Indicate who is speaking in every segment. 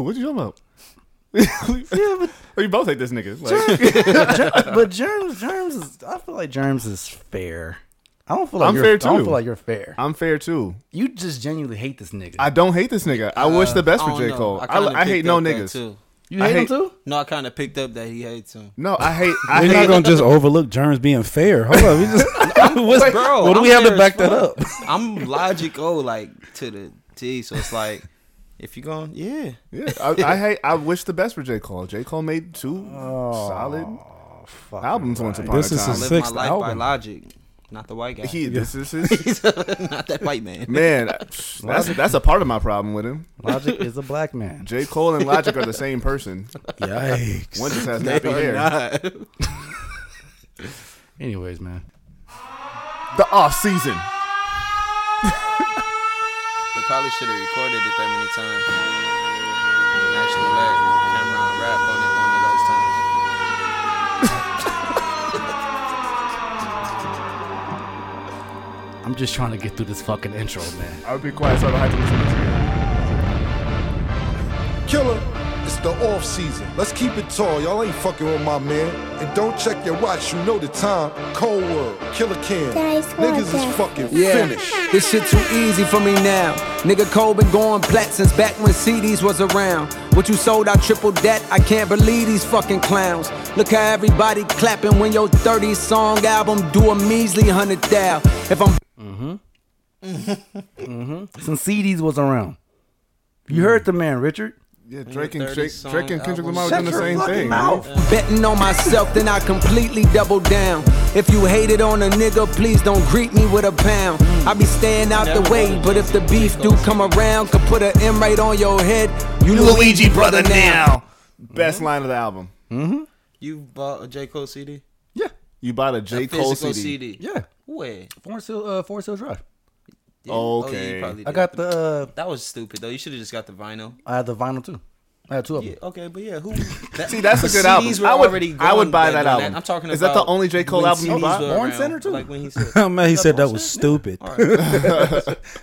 Speaker 1: What you talking about?
Speaker 2: Yeah, but
Speaker 1: Oh, you both hate this nigga. Like,
Speaker 2: but germs, germs is. I feel like germs is fair. I don't feel like
Speaker 1: I'm
Speaker 2: you're,
Speaker 1: fair
Speaker 2: I
Speaker 1: too.
Speaker 2: don't feel like you're fair.
Speaker 1: I'm fair too.
Speaker 2: you just genuinely hate this nigga.
Speaker 1: I don't hate this nigga. I wish the best
Speaker 3: Uh, I
Speaker 1: for
Speaker 3: don't
Speaker 1: J
Speaker 3: know.
Speaker 1: Cole. I,
Speaker 3: kinda
Speaker 1: I, hate
Speaker 3: picked
Speaker 1: no
Speaker 3: up that,
Speaker 1: niggas.
Speaker 3: too.
Speaker 2: you
Speaker 1: I
Speaker 2: hate,
Speaker 1: hate-
Speaker 2: him too.
Speaker 3: No, I kind of picked up that he hates him.
Speaker 1: No, I hate. I
Speaker 4: We're
Speaker 1: hate.
Speaker 4: not gonna just overlook germs being fair. Hold on, we just what's,
Speaker 3: Bro,
Speaker 4: what do
Speaker 3: I'm
Speaker 4: we have to
Speaker 3: fair
Speaker 4: back
Speaker 3: as
Speaker 4: that up?
Speaker 3: I'm logical, like to the T. So it's like, if you're going, yeah,
Speaker 1: Yeah, I, I hate. I wish the best for J Cole. J Cole made two
Speaker 2: Oh,
Speaker 1: solid albums once upon
Speaker 4: This
Speaker 1: a
Speaker 4: is
Speaker 1: time.
Speaker 3: I live
Speaker 4: sixth
Speaker 3: my life by
Speaker 4: album.
Speaker 3: logic, not the white guy.
Speaker 1: He, this is his,
Speaker 3: He's not that white man.
Speaker 1: man. I- That's that's a part of my problem with him.
Speaker 2: Logic is a black man.
Speaker 1: J Cole and Logic are the same person.
Speaker 4: Yikes!
Speaker 1: One just has
Speaker 3: They
Speaker 1: nappy
Speaker 3: are
Speaker 1: hair.
Speaker 3: not.
Speaker 2: Anyways, man.
Speaker 1: The off season.
Speaker 3: They probably should have recorded it that many times. And actually let Cameron rap on it one of those times.
Speaker 2: I'm just trying to get through this fucking intro, man.
Speaker 1: I would be quiet so I don't have to listen to this again.
Speaker 5: Killer, it's the off season. Let's keep it tall. Y'all ain't fucking with my man. And don't check your watch. You know the time. Cold World, Killer Cam.
Speaker 6: Dice
Speaker 5: Niggas
Speaker 6: World,
Speaker 5: is fucking
Speaker 7: Yeah,
Speaker 5: finished.
Speaker 7: this shit too easy for me now. Nigga Cole been going plat since back when CDs was around. What you sold, I tripled that. I can't believe these fucking clowns. Look how everybody clapping when your 30 song album do a measly hundred thou. If I'm
Speaker 1: Mm-hmm.
Speaker 2: Mm-hmm. Since CDs was around, you heard the man, Richard.
Speaker 1: Yeah, Drake and
Speaker 3: 30
Speaker 1: Drake,
Speaker 3: song
Speaker 1: Drake and Kendrick Lamar
Speaker 3: album.
Speaker 1: were
Speaker 3: Shut
Speaker 1: doing the
Speaker 2: your
Speaker 1: same
Speaker 2: fucking
Speaker 1: thing.
Speaker 2: mouth.
Speaker 7: betting on myself, then I completely double down. If you hated on a nigga, please don't greet me with a pound. I be staying out the way, but if the beef do come around, could put an M right on your head. You Luigi brother now.
Speaker 1: Best line of the album.
Speaker 2: Mm-hmm.
Speaker 3: You bought a J Cole CD?
Speaker 2: Yeah,
Speaker 1: You bought a J
Speaker 3: a
Speaker 1: Cole
Speaker 3: physical
Speaker 1: CD.
Speaker 3: CD.
Speaker 2: yeah.
Speaker 3: Where?
Speaker 2: Four seal, uh, four seal drive.
Speaker 3: Yeah. Oh, yeah,
Speaker 1: Okay.
Speaker 3: you probably
Speaker 2: I
Speaker 3: did.
Speaker 2: got the, uh,
Speaker 3: That was stupid though. You should have just got the vinyl.
Speaker 2: I had the vinyl too. I had two of them.
Speaker 3: Yeah, okay, but yeah, who? That,
Speaker 1: See, that's a
Speaker 3: the
Speaker 1: good album.
Speaker 3: CDs were
Speaker 1: I would-
Speaker 3: already
Speaker 1: I would
Speaker 3: going
Speaker 1: buy
Speaker 3: back
Speaker 1: that
Speaker 3: then.
Speaker 1: album.
Speaker 3: I'm talking
Speaker 1: Is
Speaker 3: about.
Speaker 1: that the only J. Cole
Speaker 3: when
Speaker 1: album you
Speaker 3: CDs
Speaker 1: bought?
Speaker 3: were
Speaker 2: Born
Speaker 3: around,
Speaker 2: Center, too.
Speaker 3: Like when he said.
Speaker 4: man, he said that was stupid.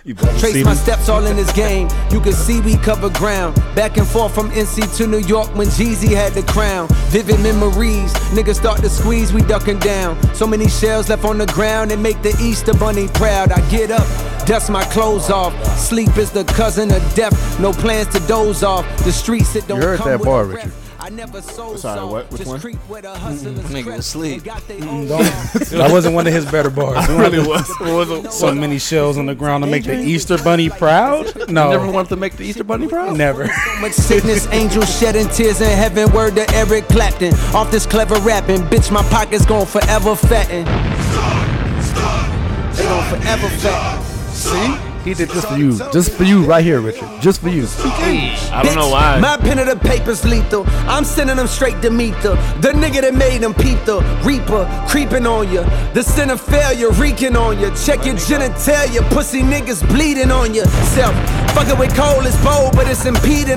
Speaker 4: you bought
Speaker 7: Trace my steps all in this game. You can see we cover ground. Back and forth from NC to New York when Jeezy had the crown. Vivid memories, niggas start to squeeze, we ducking down. So many shells left on the ground and make the Easter Bunny proud. I get up, dust my clothes off. Sleep is the cousin of death. No plans to doze off. The streets that don't
Speaker 2: You heard
Speaker 7: come
Speaker 2: that
Speaker 7: with a
Speaker 2: bar,
Speaker 7: rep.
Speaker 2: Richard. Mm-hmm.
Speaker 7: I never sold
Speaker 1: Sorry,
Speaker 7: soft.
Speaker 1: what? Which
Speaker 7: Just
Speaker 1: one?
Speaker 7: creep where the hustlers
Speaker 3: Nigga
Speaker 7: crept.
Speaker 3: was asleep. Mm.
Speaker 7: They got they own laws.
Speaker 4: that wasn't one of his better bars.
Speaker 1: really was. It was a-
Speaker 4: so many shells on the ground to make the Easter Bunny proud?
Speaker 2: Never
Speaker 4: No,
Speaker 2: wanted to make the Easter Bunny proud.
Speaker 4: never.
Speaker 7: So much sickness, angels shedding tears in heaven. Word to Eric Clapton. Off this clever rapping, bitch, my pockets gon' forever fatten. They gon' forever fatten.
Speaker 2: He did this for you, just for you, right here, Richard, just for you.
Speaker 1: I don't know why.
Speaker 7: My pen of the paper's lethal. I'm sending them straight to Metha. The nigga that made them peep the Reaper creeping on ya. The sin of failure reeking on ya. Check your genitalia. Pussy niggas bleeding on yourself. Fucking with coal is bold, but it's impeding.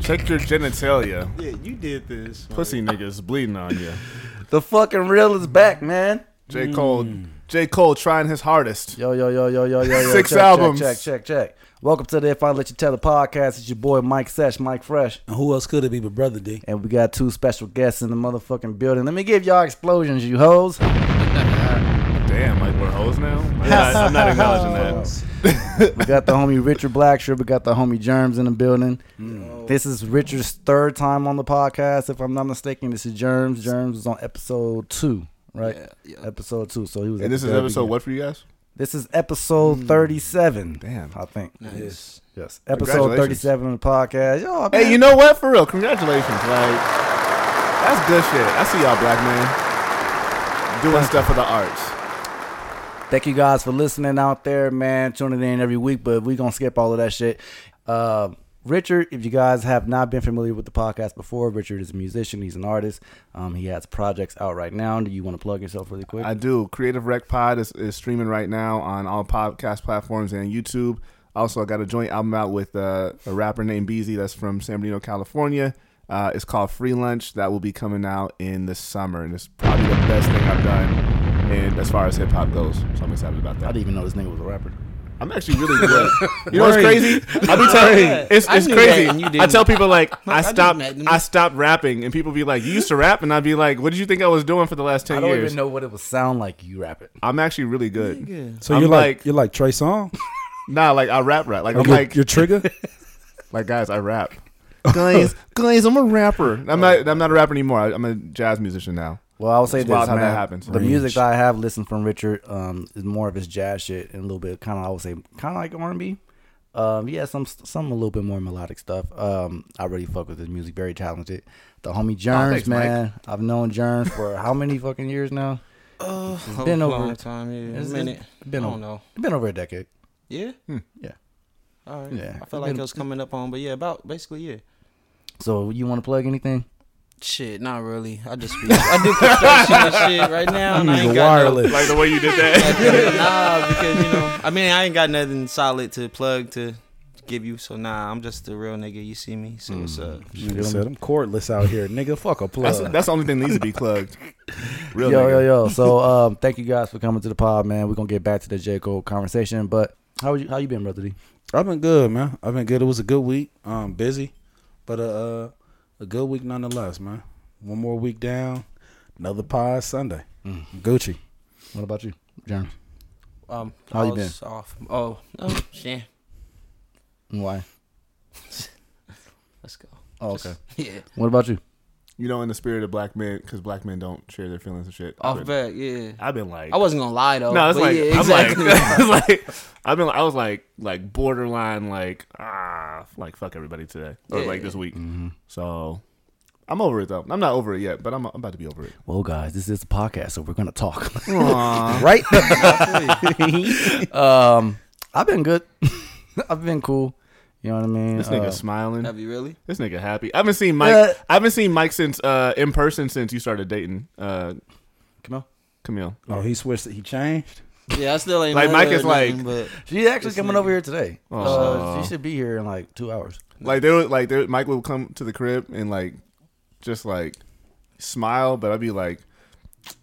Speaker 1: Check your genitalia.
Speaker 3: Yeah, you did this.
Speaker 1: Pussy niggas bleeding on you.
Speaker 2: The fucking real is back, man.
Speaker 1: J Cole. J Cole trying his hardest.
Speaker 2: Yo, yo, yo, yo, yo, yo, yo.
Speaker 1: Six
Speaker 2: check,
Speaker 1: albums.
Speaker 2: Check, check, check, check. Welcome to the If I Let You Tell the podcast. It's your boy Mike Sesh, Mike Fresh,
Speaker 4: And who else could it be but Brother D?
Speaker 2: and we got two special guests in the motherfucking building. Let me give y'all explosions, you hoes.
Speaker 1: Damn, like we're hoes now. I'm not, I'm not acknowledging that.
Speaker 2: We got the homie Richard Blackshear. We got the homie Germs in the building.
Speaker 1: Mm.
Speaker 2: This is Richard's third time on the podcast, if I'm not mistaken. This is Germs. Germs was on episode two, right?
Speaker 3: Yeah, yeah.
Speaker 2: Episode two. So he was. at
Speaker 1: And this
Speaker 2: the
Speaker 1: is
Speaker 2: very
Speaker 1: episode
Speaker 2: beginning.
Speaker 1: what for you guys?
Speaker 2: This is episode 37.
Speaker 1: Damn.
Speaker 2: I think.
Speaker 3: Nice.
Speaker 2: Yes. Episode
Speaker 1: Congratulations.
Speaker 2: 37 of the podcast. Yo,
Speaker 1: Hey,
Speaker 2: man.
Speaker 1: you know what? For real, congratulations. Like, that's good shit. I see y'all, black man, doing stuff for the arts.
Speaker 2: Thank you guys for listening out there, man. Tuning in every week, but we gonna skip all of that shit. Uh, Richard, if you guys have not been familiar with the podcast before, Richard is a musician. He's an artist. Um, he has projects out right now. Do you want to plug yourself really quick?
Speaker 1: I do. Creative Rec Pod is, is streaming right now on all podcast platforms and YouTube. Also, I got a joint album out with uh, a rapper named Beezy that's from San Bernardino, California. Uh, it's called Free Lunch. That will be coming out in the summer, and it's probably the best thing I've done. And as far as hip hop goes, so I'm excited about
Speaker 2: I
Speaker 1: that.
Speaker 2: didn't even know this nigga was a rapper.
Speaker 1: I'm actually really good. You know what's
Speaker 4: Word.
Speaker 1: crazy? I be telling it's,
Speaker 3: I
Speaker 1: it's
Speaker 3: knew
Speaker 1: crazy.
Speaker 3: that and you
Speaker 1: I
Speaker 3: didn't.
Speaker 1: tell people like I
Speaker 3: just
Speaker 1: stopped
Speaker 3: met them.
Speaker 1: I stopped rapping, and people be like, "You used to rap," and I'd be like, "What did you think I was doing for the last
Speaker 2: I
Speaker 1: ten
Speaker 2: don't
Speaker 1: years?"
Speaker 2: even know what it would sound like. You rap it.
Speaker 1: I'm actually really good.
Speaker 4: So
Speaker 1: I'm
Speaker 4: you're like,
Speaker 1: like-
Speaker 4: you're like Trey Song,
Speaker 1: Nah, like I rap rap. Like I'm
Speaker 4: your,
Speaker 1: like
Speaker 4: your trigger.
Speaker 1: like guys, I rap. guys, guys, I'm a rapper. I'm not. I'm not a rapper anymore. I, I'm a jazz musician now.
Speaker 2: Oh. Well, I will say
Speaker 1: It's
Speaker 2: this,
Speaker 1: wild how
Speaker 2: man.
Speaker 1: that happens.
Speaker 2: The music that I have listened from Richard um, is more of his jazz shit and a little bit kind of I would say kind of like R and B. Um, yeah, some some a little bit more melodic stuff. Um, I really fuck with his music. Very talented. The homie Jerns,
Speaker 1: thanks, Mike.
Speaker 2: man. I've known Jerns for how many fucking years now?
Speaker 3: Uh,
Speaker 2: It's been
Speaker 3: a
Speaker 2: over-
Speaker 3: long time. Yeah,
Speaker 2: It's-
Speaker 3: a minute.
Speaker 2: it's been
Speaker 3: I
Speaker 2: over-
Speaker 3: don't know.
Speaker 2: It's been over a decade.
Speaker 3: Yeah.
Speaker 2: Hmm, Yeah.
Speaker 3: All right.
Speaker 2: Yeah.
Speaker 3: I felt like
Speaker 2: Been-
Speaker 3: it was coming up on, but yeah, about basically yeah.
Speaker 2: So you want to plug anything?
Speaker 3: Shit, not really. I just be, I do construction and shit right now, and I ain't
Speaker 4: He's
Speaker 3: got no,
Speaker 4: wireless.
Speaker 1: Like the way you did that.
Speaker 3: nah, because you know, I mean, I ain't got nothing solid to plug to give you. So nah, I'm just a real nigga. You see me? So what's up?
Speaker 2: You
Speaker 4: Nigga
Speaker 2: feel me?
Speaker 4: said I'm cordless out here, nigga. Fuck a plug.
Speaker 1: That's, that's the only thing that needs to be plugged. Real
Speaker 2: yo,
Speaker 1: nigga.
Speaker 2: yo, yo. So, um, thank you guys for coming to the pod, man. We're gonna get back to the J Cole conversation, but how you how you been, brother D?
Speaker 4: I've been good, man. I've been good. It was a good week. Um, busy, but uh, uh, a good week nonetheless, man. One more week down, another pie Sunday.
Speaker 2: Mm.
Speaker 4: Gucci.
Speaker 2: What about you, Jerms?
Speaker 3: Um,
Speaker 2: How
Speaker 3: I
Speaker 2: you
Speaker 3: was Off. Oh, oh, yeah.
Speaker 2: And Why?
Speaker 3: Let's go.
Speaker 2: Oh,
Speaker 3: Just-
Speaker 2: okay.
Speaker 3: Yeah.
Speaker 2: What about you?
Speaker 1: You know, in the spirit of black men, because black men don't share their feelings and shit.
Speaker 3: Off
Speaker 1: I've been,
Speaker 3: back. Yeah.
Speaker 1: I've been like,
Speaker 3: I wasn't gonna lie though.
Speaker 1: no, it's
Speaker 3: but
Speaker 1: like,
Speaker 3: yeah,
Speaker 1: I'm
Speaker 3: exactly.
Speaker 1: like, it's like, I've been, I was like, like borderline, like, ah, like fuck everybody today, or
Speaker 3: Yeah.
Speaker 1: like this week.
Speaker 4: Mm-hmm.
Speaker 1: So, I'm over it though. I'm not over it yet, but I'm, I'm about to be over it.
Speaker 2: Well, guys, this is a podcast, so we're gonna talk,
Speaker 4: Right? Uh,
Speaker 2: um, I've been good. I've been cool. You know what I mean?
Speaker 1: This nigga
Speaker 2: Uh,
Speaker 1: smiling.
Speaker 3: Have you really?
Speaker 1: This nigga happy. I haven't seen Mike.
Speaker 2: Uh,
Speaker 1: I haven't seen Mike since uh, in person since you started dating uh,
Speaker 2: come on.
Speaker 1: Camille.
Speaker 4: Oh, he switched. It. He changed.
Speaker 3: Yeah, I still ain't.
Speaker 1: Like,
Speaker 3: met
Speaker 1: Mike
Speaker 3: her or
Speaker 1: is like-
Speaker 3: nothing, but
Speaker 2: She's actually
Speaker 3: This
Speaker 2: coming
Speaker 3: nigga.
Speaker 2: over here today. Uh,
Speaker 1: Aw.
Speaker 2: she should be here in like two hours.
Speaker 1: Like there was like there, Mike would come to the crib and like just like smile, but I'd be like,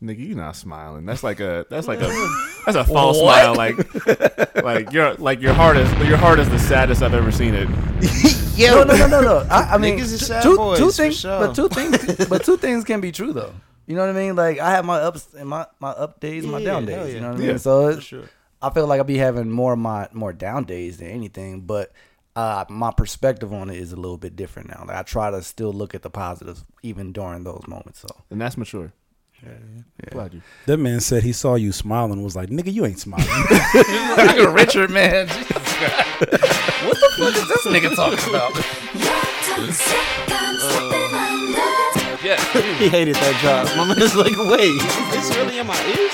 Speaker 1: "Nigga, you not smiling." That's like a that's like a that's a false smile. Like like your like your heart is your heart is the saddest I've ever seen it.
Speaker 2: Yeah. No, no, no, no, no. I, I mean,
Speaker 3: Niggas is
Speaker 2: t-
Speaker 3: sad
Speaker 2: two,
Speaker 3: boys,
Speaker 2: two
Speaker 3: for
Speaker 2: things,
Speaker 3: sure.
Speaker 2: but two things, but two things can be true though. You know what I mean? Like I have my ups and my my up days and my
Speaker 3: Yeah,
Speaker 2: down
Speaker 3: hell
Speaker 2: days. You
Speaker 3: yeah.
Speaker 2: know what I
Speaker 1: Yeah,
Speaker 2: mean? So
Speaker 3: for
Speaker 2: it's,
Speaker 3: sure.
Speaker 2: I feel like I'll be having more of my more down days than anything, but uh, my perspective on it is a little bit different now. Like I try to still look at the positives even during those moments. So
Speaker 1: And that's mature. Yeah, Glad you.
Speaker 4: That man said he saw you smiling. and Was like, nigga, you ain't smiling.
Speaker 2: Richard, man, Jesus Christ. what the fuck is this nigga talking about?
Speaker 3: Yeah, he hated that job. My man's like, wait, is this really in my ears?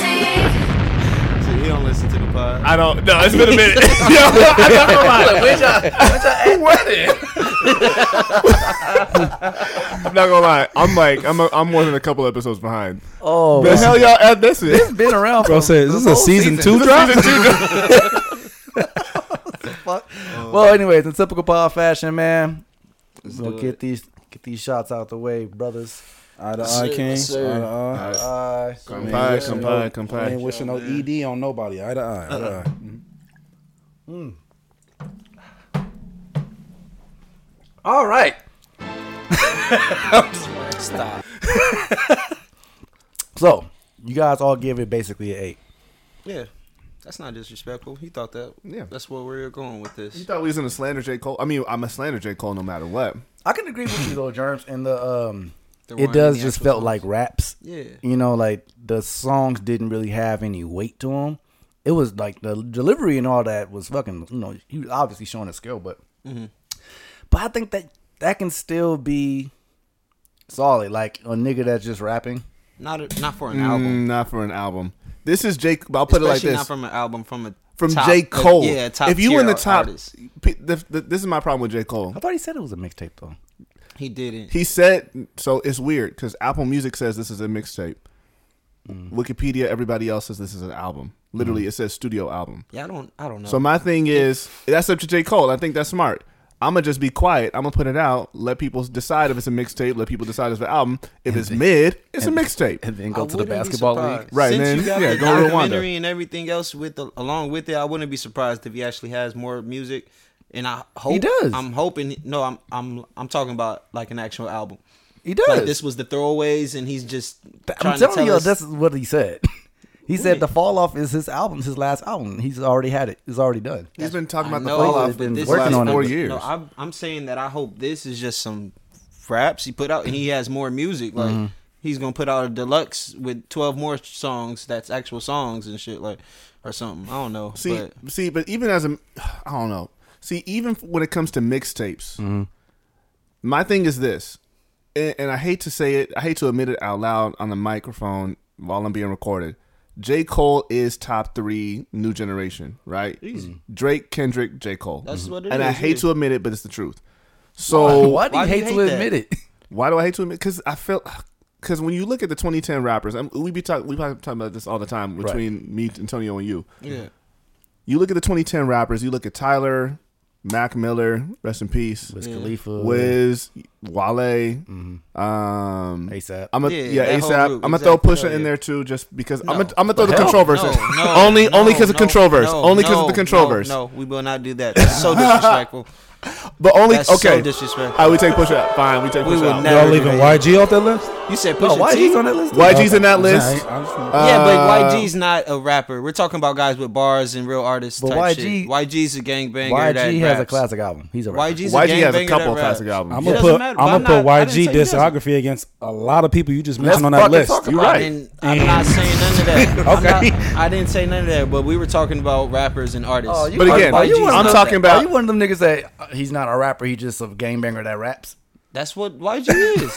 Speaker 3: Shit, He don't listen to the pod.
Speaker 1: I don't. No, it's been a minute. Yo, I'm not gonna lie. I'm not gonna lie. I'm like I'm a, I'm more than a couple episodes behind.
Speaker 2: Oh,
Speaker 1: The hell y'all at this is.
Speaker 2: it's been around.
Speaker 4: Bro
Speaker 2: for-
Speaker 4: said, "Is
Speaker 2: for
Speaker 4: this
Speaker 2: the
Speaker 4: a
Speaker 2: whole
Speaker 4: season, two drop?"
Speaker 2: fuck. Oh. well, anyways, in typical pod fashion, man, we'll
Speaker 3: do
Speaker 2: get these get these shots out the way, brothers.
Speaker 4: Eye to eye,
Speaker 3: Sir,
Speaker 4: King. Eye
Speaker 3: sir.
Speaker 4: to
Speaker 2: Uh,
Speaker 4: eye.
Speaker 1: Comply, comply, comply.
Speaker 4: I ain't wishing no ED on nobody. Eye to eye. Eye to eye.
Speaker 2: all right.
Speaker 3: Stop.
Speaker 2: So you guys all give it basically an eight.
Speaker 3: Yeah, that's not disrespectful. He thought that.
Speaker 1: Yeah.
Speaker 3: that's where we're going with
Speaker 1: You
Speaker 3: this.
Speaker 1: thought we was gonna slander J Cole? I mean, I'm a slander J Cole no matter what.
Speaker 2: I can agree with you though, Germs, and the um,
Speaker 3: There
Speaker 2: it
Speaker 3: weren't
Speaker 2: does
Speaker 3: any
Speaker 2: just
Speaker 3: actual
Speaker 2: felt
Speaker 3: songs.
Speaker 2: like raps.
Speaker 3: Yeah.
Speaker 2: you know, like the songs didn't really have any weight to them. It was like the delivery and all that was fucking. You know, he was obviously showing a skill, but
Speaker 3: Mm-hmm.
Speaker 2: but I think that that can still be solid. Like a nigga that's just rapping.
Speaker 3: Not a, not for an album.
Speaker 1: Mm, not for an album. This is Jake. I'll put
Speaker 3: Especially
Speaker 1: it like this:
Speaker 3: not from an album from a
Speaker 1: from
Speaker 3: top- uh,
Speaker 1: J Cole.
Speaker 3: yeah, a top
Speaker 1: if you
Speaker 3: tier
Speaker 1: in the top,
Speaker 3: artist.
Speaker 1: p- the, the, this is my problem with J Cole.
Speaker 2: I thought he said it was a mixtape though.
Speaker 3: he didn't.
Speaker 1: He said so. It's weird because Apple Music says this is a mixtape.
Speaker 3: Mm.
Speaker 1: Wikipedia, everybody else says this is an album. Literally, it says studio album.
Speaker 3: yeah, I Mm. don't. I don't know.
Speaker 1: So my thing is that's up to J Cole. I think that's smart. I'm gonna just be quiet. I'm gonna put it out. Let people decide if it's a mixtape. Let people decide if it's an album. If it's mid, it's a mixtape.
Speaker 2: and then go
Speaker 4: I
Speaker 2: to the
Speaker 4: wouldn't be
Speaker 2: basketball league.
Speaker 4: surprised.
Speaker 1: Right,
Speaker 3: Since
Speaker 1: then,
Speaker 3: you got
Speaker 1: yeah,
Speaker 3: the
Speaker 1: go to Rwanda.
Speaker 3: documentary and everything else with the, along with it, I wouldn't be surprised if he actually has more music. And I hope
Speaker 2: does.
Speaker 3: I'm hoping. No, I'm I'm I'm talking about like an actual album.
Speaker 2: He does.
Speaker 3: Like this was the throwaways, and he's just trying
Speaker 2: I'm telling
Speaker 3: to tell
Speaker 2: you,
Speaker 3: us.
Speaker 2: this is what he said. He said the fall off is his album, his last album. He's already had it. It's already done.
Speaker 1: He's been talking
Speaker 3: I
Speaker 1: about the
Speaker 3: know,
Speaker 1: fall off
Speaker 3: but
Speaker 1: for the
Speaker 3: this
Speaker 1: last
Speaker 3: is-
Speaker 2: on it.
Speaker 1: four
Speaker 2: No,
Speaker 1: years.
Speaker 3: No, I'm, I'm saying that I hope this is just some raps he put out, and he has more music. Like
Speaker 1: Mm-hmm.
Speaker 3: he's gonna put out a deluxe with 12 more songs that's actual songs and shit, like or something. I don't know.
Speaker 1: See,
Speaker 3: but
Speaker 1: see, but even as a, I don't know. See, even f- when it comes to mixtapes,
Speaker 2: Mm-hmm.
Speaker 1: my thing is this, and, and I hate to say it, I hate to admit it out loud on the microphone while I'm being recorded. J. Cole is top three new generation, right? Easy. Drake, Kendrick, J. Cole.
Speaker 3: That's what it
Speaker 1: and I
Speaker 3: is,
Speaker 1: hate
Speaker 3: yeah.
Speaker 1: to admit it, but it's the truth. So
Speaker 2: Mm-hmm. Why do you
Speaker 3: Why do you
Speaker 2: hate to
Speaker 3: hate that?
Speaker 2: admit it?
Speaker 1: why do I hate to admit? Because I felt because when you look at the 2010 rappers, I'm, we be talking we probably talking about this all the time between me, Antonio, and you.
Speaker 3: yeah,
Speaker 1: You look at the 2010 rappers. You look at Tyler, Mac Miller, rest in peace,
Speaker 2: Wiz Khalifa,
Speaker 1: Wiz, Wale, um,
Speaker 2: ASAP.
Speaker 1: I'm a,
Speaker 3: Yeah,
Speaker 1: yeah,
Speaker 3: that whole
Speaker 1: ASAP.
Speaker 3: group,
Speaker 1: I'm gonna throw
Speaker 3: exactly.
Speaker 1: Pusha
Speaker 3: No,
Speaker 1: in
Speaker 3: yeah.
Speaker 1: there too, just because I'm
Speaker 3: No.
Speaker 1: gonna I'm gonna throw the
Speaker 2: hell?
Speaker 1: controversy.
Speaker 3: No, no,
Speaker 1: only only
Speaker 3: no,
Speaker 1: because of
Speaker 3: no,
Speaker 1: controversy.
Speaker 3: no,
Speaker 1: only because
Speaker 3: no,
Speaker 1: of the controversy.
Speaker 3: No, no, we will not do that. That's so disrespectful.
Speaker 1: But only
Speaker 3: That's so
Speaker 1: okay.
Speaker 3: disrespectful.
Speaker 1: I would take Pusha out. Fine, we take
Speaker 3: We
Speaker 1: Pusha
Speaker 3: will
Speaker 1: out.
Speaker 3: never-
Speaker 4: Y'all leaving YG off that list?
Speaker 3: You said
Speaker 2: No,
Speaker 3: Pusha
Speaker 2: why
Speaker 3: T.
Speaker 2: he's on that list?
Speaker 1: YG's in that list.
Speaker 4: Nah, I'm just-
Speaker 3: yeah,
Speaker 1: Uh,
Speaker 3: but YG's not a rapper. We're talking about guys with bars and real artists.
Speaker 2: But
Speaker 3: type
Speaker 2: YG
Speaker 3: shit. YG's a gangbanger. that
Speaker 2: YG has a
Speaker 3: raps.
Speaker 2: classic album. He's a rapper.
Speaker 3: YG's
Speaker 1: YG has a
Speaker 3: gangbanger
Speaker 1: couple
Speaker 3: that
Speaker 1: of classic
Speaker 3: raps.
Speaker 1: albums.
Speaker 4: I'm
Speaker 3: It
Speaker 4: gonna
Speaker 3: put-
Speaker 4: put
Speaker 3: doesn't matter, but I'm
Speaker 4: I'm
Speaker 3: not- I
Speaker 4: gonna put
Speaker 3: didn't
Speaker 4: YG
Speaker 3: say he doesn't.
Speaker 4: discography against a lot of people you just
Speaker 2: Let's
Speaker 4: mentioned on that
Speaker 2: fucking
Speaker 4: list.
Speaker 2: talk
Speaker 1: You're
Speaker 2: about
Speaker 1: right.
Speaker 2: it.
Speaker 3: And I'm not saying none of that.
Speaker 4: Okay.
Speaker 3: I'm not, I didn't say none of that, but we were talking about rappers and artists.
Speaker 2: Oh, you
Speaker 1: But
Speaker 2: one-
Speaker 1: again,
Speaker 2: oh, you one of
Speaker 1: I'm
Speaker 2: them-
Speaker 1: talking about-
Speaker 2: oh, you one of them niggas that uh, he's not a rapper. He's just a game banger that raps.
Speaker 3: That's what YG is.
Speaker 1: I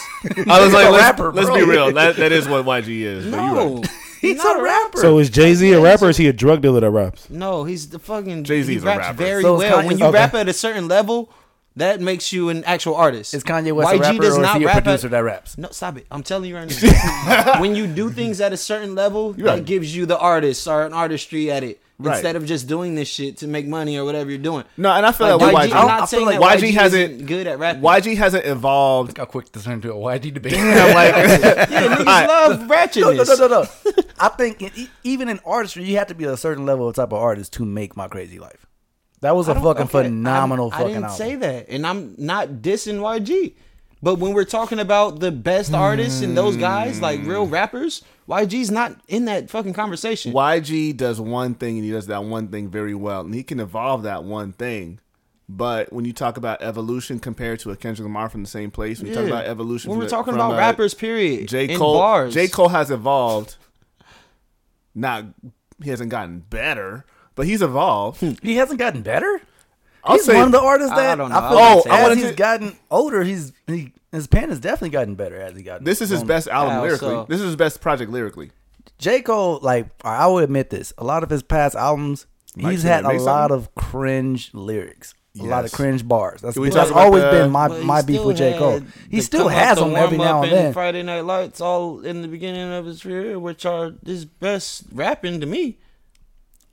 Speaker 1: was like,
Speaker 2: He's a
Speaker 1: let's,
Speaker 2: rapper,
Speaker 1: let's
Speaker 2: bro.
Speaker 1: be real. That, that is what YG is. but you're
Speaker 3: no,
Speaker 1: right.
Speaker 2: He's
Speaker 3: not
Speaker 2: a rapper.
Speaker 4: So is Jay Z a rapper? Or is he a drug dealer that raps?
Speaker 3: No, he's the fucking
Speaker 1: Jay-Z's
Speaker 3: he
Speaker 1: a
Speaker 3: raps
Speaker 1: rapper.
Speaker 3: Very
Speaker 2: So is
Speaker 3: well.
Speaker 2: Kanye-
Speaker 3: When you
Speaker 2: okay.
Speaker 3: rap at a certain level, that makes you an actual artist.
Speaker 2: Is Kanye West a rapper or is he a
Speaker 3: rap
Speaker 2: producer that raps?
Speaker 3: No, stop it. I'm telling you right now. when you do things at a certain level,
Speaker 1: right.
Speaker 3: that gives you the artist or an artistry at it.
Speaker 1: Right.
Speaker 3: Instead of just doing this shit to make money or whatever you're doing.
Speaker 1: No, and I feel
Speaker 3: Like,
Speaker 1: that with
Speaker 3: YG,
Speaker 1: YG.
Speaker 3: I'm
Speaker 1: I
Speaker 3: not
Speaker 1: feel like
Speaker 3: saying that
Speaker 1: YG,
Speaker 3: YG
Speaker 1: hasn't
Speaker 3: isn't good at rapping.
Speaker 1: YG hasn't evolved.
Speaker 2: How quick this turned into a YG debate.
Speaker 1: I'm like,
Speaker 3: Yeah, niggas
Speaker 1: right.
Speaker 3: love
Speaker 2: No, no,
Speaker 3: ratchetness.
Speaker 2: no, no, no. I think in, e- even in artistry, you have to be a certain level of type of artist to make my crazy life. That was a
Speaker 3: I don't-
Speaker 2: fucking
Speaker 3: okay, I'm-
Speaker 2: phenomenal
Speaker 3: I
Speaker 2: fucking
Speaker 3: didn't
Speaker 2: album.
Speaker 3: say that, and I'm not dissing YG. But when we're talking about the best artists and those guys, like real
Speaker 1: Mm.
Speaker 3: rappers, YG's not in that fucking conversation.
Speaker 1: YG does one thing and he does that one thing very well, and he can evolve that one thing. But when you talk about evolution compared to a Kendrick Lamar from the same place, when you talk
Speaker 3: Yeah.
Speaker 1: about evolution,
Speaker 3: When
Speaker 1: from
Speaker 3: we're
Speaker 1: the-
Speaker 3: talking
Speaker 1: from,
Speaker 3: about
Speaker 1: uh,
Speaker 3: rappers, period.
Speaker 1: J
Speaker 3: and
Speaker 1: Cole,
Speaker 3: bars.
Speaker 1: J Cole has evolved. Not he hasn't gotten better, but he's evolved.
Speaker 2: Hmm. He hasn't gotten better.
Speaker 1: I'll
Speaker 2: he's
Speaker 1: say-
Speaker 2: one of the artists
Speaker 3: I
Speaker 2: that
Speaker 3: don't know. Oh,
Speaker 2: I feel
Speaker 3: I
Speaker 2: like
Speaker 3: wouldn't say
Speaker 2: as
Speaker 1: that.
Speaker 2: he's
Speaker 1: I wouldn't-
Speaker 2: gotten older, he's he, his pen has definitely gotten better as he got.
Speaker 1: This is his best album
Speaker 3: How
Speaker 1: lyrically.
Speaker 3: Oh, so?
Speaker 1: This is his best project lyrically.
Speaker 2: J Cole. Like I will admit this, a lot of his past albums, he's
Speaker 1: can
Speaker 2: had
Speaker 1: I make
Speaker 2: a lot
Speaker 1: something?
Speaker 2: of cringe lyrics. A lot of
Speaker 1: Yes.
Speaker 2: cringe bars. That's,
Speaker 1: Can we talk
Speaker 2: that's
Speaker 1: about
Speaker 2: always
Speaker 1: the-
Speaker 2: been my,
Speaker 3: But he
Speaker 2: my beef
Speaker 3: still
Speaker 2: with J. Cole.
Speaker 3: had
Speaker 2: He
Speaker 3: the
Speaker 2: still
Speaker 3: come
Speaker 2: has
Speaker 3: up, the
Speaker 2: them every
Speaker 3: warm
Speaker 2: now
Speaker 3: up
Speaker 2: and then.
Speaker 3: Friday Night Lights, all in the beginning of his career, which are his best rapping to me.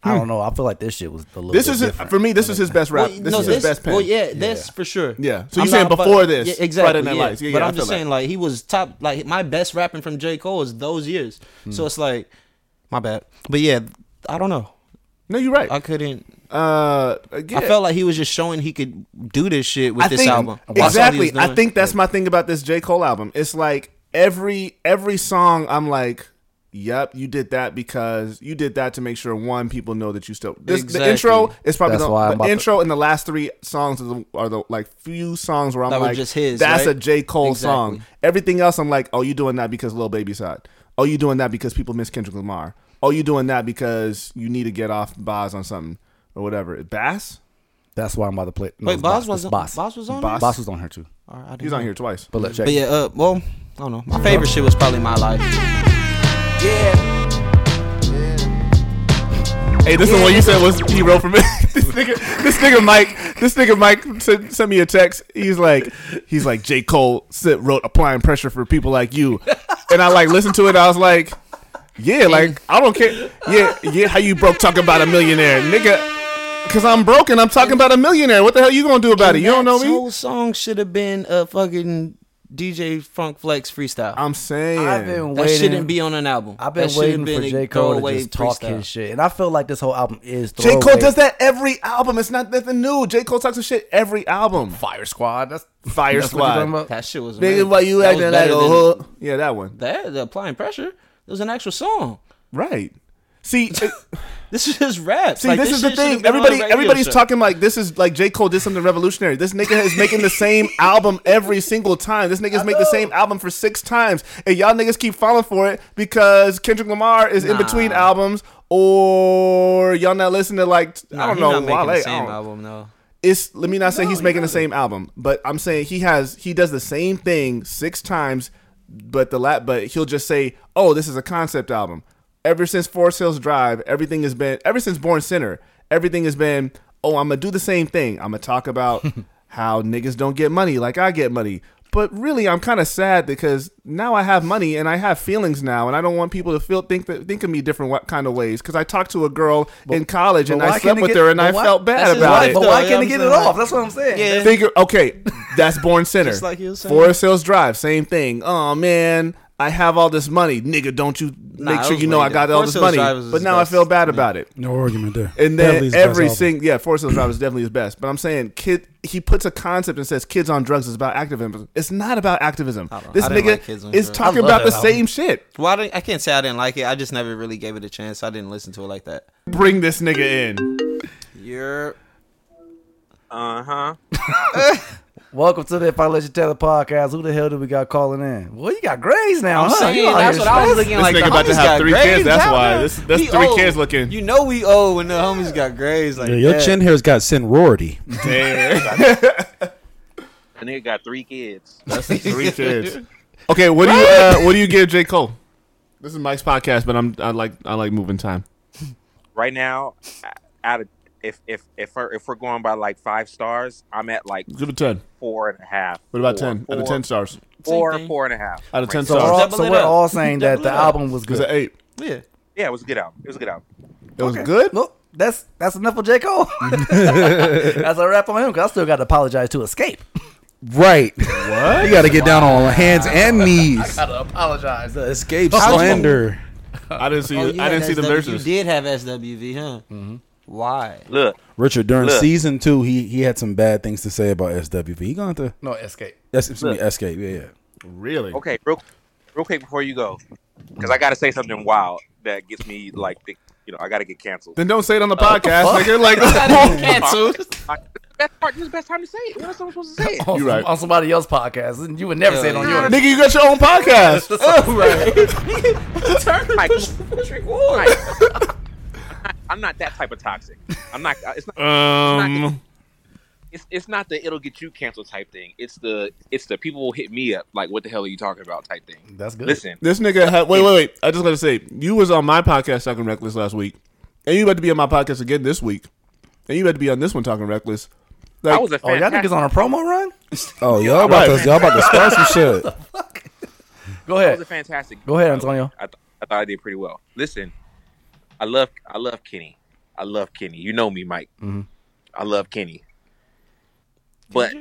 Speaker 2: I don't know. I feel like this shit was a little.
Speaker 1: Hmm. This
Speaker 2: bit
Speaker 1: is his,
Speaker 2: different.
Speaker 1: for me. This is his best rap.
Speaker 3: Well,
Speaker 1: this
Speaker 3: no,
Speaker 1: is his best pen.
Speaker 3: Well, yeah, that's for sure.
Speaker 1: Yeah. So you're
Speaker 3: I'm
Speaker 1: saying
Speaker 3: not a fu-
Speaker 1: before this,
Speaker 3: yeah, exactly,
Speaker 1: Friday Night
Speaker 3: yeah.
Speaker 1: Lights. Yeah,
Speaker 3: but
Speaker 1: yeah, I
Speaker 3: I'm just
Speaker 1: feel that.
Speaker 3: saying, like, he was top. Like, my best rapping from J. Cole is those years.
Speaker 1: Hmm.
Speaker 3: So it's like, my bad. But yeah, I don't know.
Speaker 1: No, you're right.
Speaker 3: I couldn't.
Speaker 1: uh, again,
Speaker 3: I felt like he was just showing he could do this shit with
Speaker 1: I
Speaker 3: this
Speaker 1: think-
Speaker 3: album. That's all he was
Speaker 1: Exactly. I
Speaker 3: doing.
Speaker 1: think that's my thing about this J Cole album. It's like every every song, I'm like. Yep, you did that because you did that to make sure one people know that you still. This, The
Speaker 3: Exactly.
Speaker 1: intro is probably
Speaker 2: That's
Speaker 1: the,
Speaker 2: why I'm
Speaker 1: the
Speaker 2: about to-
Speaker 1: intro and the last three songs are the, are the like few songs where I'm
Speaker 3: That were
Speaker 1: like,
Speaker 3: just his,
Speaker 1: that's
Speaker 3: right?
Speaker 1: a J Cole song.
Speaker 3: Exactly.
Speaker 1: Everything else, I'm like, oh, you doing that because Lil Baby's hot. Oh, you doing that because people miss Kendrick Lamar. Oh, you doing that because you need to get off Boz on something or whatever. Bass,
Speaker 2: That's why I'm about to play. No,
Speaker 3: Wait,
Speaker 2: it's
Speaker 3: Boss
Speaker 2: It's
Speaker 3: wasn't. Boss,
Speaker 2: Boss.
Speaker 3: was on.
Speaker 1: Boss.
Speaker 2: Boss was on her too.
Speaker 3: All right, I didn't
Speaker 1: he's
Speaker 3: know.
Speaker 1: on here twice.
Speaker 2: But look, check.
Speaker 3: But yeah, uh, well, I don't know. My favorite shit was probably my life.
Speaker 1: Hey, this is what you said was he wrote for me. this nigga, this nigga Mike, this nigga Mike sent, sent me a text. He's like, he's like J Cole said, wrote applying pressure for people like you, and I like listened to it. I was like, yeah, like I don't care. Yeah, yeah, how you broke talking about a millionaire, nigga. Because I'm broke and I'm talking about a millionaire. What the hell you gonna do about it? You don't know
Speaker 3: That
Speaker 1: me.
Speaker 3: whole song should have been a fucking DJ Funk Flex freestyle.
Speaker 1: I'm saying.
Speaker 2: I've been
Speaker 3: that
Speaker 2: waiting.
Speaker 3: shouldn't be on an album.
Speaker 2: I've been
Speaker 3: that should
Speaker 2: waiting
Speaker 3: have been
Speaker 2: for
Speaker 3: a
Speaker 2: J. Cole to
Speaker 3: throwaway
Speaker 2: just talk
Speaker 3: freestyle.
Speaker 2: his shit, and I feel like this whole album is
Speaker 1: J.
Speaker 2: throwaway.
Speaker 1: Cole does that every album. It's not nothing new. J. Cole talks of shit every album.
Speaker 2: Fire Squad. That's
Speaker 1: Fire
Speaker 2: that's what you're
Speaker 1: Squad.
Speaker 2: talking about?
Speaker 3: That shit was
Speaker 1: Nigga,
Speaker 3: amazing.
Speaker 1: why you
Speaker 3: That was
Speaker 1: acting like a
Speaker 3: better than-
Speaker 1: hook? Yeah, that one.
Speaker 3: That the applying pressure. It was an actual song.
Speaker 1: Right. See,
Speaker 3: This is just rap.
Speaker 1: See, this, is the thing. Everybody, everybody's talking like this is like J. Cole did something revolutionary. This nigga is making the same album every single time. This nigga's make the same album for six times, and y'all niggas keep falling for it because Kendrick Lamar is in between albums, or y'all not listening to like I don't know.
Speaker 3: Not making
Speaker 1: Wale. I
Speaker 3: the same
Speaker 1: don't-
Speaker 3: album, no.
Speaker 1: It's let me not say
Speaker 3: No,
Speaker 1: he's
Speaker 3: he
Speaker 1: making the
Speaker 3: doesn't.
Speaker 1: same album, but I'm saying he has he does the same thing six times, but the lat but he'll just say, "Oh, this is a concept album." Ever since Forest Hills Drive, everything has been ever since Born Sinner, everything has been, "Oh, I'm gonna do the same thing. I'm gonna talk about how niggas don't get money like I get money." But really, I'm kind of sad because now I have money and I have feelings now, and I don't want people to feel think that, think of me different wa- kind of ways. Because I talked to a girl in college and
Speaker 2: why
Speaker 1: I
Speaker 2: can't
Speaker 1: slept
Speaker 2: it
Speaker 1: with
Speaker 2: get-
Speaker 1: her and
Speaker 2: but
Speaker 1: I
Speaker 2: why-
Speaker 1: felt
Speaker 3: that's
Speaker 1: bad
Speaker 3: his
Speaker 1: about
Speaker 3: life,
Speaker 1: it
Speaker 2: But
Speaker 3: though,
Speaker 2: why
Speaker 3: you
Speaker 2: can't
Speaker 3: know
Speaker 2: he get
Speaker 3: what
Speaker 2: it
Speaker 3: I'm saying?
Speaker 2: off? That's what I'm saying.
Speaker 3: Yeah.
Speaker 1: figure okay that's born center
Speaker 3: Just like he was saying.
Speaker 1: forest hills drive same thing oh man i have all this money nigga don't you
Speaker 3: Nah,
Speaker 1: make
Speaker 3: it
Speaker 1: sure
Speaker 3: was
Speaker 1: you know
Speaker 3: way
Speaker 1: i got
Speaker 3: down.
Speaker 1: all
Speaker 3: Forest
Speaker 1: this
Speaker 3: Hills
Speaker 1: money
Speaker 3: Drive is
Speaker 1: but
Speaker 3: his
Speaker 1: now i
Speaker 3: best.
Speaker 1: fell bad about it
Speaker 4: No argument there.
Speaker 1: and then
Speaker 4: Definitely his best
Speaker 1: every
Speaker 4: album.
Speaker 1: single yeah forest hills drive is definitely his best but i'm saying kid he puts a concept and says kids on drugs is about activism it's not about activism
Speaker 3: don't-
Speaker 1: this
Speaker 3: I didn't
Speaker 1: nigga
Speaker 3: like Kids on
Speaker 1: is
Speaker 3: Drugs.
Speaker 1: talking
Speaker 2: I love
Speaker 1: about the
Speaker 2: that album.
Speaker 1: same shit
Speaker 3: Well, I, don't- I can't say I didn't like it. I just never really gave it a chance. I didn't listen to it like that.
Speaker 1: bring this nigga in
Speaker 3: You're
Speaker 6: Uh huh.
Speaker 2: Welcome to the If I Let You Tell the podcast. Who the hell do we got calling in? Well, you got Grays now,
Speaker 3: I'm
Speaker 2: huh?
Speaker 3: saying
Speaker 2: You out
Speaker 3: that's
Speaker 2: here
Speaker 3: what I was
Speaker 2: stressing.
Speaker 3: looking
Speaker 1: This
Speaker 3: like.
Speaker 1: nigga
Speaker 3: the
Speaker 1: about to
Speaker 3: homies
Speaker 1: have
Speaker 3: got
Speaker 1: three kids,
Speaker 3: grays
Speaker 1: that's
Speaker 3: out
Speaker 1: why.
Speaker 3: there.
Speaker 1: This- that's
Speaker 3: We
Speaker 1: three
Speaker 3: old.
Speaker 1: kids looking.
Speaker 3: You know we old when the homies got grays like
Speaker 4: Yeah, your
Speaker 3: that.
Speaker 4: chin hair's got sorority.
Speaker 6: That nigga got three kids.
Speaker 1: three kids okay what do you uh, what do you give j cole this is mike's podcast but i'm i like i like moving time
Speaker 6: Right now, out of if if if we're, if we're going by like five stars, I'm at like
Speaker 1: give it 10
Speaker 6: four and a half.
Speaker 1: What about
Speaker 6: Four-
Speaker 1: 10? Out of
Speaker 6: four-
Speaker 1: 10 stars.
Speaker 6: Four,
Speaker 3: Same thing.
Speaker 6: four and a half.
Speaker 1: Out of 10
Speaker 2: So, we're
Speaker 1: stars.
Speaker 2: all,
Speaker 3: Double
Speaker 2: so
Speaker 3: it
Speaker 2: we're
Speaker 3: up.
Speaker 2: all saying that the
Speaker 3: Double it up.
Speaker 2: album was
Speaker 1: It was an
Speaker 2: good.
Speaker 1: 8.
Speaker 3: Yeah.
Speaker 6: Yeah, it was a good album. It was a good album.
Speaker 1: It was good?
Speaker 2: Look, that's that's enough of J. Cole. that's a wrap on him because I still got to apologize to Escape.
Speaker 4: right. What? You got to get down on hands and knees.
Speaker 2: to apologize.
Speaker 4: Escape slander.
Speaker 1: I didn't see
Speaker 3: Oh, you
Speaker 1: I
Speaker 3: had
Speaker 1: didn't see the
Speaker 3: SW.
Speaker 1: nurses.
Speaker 3: You did have SWV, huh? Mm-hmm. Why?
Speaker 6: Look,
Speaker 4: Richard, during
Speaker 6: Look.
Speaker 4: season two, he he had some bad things to say about SWV. He gonna have to.
Speaker 2: No, Escape.
Speaker 4: That's excuse me, Escape. Yeah, yeah.
Speaker 1: Really?
Speaker 6: okay, real, real quick before you go, because I got to say something wild that gets me like, think- you know, I got to get canceled.
Speaker 1: Then don't say it on the podcast. Like you're like
Speaker 6: Best part, this is the best time to say it. What else am I supposed to say? It?
Speaker 2: On,
Speaker 1: You right.
Speaker 2: on somebody else's podcast, and you would never say it on yours.
Speaker 1: Nigga, you got your own podcast.
Speaker 6: Like, like, I'm not- I'm not that type of toxic. I'm not. It's not.
Speaker 1: Um
Speaker 6: It's, it's not the it'll get you canceled type thing. It's the it's the people will hit me up like what the hell are you talking about type thing.
Speaker 2: That's good.
Speaker 6: Listen,
Speaker 1: this nigga had wait, wait, wait. I just gotta say, you was on my podcast talking reckless last week. And you about to be on my podcast again this week. And you about to be on this one talking reckless. Like
Speaker 6: I was a
Speaker 2: Oh, y'all
Speaker 6: fantastic.
Speaker 2: niggas on a promo run?
Speaker 4: Oh, y'all about
Speaker 1: Right.
Speaker 4: to y'all about to start some shit.
Speaker 2: Go
Speaker 6: I was
Speaker 2: ahead.
Speaker 6: a fantastic.
Speaker 2: Go ahead, Antonio.
Speaker 6: I, th- I thought I did pretty well. Listen, I love I love Kenny. I love Kenny. You know me, Mike. I love Kenny. But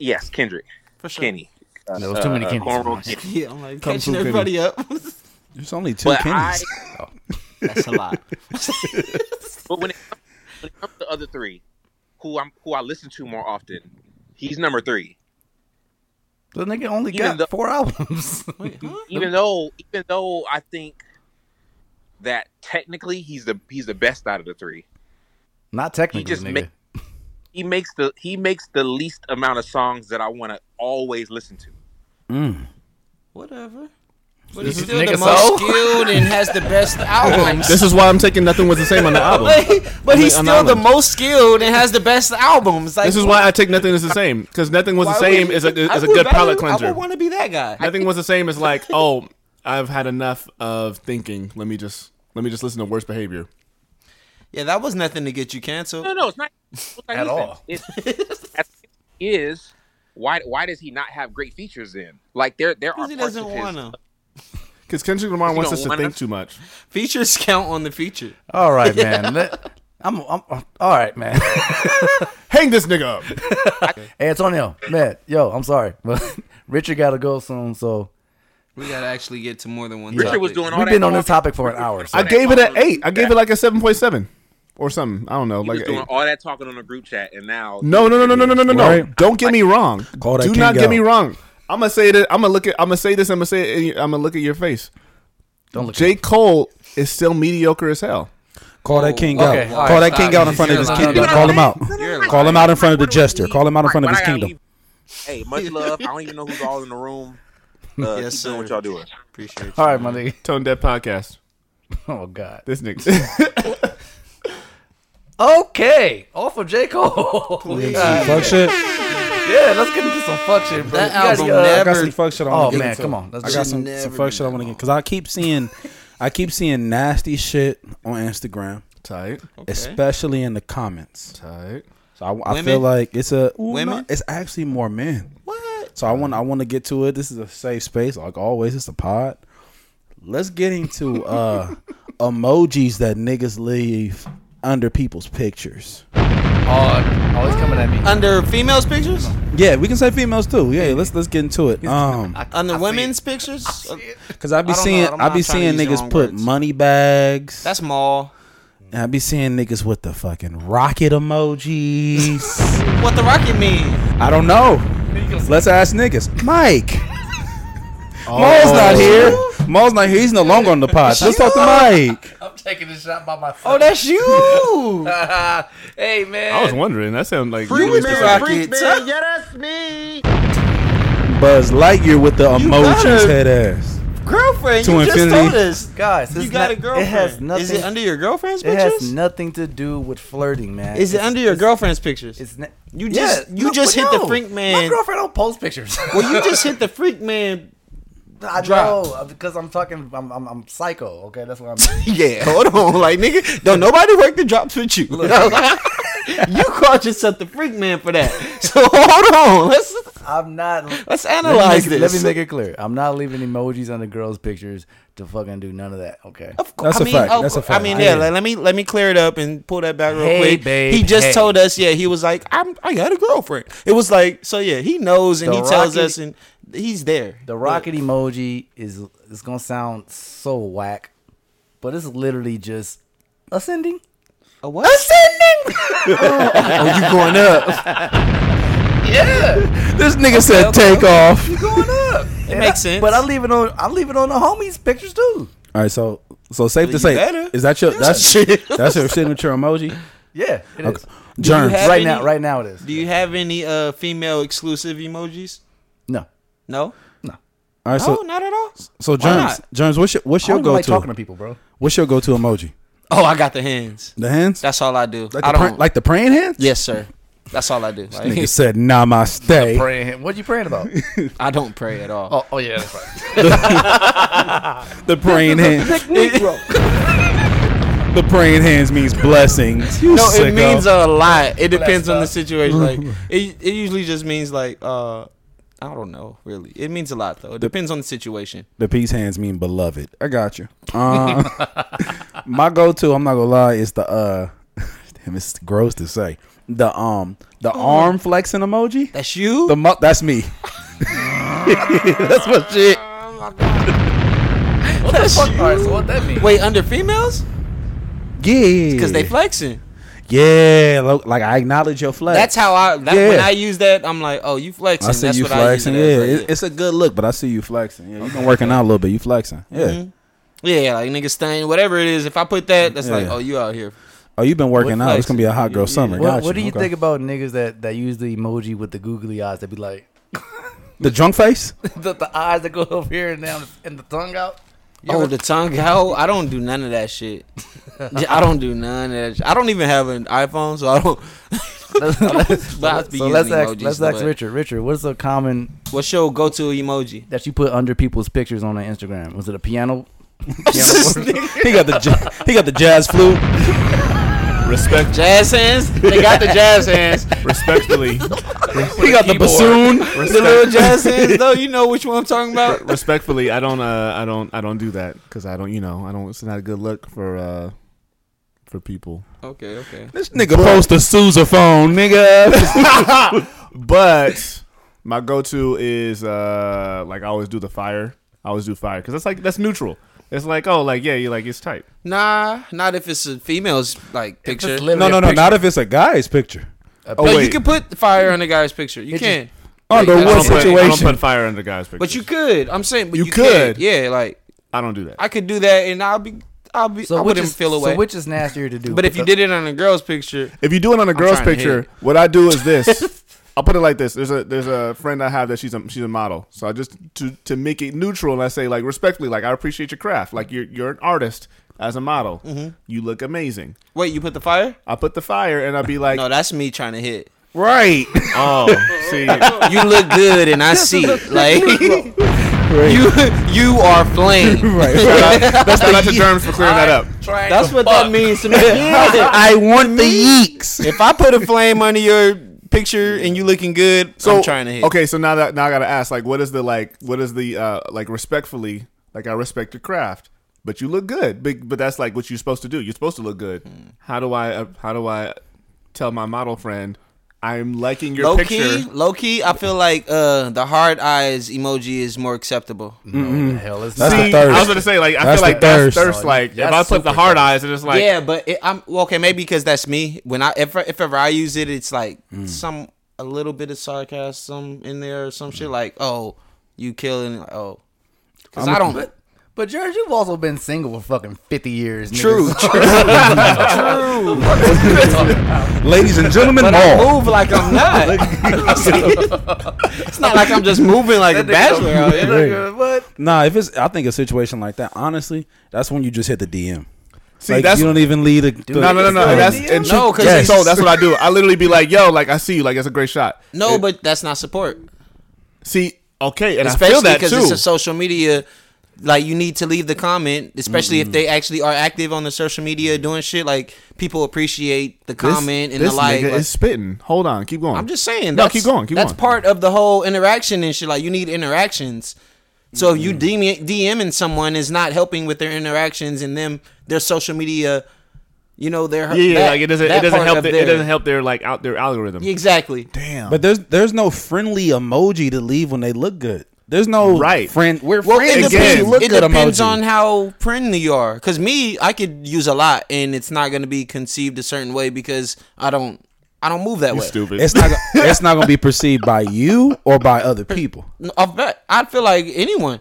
Speaker 6: yes, Kendrick,
Speaker 3: For sure.
Speaker 6: Kenny. Uh,
Speaker 2: Mm-hmm. There was too many
Speaker 6: uh,
Speaker 2: Kennys.
Speaker 6: Cornrow Kenny.
Speaker 3: Yeah, I'm like
Speaker 1: Come
Speaker 3: catching
Speaker 1: through,
Speaker 3: everybody up.
Speaker 4: There's only two
Speaker 6: But I,
Speaker 4: Kennys.
Speaker 2: Oh.
Speaker 3: That's a lot.
Speaker 6: but when it, comes, when it comes to the other three, who I'm who I listen to more often, he's number three.
Speaker 2: The nigga only
Speaker 6: Even
Speaker 2: got
Speaker 6: though-
Speaker 2: four albums.
Speaker 3: Mm-hmm.
Speaker 6: Even though even though I think that technically he's the he's the best out of the three.
Speaker 2: Not technically,
Speaker 6: He just
Speaker 2: nigga.
Speaker 6: make- he makes the he makes the least amount of songs that I want to always listen to.
Speaker 3: Whatever. But he's
Speaker 2: is
Speaker 3: still the
Speaker 2: nigga
Speaker 3: most
Speaker 2: soul?
Speaker 3: skilled and has the best albums.
Speaker 1: This is why I'm taking nothing was the same on the album.
Speaker 3: Like, but he's
Speaker 1: on
Speaker 3: still the
Speaker 1: albums.
Speaker 3: most skilled and has the best albums. Like
Speaker 1: This is
Speaker 3: what-
Speaker 1: why I take nothing is the same. Because nothing was the
Speaker 3: why
Speaker 1: same
Speaker 3: would-
Speaker 1: is a
Speaker 3: I
Speaker 1: is a
Speaker 3: would
Speaker 1: good
Speaker 3: value-
Speaker 1: palate cleanser.
Speaker 3: I would want to be that guy.
Speaker 1: Nothing was the same as like, oh, I've had enough of thinking. Let me just let me just listen to worst behavior.
Speaker 3: yeah, that was nothing to get you canceled.
Speaker 6: No, no, it's not it's not
Speaker 2: At
Speaker 6: his
Speaker 2: all.
Speaker 6: thing. It's, as is why why does he not have great features then? Like there there are
Speaker 3: Because he
Speaker 6: parts of
Speaker 3: doesn't
Speaker 6: his-
Speaker 3: want to.
Speaker 1: Because Kendrick Lamar wants
Speaker 6: don't
Speaker 1: us to
Speaker 6: wanna-
Speaker 1: think too much.
Speaker 3: Features count on the feature.
Speaker 2: All right, man. Let, I'm, I'm, I'm all right, man.
Speaker 1: Hang this nigga up.
Speaker 2: Antonio, man, yo, I'm sorry, but Richard got to go soon, so
Speaker 3: We gotta actually get to more than one.
Speaker 6: Richard
Speaker 3: topic.
Speaker 6: was doing all
Speaker 2: we've
Speaker 6: that.
Speaker 2: been on this
Speaker 6: talking.
Speaker 2: topic for an hour. So.
Speaker 1: I gave it an eight. I gave it like a seven point seven or something. I don't know.
Speaker 6: He
Speaker 1: Oh, like
Speaker 6: was
Speaker 1: an
Speaker 6: doing
Speaker 1: eight.
Speaker 6: all that talking on a group chat, and
Speaker 2: Oh,
Speaker 6: now
Speaker 1: No, no, no, no, no, no, no, no, no.
Speaker 4: Right.
Speaker 1: Don't get me wrong.
Speaker 4: Call that
Speaker 1: Do
Speaker 4: king
Speaker 1: not get
Speaker 4: out.
Speaker 1: me wrong. I'm gonna say that. I'm gonna look at. I'm gonna say this. I'm gonna say it. and you- I'm gonna look at your face.
Speaker 2: Don't look.
Speaker 1: J. Cole is still mediocre as hell.
Speaker 4: Call that king
Speaker 2: Oh, okay.
Speaker 4: out.
Speaker 2: All right,
Speaker 4: Call that king
Speaker 3: stop.
Speaker 4: out in front of his
Speaker 3: You're
Speaker 4: kingdom.
Speaker 3: lying.
Speaker 4: Call him out.
Speaker 6: You're
Speaker 4: Call him out in front of the
Speaker 6: What do we
Speaker 4: jester.
Speaker 6: need?
Speaker 4: Call him out in front of
Speaker 6: Right,
Speaker 4: his
Speaker 6: but I gotta
Speaker 4: kingdom.
Speaker 6: leave. Hey, much love. I don't even know who's all in the room. Uh,
Speaker 3: Yes,
Speaker 6: keep doing
Speaker 3: sir.
Speaker 6: what y'all doing.
Speaker 3: Appreciate you.
Speaker 2: All right, my nigga.
Speaker 1: Tone Deaf Podcast.
Speaker 2: Oh God.
Speaker 1: This nigga.
Speaker 2: Okay, off of J Cole.
Speaker 4: Fuck shit.
Speaker 2: yeah, let's get into some fuck shit, bro.
Speaker 3: That
Speaker 2: You guys,
Speaker 3: album
Speaker 2: uh,
Speaker 4: I
Speaker 3: never-
Speaker 4: got some fuck shit I
Speaker 2: Oh
Speaker 4: want to
Speaker 2: man, come on. Let's
Speaker 4: I
Speaker 2: get
Speaker 4: got some,
Speaker 3: Never
Speaker 4: some
Speaker 3: been
Speaker 4: fuck shit I want to get because I keep seeing, I keep seeing nasty shit on Instagram,
Speaker 1: tight,
Speaker 4: especially in the comments.
Speaker 1: tight.
Speaker 4: So I, I
Speaker 3: Women?
Speaker 4: feel like it's a ooh,
Speaker 3: Women?
Speaker 4: no, it's actually more men.
Speaker 3: What?
Speaker 4: So I want I want to get to it. This is a safe space, like always. It's a pod. Let's get into uh emojis that niggas leave under people's pictures.
Speaker 2: Oh, oh, it's coming at me.
Speaker 3: Under females' pictures?
Speaker 4: Yeah, we can say females too. Yeah, let's let's get into it. Um,
Speaker 3: Under women's pictures?
Speaker 4: cause I be
Speaker 3: I don't
Speaker 4: seeing
Speaker 3: know. I'm
Speaker 4: I be
Speaker 3: not trying to
Speaker 4: seeing
Speaker 3: use the
Speaker 4: niggas
Speaker 3: wrong
Speaker 4: put
Speaker 3: words.
Speaker 4: money bags.
Speaker 3: That's mall.
Speaker 4: and I be seeing niggas with the fucking rocket emojis.
Speaker 3: What the rocket mean?
Speaker 4: I don't know. Let's ask niggas. Mike.
Speaker 3: Oh.
Speaker 4: Mo's not here. Mo's not here. He's no longer on the pod. Let's talk to Mike.
Speaker 2: I'm taking a shot by myself.
Speaker 3: Oh, that's you.
Speaker 2: hey man.
Speaker 1: I was wondering. That sounded like
Speaker 3: Free
Speaker 1: you was
Speaker 3: man,
Speaker 1: just-
Speaker 3: free man. Yeah, that's me.
Speaker 4: Buzz Lightyear with the emojis
Speaker 3: gotta-
Speaker 4: head ass.
Speaker 3: Girlfriend,
Speaker 4: To
Speaker 3: you
Speaker 4: infinity.
Speaker 3: just told us.
Speaker 2: guys,
Speaker 3: You
Speaker 2: it's
Speaker 3: got
Speaker 2: not-
Speaker 3: a girlfriend.
Speaker 2: It has nothing.
Speaker 3: Is it under your girlfriend's
Speaker 2: it
Speaker 3: pictures?
Speaker 2: has nothing to do with flirting, man.
Speaker 3: Is it
Speaker 2: It's-
Speaker 3: under your
Speaker 2: it's-
Speaker 3: girlfriend's pictures?
Speaker 2: It's not,
Speaker 3: You just- you just hit the freak
Speaker 2: My
Speaker 3: man.
Speaker 2: girlfriend don't post pictures.
Speaker 3: well, you just hit the freak man.
Speaker 2: I
Speaker 3: dropped.
Speaker 2: know uh, because I'm talking. I'm, I'm, I'm psycho. Okay, that's what I'm.
Speaker 3: Yeah, hold on, like nigga, don't nobody work the drops with you. you called yourself the freak man for that. So hold on, let's
Speaker 2: I'm not.
Speaker 3: let's
Speaker 2: Let me, make,
Speaker 3: analyze
Speaker 2: it-
Speaker 3: this.
Speaker 2: let me make it clear. I'm not leaving emojis under girls' pictures to fucking do none of that. Okay.
Speaker 3: Of course.
Speaker 4: That's
Speaker 3: I
Speaker 4: a
Speaker 3: mean,
Speaker 4: fact.
Speaker 3: of
Speaker 4: That's a
Speaker 3: cour-
Speaker 4: fact.
Speaker 3: I mean,
Speaker 4: I
Speaker 3: yeah.
Speaker 4: am.
Speaker 3: Let, let me let me clear it up and pull that back real
Speaker 2: Hey,
Speaker 3: quick.
Speaker 2: babe,
Speaker 3: he just
Speaker 2: hey.
Speaker 3: told us, yeah, he was like, "I'm, I got a girlfriend." It was like, so yeah, he knows and
Speaker 2: The
Speaker 3: he tells
Speaker 2: Rocky-
Speaker 3: us, and he's there.
Speaker 2: The rocket emoji is it's gonna sound so whack, but it's literally just ascending.
Speaker 3: A what? Ascending. oh, you going up?
Speaker 4: This nigga said take off.
Speaker 2: Going up.
Speaker 3: It makes sense.
Speaker 2: But I leave it on. I leave it on the homies' pictures too.
Speaker 4: All right, so so safe
Speaker 3: You
Speaker 4: to say,
Speaker 3: better.
Speaker 4: is that your that's that's your signature emoji?
Speaker 2: Yeah, it is.
Speaker 4: Germs.
Speaker 3: have-
Speaker 2: Right
Speaker 3: Any-
Speaker 2: now, right now it is.
Speaker 3: Do you have any uh female exclusive emojis?
Speaker 2: No,
Speaker 3: No.
Speaker 4: All
Speaker 3: No,
Speaker 4: right, so
Speaker 3: not at all.
Speaker 4: so
Speaker 3: Why
Speaker 4: germs
Speaker 3: not?
Speaker 4: germs. What's your what's
Speaker 2: I
Speaker 4: your
Speaker 2: don't even
Speaker 4: go
Speaker 2: like talking to
Speaker 4: to?
Speaker 2: people, bro.
Speaker 4: What's your go to emoji?
Speaker 3: Oh, I got the hands.
Speaker 4: The hands.
Speaker 3: That's all I do.
Speaker 4: Like
Speaker 3: I
Speaker 4: the,
Speaker 3: don't
Speaker 4: pray- like the praying hands?
Speaker 3: Yes, sir. That's all I do. Like,
Speaker 4: Nigga said namaste.
Speaker 2: Praying. What you praying about?
Speaker 3: I don't pray at all.
Speaker 2: oh, oh yeah, that's right.
Speaker 4: The praying hands. the praying hands means blessings. You
Speaker 3: No, it
Speaker 4: sicko.
Speaker 3: means a lot. It depends on the situation. Like it, it usually just means like uh, I don't know. Really, it means a lot though. It depends on the situation.
Speaker 4: the peace hands mean beloved. I got you. Um, my go to, I'm not gonna lie, is the uh, damn, it's gross to say the um the arm flexing emoji.
Speaker 3: Oh. That's you.
Speaker 4: The mu- that's me. that's what shit.
Speaker 2: What the fuck? All right, so what that mean?
Speaker 3: Wait, under females
Speaker 4: Yeah,
Speaker 3: because they flexing.
Speaker 4: yeah, lo- like I acknowledge your flex.
Speaker 3: That's how I. That, When
Speaker 4: Yeah.
Speaker 3: I use that, I'm like, oh, you flexing.
Speaker 4: I see
Speaker 3: That's
Speaker 4: you
Speaker 3: what
Speaker 4: flexing.
Speaker 3: I
Speaker 4: yeah,
Speaker 3: use it as,
Speaker 4: it-
Speaker 3: like,
Speaker 4: it's a good look, but I see you flexing. Yeah, you've been working out a little bit. You flexing. Yeah.
Speaker 3: Mm-hmm. yeah. yeah, like nigga stain, whatever it is. If I put that, that's like,
Speaker 4: Yeah.
Speaker 3: oh, you out here.
Speaker 4: Oh, you've been working
Speaker 3: What
Speaker 4: out. It's gonna be a hot girl
Speaker 3: flexing?
Speaker 4: summer.
Speaker 2: What,
Speaker 4: Got
Speaker 2: what do you
Speaker 4: Okay.
Speaker 2: think about niggas that, that use the emoji with the googly eyes? That be like
Speaker 4: The drunk face.
Speaker 2: the, the eyes that go up here and down and the tongue out.
Speaker 3: oh, the tongue out. I don't do none of that shit. I don't do none of that. Shit. I don't even have an iPhone, so I don't.
Speaker 2: Let's- let's-
Speaker 3: But I be
Speaker 2: so let's
Speaker 3: using
Speaker 2: ask
Speaker 3: emojis,
Speaker 2: let's ask
Speaker 3: but-
Speaker 2: Richard. Richard, what's a common
Speaker 3: What's your go-to emoji?
Speaker 2: that you put under people's pictures on their Instagram? Was it a piano?
Speaker 4: he got the ja- he got the jazz flute.
Speaker 1: Respect,
Speaker 3: Jazz hands. They got the jazz hands.
Speaker 1: respectfully,
Speaker 4: He got the bassoon.
Speaker 3: The little jazz hands, though. You know which one I'm talking about.
Speaker 1: respectfully. I don't, uh, I don't, I don't do that because I don't, you know, I don't. It's not a good look for uh, for people.
Speaker 3: Okay, okay.
Speaker 4: This nigga post a sousaphone, nigga.
Speaker 1: But my go-to is uh like I always do the fire. I always do fire because that's like that's neutral. It's like oh like yeah you like it's tight.
Speaker 3: Nah, not if it's a female's like picture.
Speaker 2: literally-
Speaker 4: no, no, no.
Speaker 2: Picture.
Speaker 4: Not if it's a guy's picture.
Speaker 1: Oh
Speaker 3: But
Speaker 1: wait,
Speaker 3: you can put fire on the guy's picture. You can.
Speaker 4: Under
Speaker 3: Yeah, you
Speaker 4: what
Speaker 3: gotta put-
Speaker 1: I don't
Speaker 4: situation?
Speaker 1: put fire under guys' pictures.
Speaker 3: But you could. I'm saying, but
Speaker 1: You
Speaker 3: you, could.
Speaker 1: could.
Speaker 3: Yeah, like
Speaker 1: I don't do that.
Speaker 3: I could do that, and I'll be, I'll be, I
Speaker 2: which
Speaker 3: wouldn't
Speaker 2: is-
Speaker 3: feel away.
Speaker 2: So which is nastier to do?
Speaker 3: but if you did it on a girl's picture,
Speaker 1: If you do it on a girl's
Speaker 3: trying to hit
Speaker 1: picture,
Speaker 3: it.
Speaker 1: what I do is this. I'll put it like this. There's a there's a friend I have that she's a she's a model. So I just to to make it neutral, I say like respectfully, like I appreciate your craft. Like you're you're an artist as a model.
Speaker 3: Mm-hmm.
Speaker 1: You look amazing.
Speaker 3: wait, you put the fire?
Speaker 1: I put the fire and I'll be like,
Speaker 3: No, that's me trying to hit.
Speaker 4: Right.
Speaker 1: oh, see,
Speaker 3: You look good, and I see it. Like you, you are flame.
Speaker 1: that's not to germs for clearing that up.
Speaker 3: That's what that means to me. Yeah.
Speaker 4: I want the yeeks.
Speaker 3: If I put a flame under your picture and you looking good, I'm trying to hit.
Speaker 1: Okay, so now that now I gotta ask, like, what is the like, what is the uh like respectfully, like I respect your craft, but you look good, but, but that's like what you're supposed to do. You're supposed to look good. How do I uh, how do I tell my model friend I'm liking your
Speaker 3: Low
Speaker 1: picture?
Speaker 3: key, low key. I feel like uh, the hard eyes emoji is more acceptable.
Speaker 2: no, the hell is
Speaker 4: Mm-hmm. That's
Speaker 1: See,
Speaker 4: the
Speaker 2: that?
Speaker 4: thirst.
Speaker 1: I was gonna say like I
Speaker 4: That's
Speaker 1: feel
Speaker 4: the
Speaker 1: like that's
Speaker 4: thirst.
Speaker 1: thirst. Like if I put the hard eyes, it's just like
Speaker 3: yeah, but it, I'm well, okay. Maybe because that's me. When I if if ever I use it, it's like
Speaker 4: Mm.
Speaker 3: some a little bit of sarcasm in there or some shit like oh you killing oh because I don't.
Speaker 2: But George, you've also been single for fucking fifty years. nigga.
Speaker 3: True,
Speaker 2: So-
Speaker 3: true, true.
Speaker 4: Ladies and gentlemen,
Speaker 3: But I
Speaker 4: all.
Speaker 3: move like I'm not. it's not like I'm just moving like a bachelor. out here. uh,
Speaker 2: What?
Speaker 4: Nah, if it's, I think a situation like that. Honestly, that's when you just hit the DM.
Speaker 1: see
Speaker 4: like
Speaker 1: that's
Speaker 4: you don't even lead a. the-
Speaker 1: no no no no
Speaker 2: It's
Speaker 1: that's
Speaker 2: not
Speaker 1: and
Speaker 3: a No, 'cause
Speaker 4: Yes.
Speaker 1: so that's what I do. I literally be like, yo, like I see you, like that's a great shot.
Speaker 3: No,
Speaker 1: It-
Speaker 3: but that's not support.
Speaker 1: see, okay, and I feel
Speaker 3: especially
Speaker 1: that
Speaker 3: because
Speaker 1: too.
Speaker 3: it's a social media. Like you need to leave the comment, especially if they actually are active on the social media doing shit. Like people appreciate the
Speaker 1: This-
Speaker 3: comment and
Speaker 1: this
Speaker 3: the like.
Speaker 1: nigga
Speaker 3: Like,
Speaker 1: is spitting. Hold on, keep going.
Speaker 3: I'm just saying.
Speaker 1: No,
Speaker 3: that's-
Speaker 1: keep going, keep
Speaker 3: that's
Speaker 1: going.
Speaker 3: part of the whole interaction and shit. Like you need interactions. So if you DM, DMing someone is not helping with their interactions and them their social media. You know their
Speaker 1: Yeah, yeah,
Speaker 3: Uh, that-
Speaker 1: like it doesn't it
Speaker 3: that
Speaker 1: doesn't
Speaker 3: part
Speaker 1: help
Speaker 3: of
Speaker 1: the, it
Speaker 3: their-
Speaker 1: doesn't help their like out their algorithm.
Speaker 3: exactly.
Speaker 1: Damn.
Speaker 4: But there's there's no friendly emoji to leave when they look good. There's no
Speaker 1: Right.
Speaker 4: friend. We're
Speaker 3: Well,
Speaker 4: friends.
Speaker 3: it
Speaker 1: Again.
Speaker 4: when
Speaker 3: depends,
Speaker 4: you look
Speaker 3: it
Speaker 4: good
Speaker 3: depends
Speaker 4: emoji.
Speaker 3: on how friendly you are. Because me, I could use a lot, and it's not going to be conceived a certain way because I don't, I don't move that way.
Speaker 1: stupid.
Speaker 4: It's not. go- it's not gonna be perceived by you or by other people.
Speaker 3: No, I'll bet- I'd feel like anyone.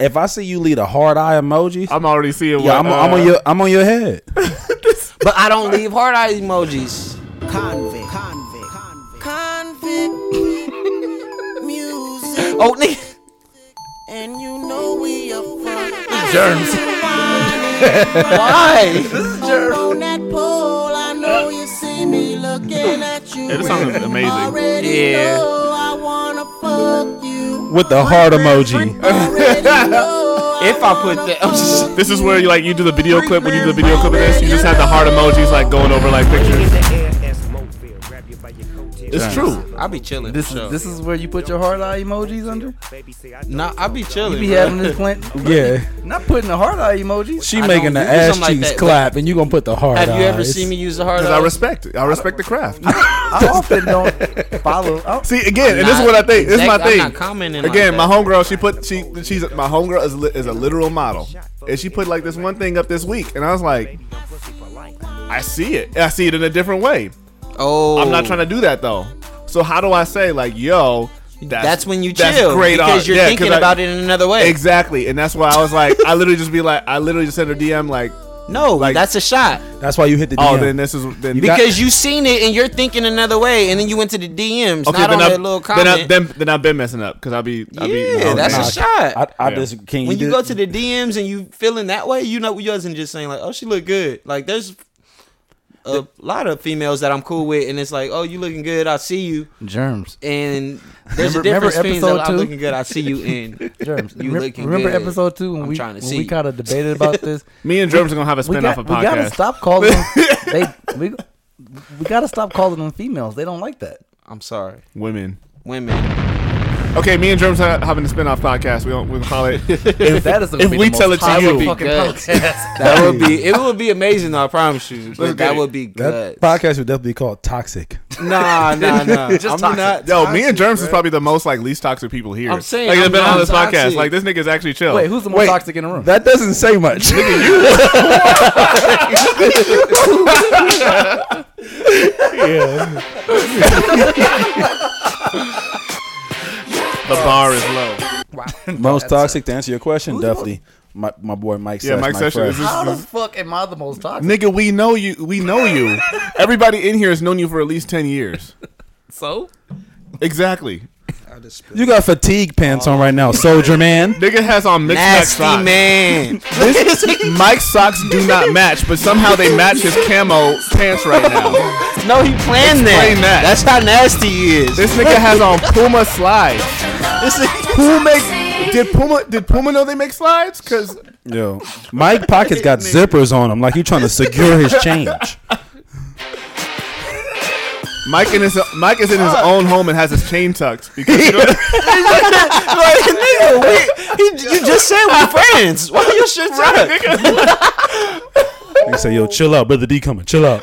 Speaker 4: If I see you lead a hard eye emoji,
Speaker 1: I'm already seeing. uh,
Speaker 4: yeah, I'm, I'm on your I'm on your head.
Speaker 3: But I don't leave heart eye emojis.
Speaker 8: Convict. Convict. Convict. Music.
Speaker 3: Oh, nigga.
Speaker 8: And you know we are fun.
Speaker 1: germs.
Speaker 3: why?
Speaker 8: On that pole, I know you see me looking at you.
Speaker 1: this song is
Speaker 8: and you
Speaker 1: amazing.
Speaker 8: already
Speaker 3: Yeah.
Speaker 8: know I wanna fuck you.
Speaker 4: With the heart emoji.
Speaker 3: If I put that, I'm just,
Speaker 1: This is where you like you do the video clip. When you do the video clip of this, you just have the heart emojis like going over like pictures. It's true.
Speaker 3: I be chilling.
Speaker 2: This is this is where you put your hard eye emojis under.
Speaker 3: Nah, I be chilling.
Speaker 2: You be
Speaker 3: bro.
Speaker 2: having this plant.
Speaker 4: yeah,
Speaker 2: Not putting the hard eye emojis.
Speaker 4: she
Speaker 3: I don't
Speaker 4: making the
Speaker 3: do
Speaker 4: ass
Speaker 3: something like
Speaker 4: cheeks
Speaker 3: that.
Speaker 4: clap, and you gonna put the heart.
Speaker 3: Have you ever
Speaker 4: eyes.
Speaker 3: seen me use the heart?
Speaker 1: Because I
Speaker 3: eye?
Speaker 1: respect it. I respect the craft.
Speaker 2: I often don't follow. I don't-
Speaker 1: See again, and this is what I think. This is my
Speaker 3: Exact- I'm
Speaker 1: thing.
Speaker 3: not commenting like
Speaker 1: again,
Speaker 3: that.
Speaker 1: my homegirl, she put she she's my homegirl is, li- is a literal model, and she put like this one thing up this week, and I was like, I see it. I see it in a different way.
Speaker 3: Oh,
Speaker 1: I'm not trying to do that though. So how do I say like, yo? That's,
Speaker 3: That's when you
Speaker 1: that's
Speaker 3: chill
Speaker 1: great
Speaker 3: because
Speaker 1: art.
Speaker 3: you're
Speaker 1: Yeah, 'cause
Speaker 3: thinking
Speaker 1: I-
Speaker 3: about it in another way.
Speaker 1: Exactly, and that's why I was like, I literally just be like, I literally just sent her DM like,
Speaker 3: No,
Speaker 1: Like-
Speaker 3: that's a shot.
Speaker 4: That's why you hit the.
Speaker 1: oh,
Speaker 4: DM.
Speaker 1: then this is then
Speaker 4: got-
Speaker 3: Because you seen it and you're thinking another way, and then you went to the DMs,
Speaker 1: okay, then
Speaker 3: not on
Speaker 1: I've,
Speaker 3: that little
Speaker 1: then, I,
Speaker 3: comment.
Speaker 1: then then I've been messing up because I'll be I'll be
Speaker 3: yeah,
Speaker 1: oh,
Speaker 3: that's
Speaker 1: nah.
Speaker 3: a shot.
Speaker 4: I, I
Speaker 1: Yeah.
Speaker 4: just can
Speaker 3: when
Speaker 4: you
Speaker 3: you
Speaker 4: do-
Speaker 3: go to the DMs and you feeling that way, you know you wasn't just saying like, "Oh, she look good." Like there's a lot of females that I'm cool with, and it's like, "Oh, you looking good. I see you."
Speaker 2: Germs.
Speaker 3: And there's
Speaker 2: Remember-
Speaker 3: a difference
Speaker 2: remember
Speaker 3: between
Speaker 2: episode
Speaker 3: that I'm
Speaker 2: two?
Speaker 3: looking good. I see you in.
Speaker 2: Germs.
Speaker 3: You
Speaker 2: Remem-
Speaker 3: looking
Speaker 2: Remember
Speaker 3: good.
Speaker 2: episode two when
Speaker 3: I'm
Speaker 2: we
Speaker 3: trying to
Speaker 2: when
Speaker 3: see
Speaker 2: we
Speaker 3: you.
Speaker 2: kind of debated about this.
Speaker 1: Me and Germs are gonna have a
Speaker 2: we
Speaker 1: spin off
Speaker 2: got,
Speaker 1: a
Speaker 2: we gotta
Speaker 1: podcast.
Speaker 2: stop calling. Them, they we, we gotta stop calling them females. They don't like that.
Speaker 3: I'm sorry,
Speaker 1: Women,
Speaker 3: women.
Speaker 1: Okay, me and Germs are having a spinoff podcast. We don't, we'll call it. if
Speaker 2: That is gonna
Speaker 1: if
Speaker 2: be
Speaker 1: we
Speaker 2: the
Speaker 1: tell
Speaker 2: most
Speaker 1: it to
Speaker 2: popular
Speaker 1: you,
Speaker 2: fucking
Speaker 3: Good.
Speaker 2: podcast.
Speaker 3: That would be it. Would be amazing. though, I promise you. But that would be
Speaker 4: That
Speaker 3: good.
Speaker 4: podcast would definitely be called Toxic.
Speaker 3: Nah, nah, nah. I'm not.
Speaker 1: Yo, me and Germs is probably the most like least toxic people here.
Speaker 3: I'm saying
Speaker 1: like they've
Speaker 3: I'm
Speaker 1: been on
Speaker 3: not
Speaker 1: this podcast.
Speaker 3: toxic.
Speaker 1: Like this nigga's actually chill.
Speaker 2: Wait, who's the most toxic in the room?
Speaker 4: That doesn't say much.
Speaker 1: the bar is low.
Speaker 4: Most toxic to answer your question, definitely. My, my boy Mike.
Speaker 1: Yeah,
Speaker 4: Sesh,
Speaker 1: Mike Session
Speaker 4: Fresh.
Speaker 1: is
Speaker 2: How the
Speaker 1: this.
Speaker 2: fuck am I the most toxic?
Speaker 1: Nigga, we know you. We know you. Everybody in here has known you for at least ten years.
Speaker 2: So
Speaker 1: Exactly.
Speaker 4: You got fatigue pants on right now, soldier man.
Speaker 1: Nigga has on mixed match
Speaker 3: Nasty
Speaker 1: socks.
Speaker 3: man.
Speaker 1: This, Mike's socks do not match, but somehow they match his camo pants right now.
Speaker 3: No, he planned
Speaker 1: Explain
Speaker 3: that.
Speaker 1: that.
Speaker 3: That's how nasty he is.
Speaker 1: This nigga has on Puma slides. Who makes? Did Puma? Did Puma know they make slides? Cause
Speaker 4: Yo, Mike pockets got zippers on him, like he trying to secure his change.
Speaker 1: Mike in his Mike is in his own home and has his chain tucked because you know,
Speaker 3: like, nigga, we, he, you just said we're friends. Why your shit right,
Speaker 4: He say, "Yo, chill out, brother D coming, chill out."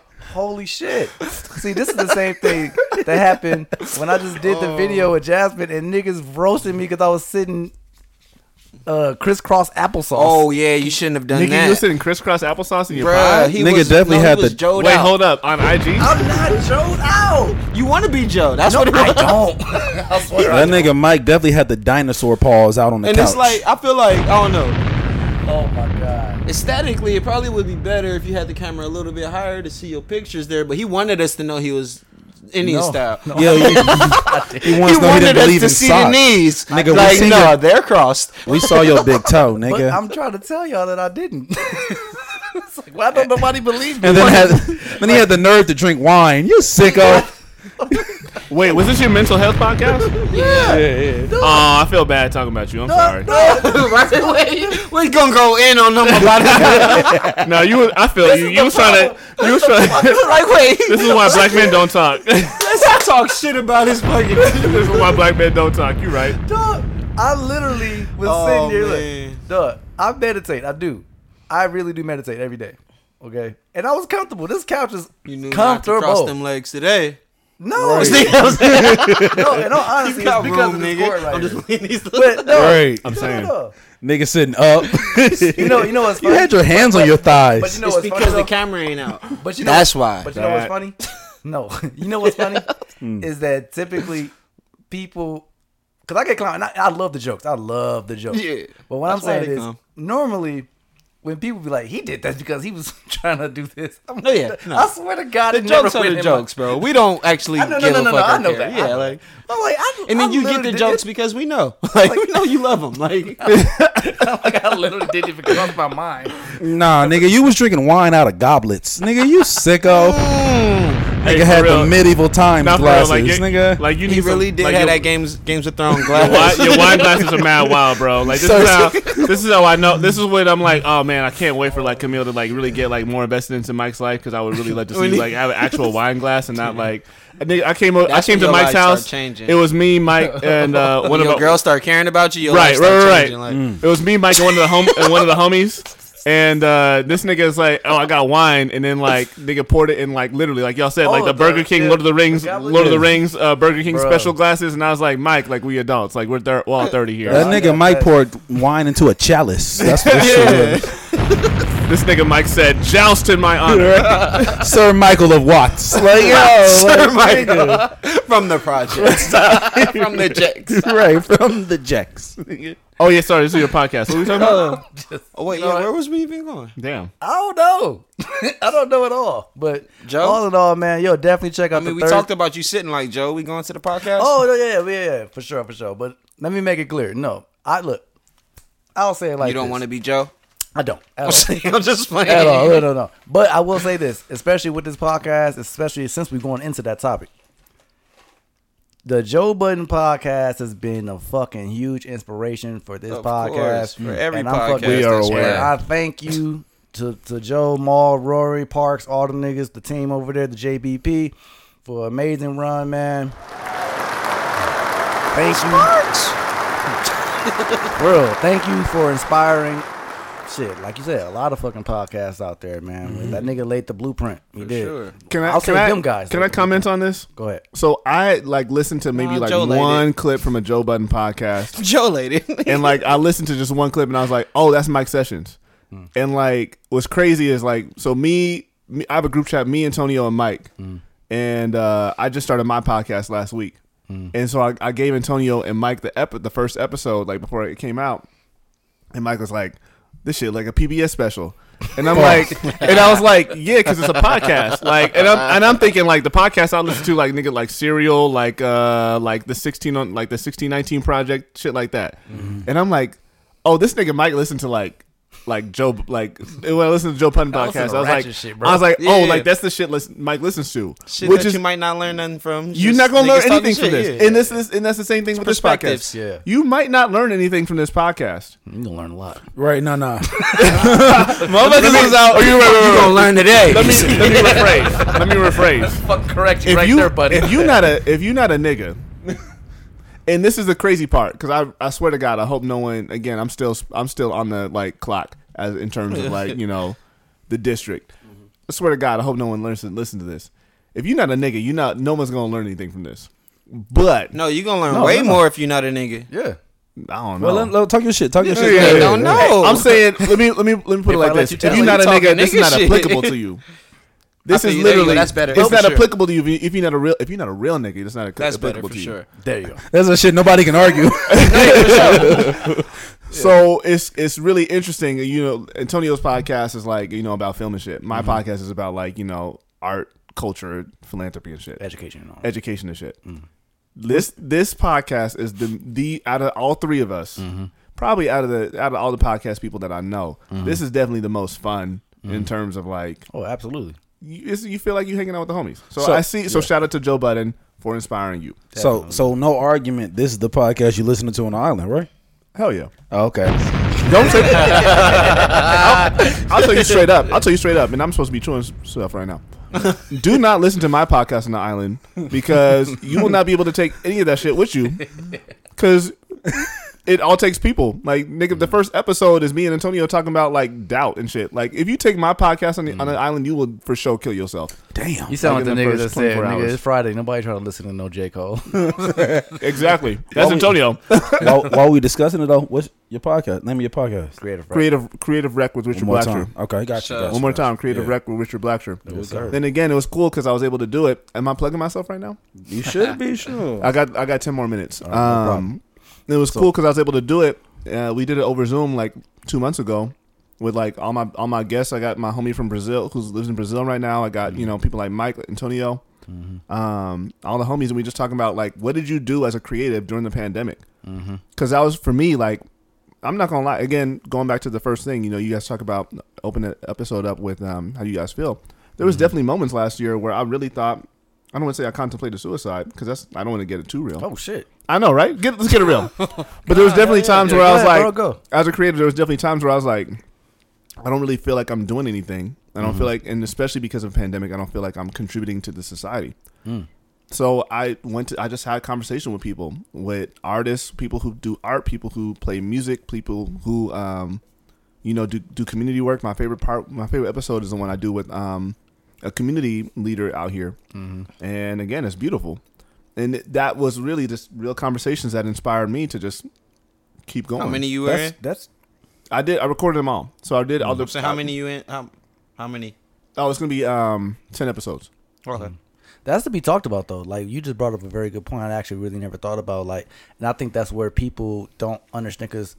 Speaker 2: holy shit. See, this is the same thing that happened when I just did the
Speaker 3: Oh.
Speaker 2: video with Jasmine and niggas roasted me because I was sitting uh crisscross applesauce.
Speaker 3: Oh yeah, you shouldn't have done
Speaker 1: nigga,
Speaker 3: that.
Speaker 1: you sitting crisscross applesauce in your
Speaker 3: Bruh,
Speaker 1: pie.
Speaker 3: he
Speaker 4: Nigga
Speaker 3: was,
Speaker 4: definitely
Speaker 3: no, he
Speaker 4: had
Speaker 3: was
Speaker 4: the-
Speaker 3: Joed
Speaker 1: Wait,
Speaker 3: out.
Speaker 1: hold up. On IG,
Speaker 2: I'm not showed out.
Speaker 3: You want to be Joe? That's what it was.
Speaker 2: I don't. I swear. I
Speaker 4: That nigga Mike definitely had the dinosaur paws out on the
Speaker 3: And
Speaker 4: couch.
Speaker 3: it's like I feel like I don't know.
Speaker 2: Oh my god.
Speaker 3: Aesthetically, it probably would be better if you had the camera a little bit higher to see your pictures there. But he wanted us to know he was Indian
Speaker 2: No,
Speaker 3: style.
Speaker 4: Yo, he, he
Speaker 3: He
Speaker 4: wants to know he
Speaker 3: wanted
Speaker 4: didn't
Speaker 3: us
Speaker 4: believe
Speaker 3: to
Speaker 4: in
Speaker 3: see
Speaker 4: socks.
Speaker 3: the knees.
Speaker 4: Nigga, we
Speaker 3: like,
Speaker 4: seen
Speaker 3: no,
Speaker 4: your-
Speaker 3: they're crossed.
Speaker 4: We saw your big toe,
Speaker 2: But
Speaker 4: nigga.
Speaker 2: I'm trying to tell y'all that I didn't. it's like, why don't nobody believe me?
Speaker 4: and then had, then he had the nerve to drink wine. You sicko.
Speaker 1: wait, was this your mental health podcast?
Speaker 4: yeah, yeah.
Speaker 1: Oh, I feel bad talking about you. I'm sorry.
Speaker 3: We're gonna go in on them about it.
Speaker 1: No, you. Was, I feel you. You was trying to. You was trying. To,
Speaker 3: like, wait,
Speaker 1: this is why black men don't talk. this
Speaker 3: let's not talk shit about his fucking.
Speaker 1: is why black men don't talk. You right?
Speaker 2: Dog, I literally was
Speaker 3: Oh,
Speaker 2: sitting here.
Speaker 3: man.
Speaker 2: Like, dog, I meditate. I do. I really do meditate every day. Okay, and I was comfortable. This couch is
Speaker 3: You knew not to
Speaker 2: comfortable.
Speaker 3: cross them legs today.
Speaker 2: no, no, and all honesty, it's
Speaker 3: Got
Speaker 2: because of
Speaker 3: room,
Speaker 2: this cord
Speaker 3: nigga.
Speaker 2: right
Speaker 3: I'm
Speaker 2: here.
Speaker 3: just laying these little.
Speaker 2: But no,
Speaker 4: Right.
Speaker 1: I'm
Speaker 2: no,
Speaker 1: saying.
Speaker 2: no,
Speaker 4: Nigga sitting up.
Speaker 2: no. You know, you know what's
Speaker 4: You
Speaker 2: funny.
Speaker 4: had your hands on your thighs.
Speaker 2: but you know
Speaker 3: It's
Speaker 2: what's
Speaker 3: because
Speaker 2: funny.
Speaker 3: the
Speaker 2: though?
Speaker 3: camera ain't out.
Speaker 2: But you know,
Speaker 3: That's why.
Speaker 2: But you know what's funny? No, you know what's funny
Speaker 3: Hmm.
Speaker 2: is that typically people, because I get clown, and I, I love the jokes. I love the jokes.
Speaker 3: Yeah.
Speaker 2: But what
Speaker 3: That's why
Speaker 2: I'm saying
Speaker 3: they
Speaker 2: is,
Speaker 3: come.
Speaker 2: normally when people be like, "He did that because he was trying to do this," I'm
Speaker 3: No, Oh, yeah, no.
Speaker 2: I swear to God,
Speaker 3: The
Speaker 2: it never
Speaker 3: jokes are
Speaker 2: went
Speaker 3: the
Speaker 2: in my-
Speaker 3: jokes, bro. We don't actually
Speaker 2: I know, no,
Speaker 3: give
Speaker 2: no,
Speaker 3: a
Speaker 2: no,
Speaker 3: fuck.
Speaker 2: no, I
Speaker 3: out
Speaker 2: know
Speaker 3: there.
Speaker 2: that. I
Speaker 3: Yeah,
Speaker 2: know
Speaker 3: like,
Speaker 2: that. I'm like, I,
Speaker 3: and then
Speaker 2: I
Speaker 3: you get the
Speaker 2: literally did
Speaker 3: jokes
Speaker 2: it.
Speaker 3: because we know, like, we know you love them. Like,
Speaker 2: like I literally did it because of my mind.
Speaker 4: Nah, nigga, you was drinking wine out of goblets. Nigga, you sicko. nigga
Speaker 1: for
Speaker 4: had
Speaker 1: real.
Speaker 4: the medieval times
Speaker 1: Not for real,
Speaker 4: glasses,
Speaker 1: like, you-
Speaker 4: nigga.
Speaker 1: Like you
Speaker 3: he
Speaker 1: need some-
Speaker 3: really did
Speaker 1: like
Speaker 3: have
Speaker 1: your-
Speaker 3: that Games Games of Thrones
Speaker 1: Why,
Speaker 3: glass.
Speaker 1: your wine glasses are mad wild, bro. Like this
Speaker 4: So-
Speaker 1: is how this is how I know. This is when I'm like, oh man, I can't wait for like Camille to like really get like more invested into Mike's life because I would really like to see
Speaker 3: When he-
Speaker 1: like have an actual wine glass and not like. I think I came o- I
Speaker 3: That's
Speaker 1: came
Speaker 3: when
Speaker 1: to
Speaker 3: your
Speaker 1: Mike's
Speaker 3: life start
Speaker 1: house.
Speaker 3: changing.
Speaker 1: It was me, Mike, and uh, one
Speaker 3: When
Speaker 1: of
Speaker 3: your
Speaker 1: our-
Speaker 3: girls start caring about you, your
Speaker 1: right,
Speaker 3: life
Speaker 1: right,
Speaker 3: start
Speaker 1: right.
Speaker 3: changing, Like,
Speaker 4: Mm.
Speaker 1: It was me, Mike, and one of the hom- and one of the homies. And uh, this nigga is like, oh, I got wine, and then like nigga poured it in like literally, like y'all said,
Speaker 2: All
Speaker 3: Oh,
Speaker 1: like the
Speaker 2: of them,
Speaker 1: Burger King,
Speaker 2: yeah.
Speaker 1: Lord of the Rings,
Speaker 2: The goblet-
Speaker 1: Lord of the
Speaker 2: Yeah.
Speaker 1: Rings, uh, Burger King
Speaker 2: Bruh.
Speaker 1: special glasses, and I was like, Mike, like we adults, like we're thir- we're all thirty here.
Speaker 4: That nigga Mike poured wine into a chalice. That's what yeah.
Speaker 1: This nigga Mike said, "Joust in my honor."
Speaker 4: Sir Michael of Watts. Like, yo, Sir Michael.
Speaker 3: from the projects, from
Speaker 4: Mm.
Speaker 3: the checks.
Speaker 4: right, from the Jacks.
Speaker 1: oh yeah, sorry, this is your podcast. What are we talking about?
Speaker 3: Oh wait, yeah, where was we even going?
Speaker 1: Damn.
Speaker 2: I don't know. I don't know at all. Oh. But
Speaker 3: Joe?
Speaker 2: all in all, man, yo, definitely check out
Speaker 3: I mean,
Speaker 2: the
Speaker 3: we
Speaker 2: third-
Speaker 3: talked about you sitting like Joe. We going to the podcast?
Speaker 2: Oh no, yeah, yeah, yeah, yeah, for sure, for sure. But let me make it clear. No, I look. I'll say it like
Speaker 3: you don't want
Speaker 2: to.
Speaker 3: to be Joe.
Speaker 2: I don't. At
Speaker 3: I'm
Speaker 2: all.
Speaker 3: saying- I'm just playing.
Speaker 2: At all. No, no, no. But I will say this, especially with this podcast, especially since we're going into that topic. The Joe Budden podcast has been a fucking huge inspiration for this
Speaker 3: Of course,
Speaker 2: podcast. Mm.
Speaker 3: for every
Speaker 2: and I'm
Speaker 3: podcast
Speaker 2: Fucking,
Speaker 1: We are
Speaker 3: that's
Speaker 1: aware.
Speaker 2: and
Speaker 3: right.
Speaker 2: I thank you to, to Joe, Maul, Rory, Parks, all them niggas, the team over there, the JBP, for an amazing run, man. Thank you. World, thank you for inspiring shit. Like you said, a lot of fucking podcasts out there, man. That nigga laid the blueprint. He did.
Speaker 3: sure.
Speaker 1: Mm-hmm. Can I?
Speaker 2: I'll
Speaker 1: can
Speaker 2: say
Speaker 1: I,
Speaker 2: them guys.
Speaker 1: Can I comment on this?
Speaker 2: Go ahead.
Speaker 1: So I like listened to maybe
Speaker 3: Nah,
Speaker 1: like
Speaker 3: Uh, Joe laid
Speaker 1: one clip from a Joe Budden podcast,
Speaker 3: Joe lady.
Speaker 1: and like I listened to just one clip, and I was like, "Oh, that's Mike Sessions."
Speaker 3: Hmm.
Speaker 1: And like, what's crazy is like, so me, me I have a group chat, me, Antonio, and Mike,
Speaker 3: Hmm.
Speaker 1: and uh, I just started my podcast last week,
Speaker 3: Hmm.
Speaker 1: and so I, I gave Antonio and Mike the epi- the first episode like before it came out, and Mike was like, "This shit like a PBS special." And I'm like, and I was like, yeah, because it's a podcast. Like, and I'm and I'm thinking like the podcast I listen to, like nigga, like Serial, like uh, like the sixteen on like the sixteen nineteen project, shit like that.
Speaker 3: Mm-hmm.
Speaker 1: And I'm like, oh, this nigga might listen to like. Like Joe, like when I listened to Joe Putton
Speaker 2: I listen
Speaker 1: podcast,
Speaker 2: to
Speaker 1: I was
Speaker 2: ratchet
Speaker 1: like,
Speaker 2: shit, bro.
Speaker 1: I was like, oh,
Speaker 3: Yeah.
Speaker 1: like that's the shit listen, Mike listens to,
Speaker 3: shit
Speaker 1: which
Speaker 3: that
Speaker 1: is
Speaker 3: you might not learn nothing from.
Speaker 1: you're
Speaker 3: Just
Speaker 1: not gonna
Speaker 3: niggas
Speaker 1: learn
Speaker 3: talking
Speaker 1: anything from
Speaker 3: shit,
Speaker 1: this,
Speaker 3: yeah.
Speaker 1: and this is and that's the same thing with this
Speaker 3: perspectives.
Speaker 1: podcast.
Speaker 2: Yeah.
Speaker 1: you might not learn anything from this podcast.
Speaker 2: You gonna learn a lot.
Speaker 4: Right? No, no.
Speaker 1: Motherfuckers was
Speaker 4: Oh,
Speaker 1: out. oh, you
Speaker 2: gonna learn today.
Speaker 1: Let me let me rephrase. Let me rephrase.
Speaker 2: fucking correct
Speaker 1: If you if you not a if you not a nigga, and this is the crazy part because I I swear to God I hope no one again I'm still I'm still on the like clock as in terms of like you know the district. I swear to God I hope no one learns to listen to this. If you're not a nigga, you not no one's gonna learn anything from this. But
Speaker 3: No, you're gonna learn
Speaker 1: No,
Speaker 3: way
Speaker 1: no, no.
Speaker 3: more if you're not a nigga.
Speaker 2: yeah.
Speaker 1: I don't know.
Speaker 4: Well, let, let- talk your shit. Talk your
Speaker 1: Yeah,
Speaker 4: shit.
Speaker 1: yeah, yeah,
Speaker 3: don't
Speaker 1: yeah.
Speaker 3: know.
Speaker 1: Hey, I'm saying, let me let me let me put
Speaker 2: If
Speaker 1: it
Speaker 2: I
Speaker 1: like
Speaker 2: let
Speaker 1: this:
Speaker 2: you
Speaker 1: if
Speaker 2: tell
Speaker 1: you're
Speaker 2: it,
Speaker 1: not a
Speaker 3: you
Speaker 1: nigga,
Speaker 3: talking
Speaker 1: this is
Speaker 3: nigga
Speaker 1: not
Speaker 3: shit.
Speaker 1: applicable to you. This
Speaker 3: I
Speaker 1: is
Speaker 3: feel you. There you go.
Speaker 1: literally
Speaker 3: That's better.
Speaker 1: It's
Speaker 3: For
Speaker 1: not
Speaker 3: sure.
Speaker 1: applicable to you if you- if you're not a real if you're not a real nigga. It's not
Speaker 3: That's better
Speaker 1: applicable
Speaker 3: for
Speaker 1: to you.
Speaker 3: sure.
Speaker 2: There you go.
Speaker 4: That's a shit nobody can argue.
Speaker 1: So it's it's really interesting. You know, Antonio's podcast is like you know about film and shit.
Speaker 2: Mm-hmm.
Speaker 1: My podcast is about like you know art, culture, philanthropy and shit,
Speaker 2: Education and all. that. Mm.
Speaker 1: education and shit. This this podcast is the the out of all three of us,
Speaker 2: Mm-hmm.
Speaker 1: probably out of the out of all the podcast people that I know, this is definitely the most fun in terms of like
Speaker 2: Mm-hmm. oh, absolutely.
Speaker 1: you, it's, you feel like you're hanging out with the homies. So,
Speaker 4: So-
Speaker 1: I see. So shout out to Joe Budden for inspiring you.
Speaker 4: so, so no argument. This is the podcast you listening to on the island, right?
Speaker 1: Hell yeah.
Speaker 4: Oh, okay.
Speaker 1: Don't take. I'll, I'll tell you straight up. I'll tell you straight up, and I'm supposed to be chewing stuff right now. Do not listen to my podcast on the island because you will not be able to take any of that shit with you. Because it all takes people. Like nigga, the first episode is me and Antonio talking about like doubt and shit. Like if you take my podcast on the on the island, you will for sure kill yourself.
Speaker 4: Damn.
Speaker 2: You sound
Speaker 1: Like
Speaker 2: like
Speaker 1: in
Speaker 2: the
Speaker 1: the
Speaker 2: nigga that
Speaker 1: first
Speaker 2: said,
Speaker 1: 24
Speaker 2: "Nigga,
Speaker 1: hours.
Speaker 2: it's Friday. Nobody trying to listen to no J Cole."
Speaker 1: Exactly. That's
Speaker 4: we-
Speaker 1: Antonio.
Speaker 4: while, while we discussing it though, what's your podcast? Name of your podcast.
Speaker 2: Creative, right?
Speaker 1: creative Creative Rec with Richard
Speaker 4: One more
Speaker 1: Blackshire.
Speaker 4: time. Okay, got you.
Speaker 3: Shut
Speaker 4: got
Speaker 3: up.
Speaker 4: you,
Speaker 1: One more
Speaker 4: got you.
Speaker 1: time, creative
Speaker 4: Yeah.
Speaker 1: rec with Richard Blackshire.
Speaker 4: Yes, sir.
Speaker 1: Then again, it was cool because I was able to do it. Am I plugging myself right now?
Speaker 4: You should be sure.
Speaker 1: I got I got ten more minutes.
Speaker 4: no
Speaker 1: um,
Speaker 4: problem.
Speaker 1: it was cool because I was able to do it. Uh, we did it over Zoom like two months ago with like all my all my guests. I got my homie from Brazil who lives in Brazil right now. I got you know people like Mike Antonio,
Speaker 2: Mm-hmm.
Speaker 1: um, all the homies, and we just talking about like what did you do as a creative during the pandemic?
Speaker 2: Mm-hmm.
Speaker 1: Because that was for me like I'm not gonna lie. Again, going back to the first thing, you know, you guys talk about open the episode up with um, how you guys feel. There
Speaker 2: Mm-hmm.
Speaker 1: was definitely moments last year where I really thought. I don't want to say I contemplated suicide because that's I don't want to get it too real.
Speaker 2: Oh shit.
Speaker 1: I know, right? Get, let's get it real. But there was definitely times
Speaker 2: yeah.
Speaker 1: where
Speaker 2: Go
Speaker 1: I was
Speaker 2: ahead,
Speaker 1: like,
Speaker 2: bro, go.
Speaker 1: as a creator, there was definitely times where I was like, I don't really feel like I'm doing anything. I
Speaker 2: Mm-hmm.
Speaker 1: don't feel like, and especially because of pandemic, I don't feel like I'm contributing to the society. So I went to, I just had a conversation with people, with artists, people who do art, people who play music, people who, um, you know, do, do community work. My favorite part, my favorite episode is the one I do with um, a community leader out here. And again, it's beautiful. And that was really just real conversations that inspired me to just keep going.
Speaker 3: How many you were in? Mm-hmm.
Speaker 4: That's that's
Speaker 1: I did. I recorded them all. So I did all the.
Speaker 3: So how many you in? How, how many?
Speaker 1: Oh, it's gonna be um ten episodes.
Speaker 3: Okay.
Speaker 2: That's to be talked about though. Like you just brought up a very good point. I actually really never thought about. Like, and I think that's where people don't understand because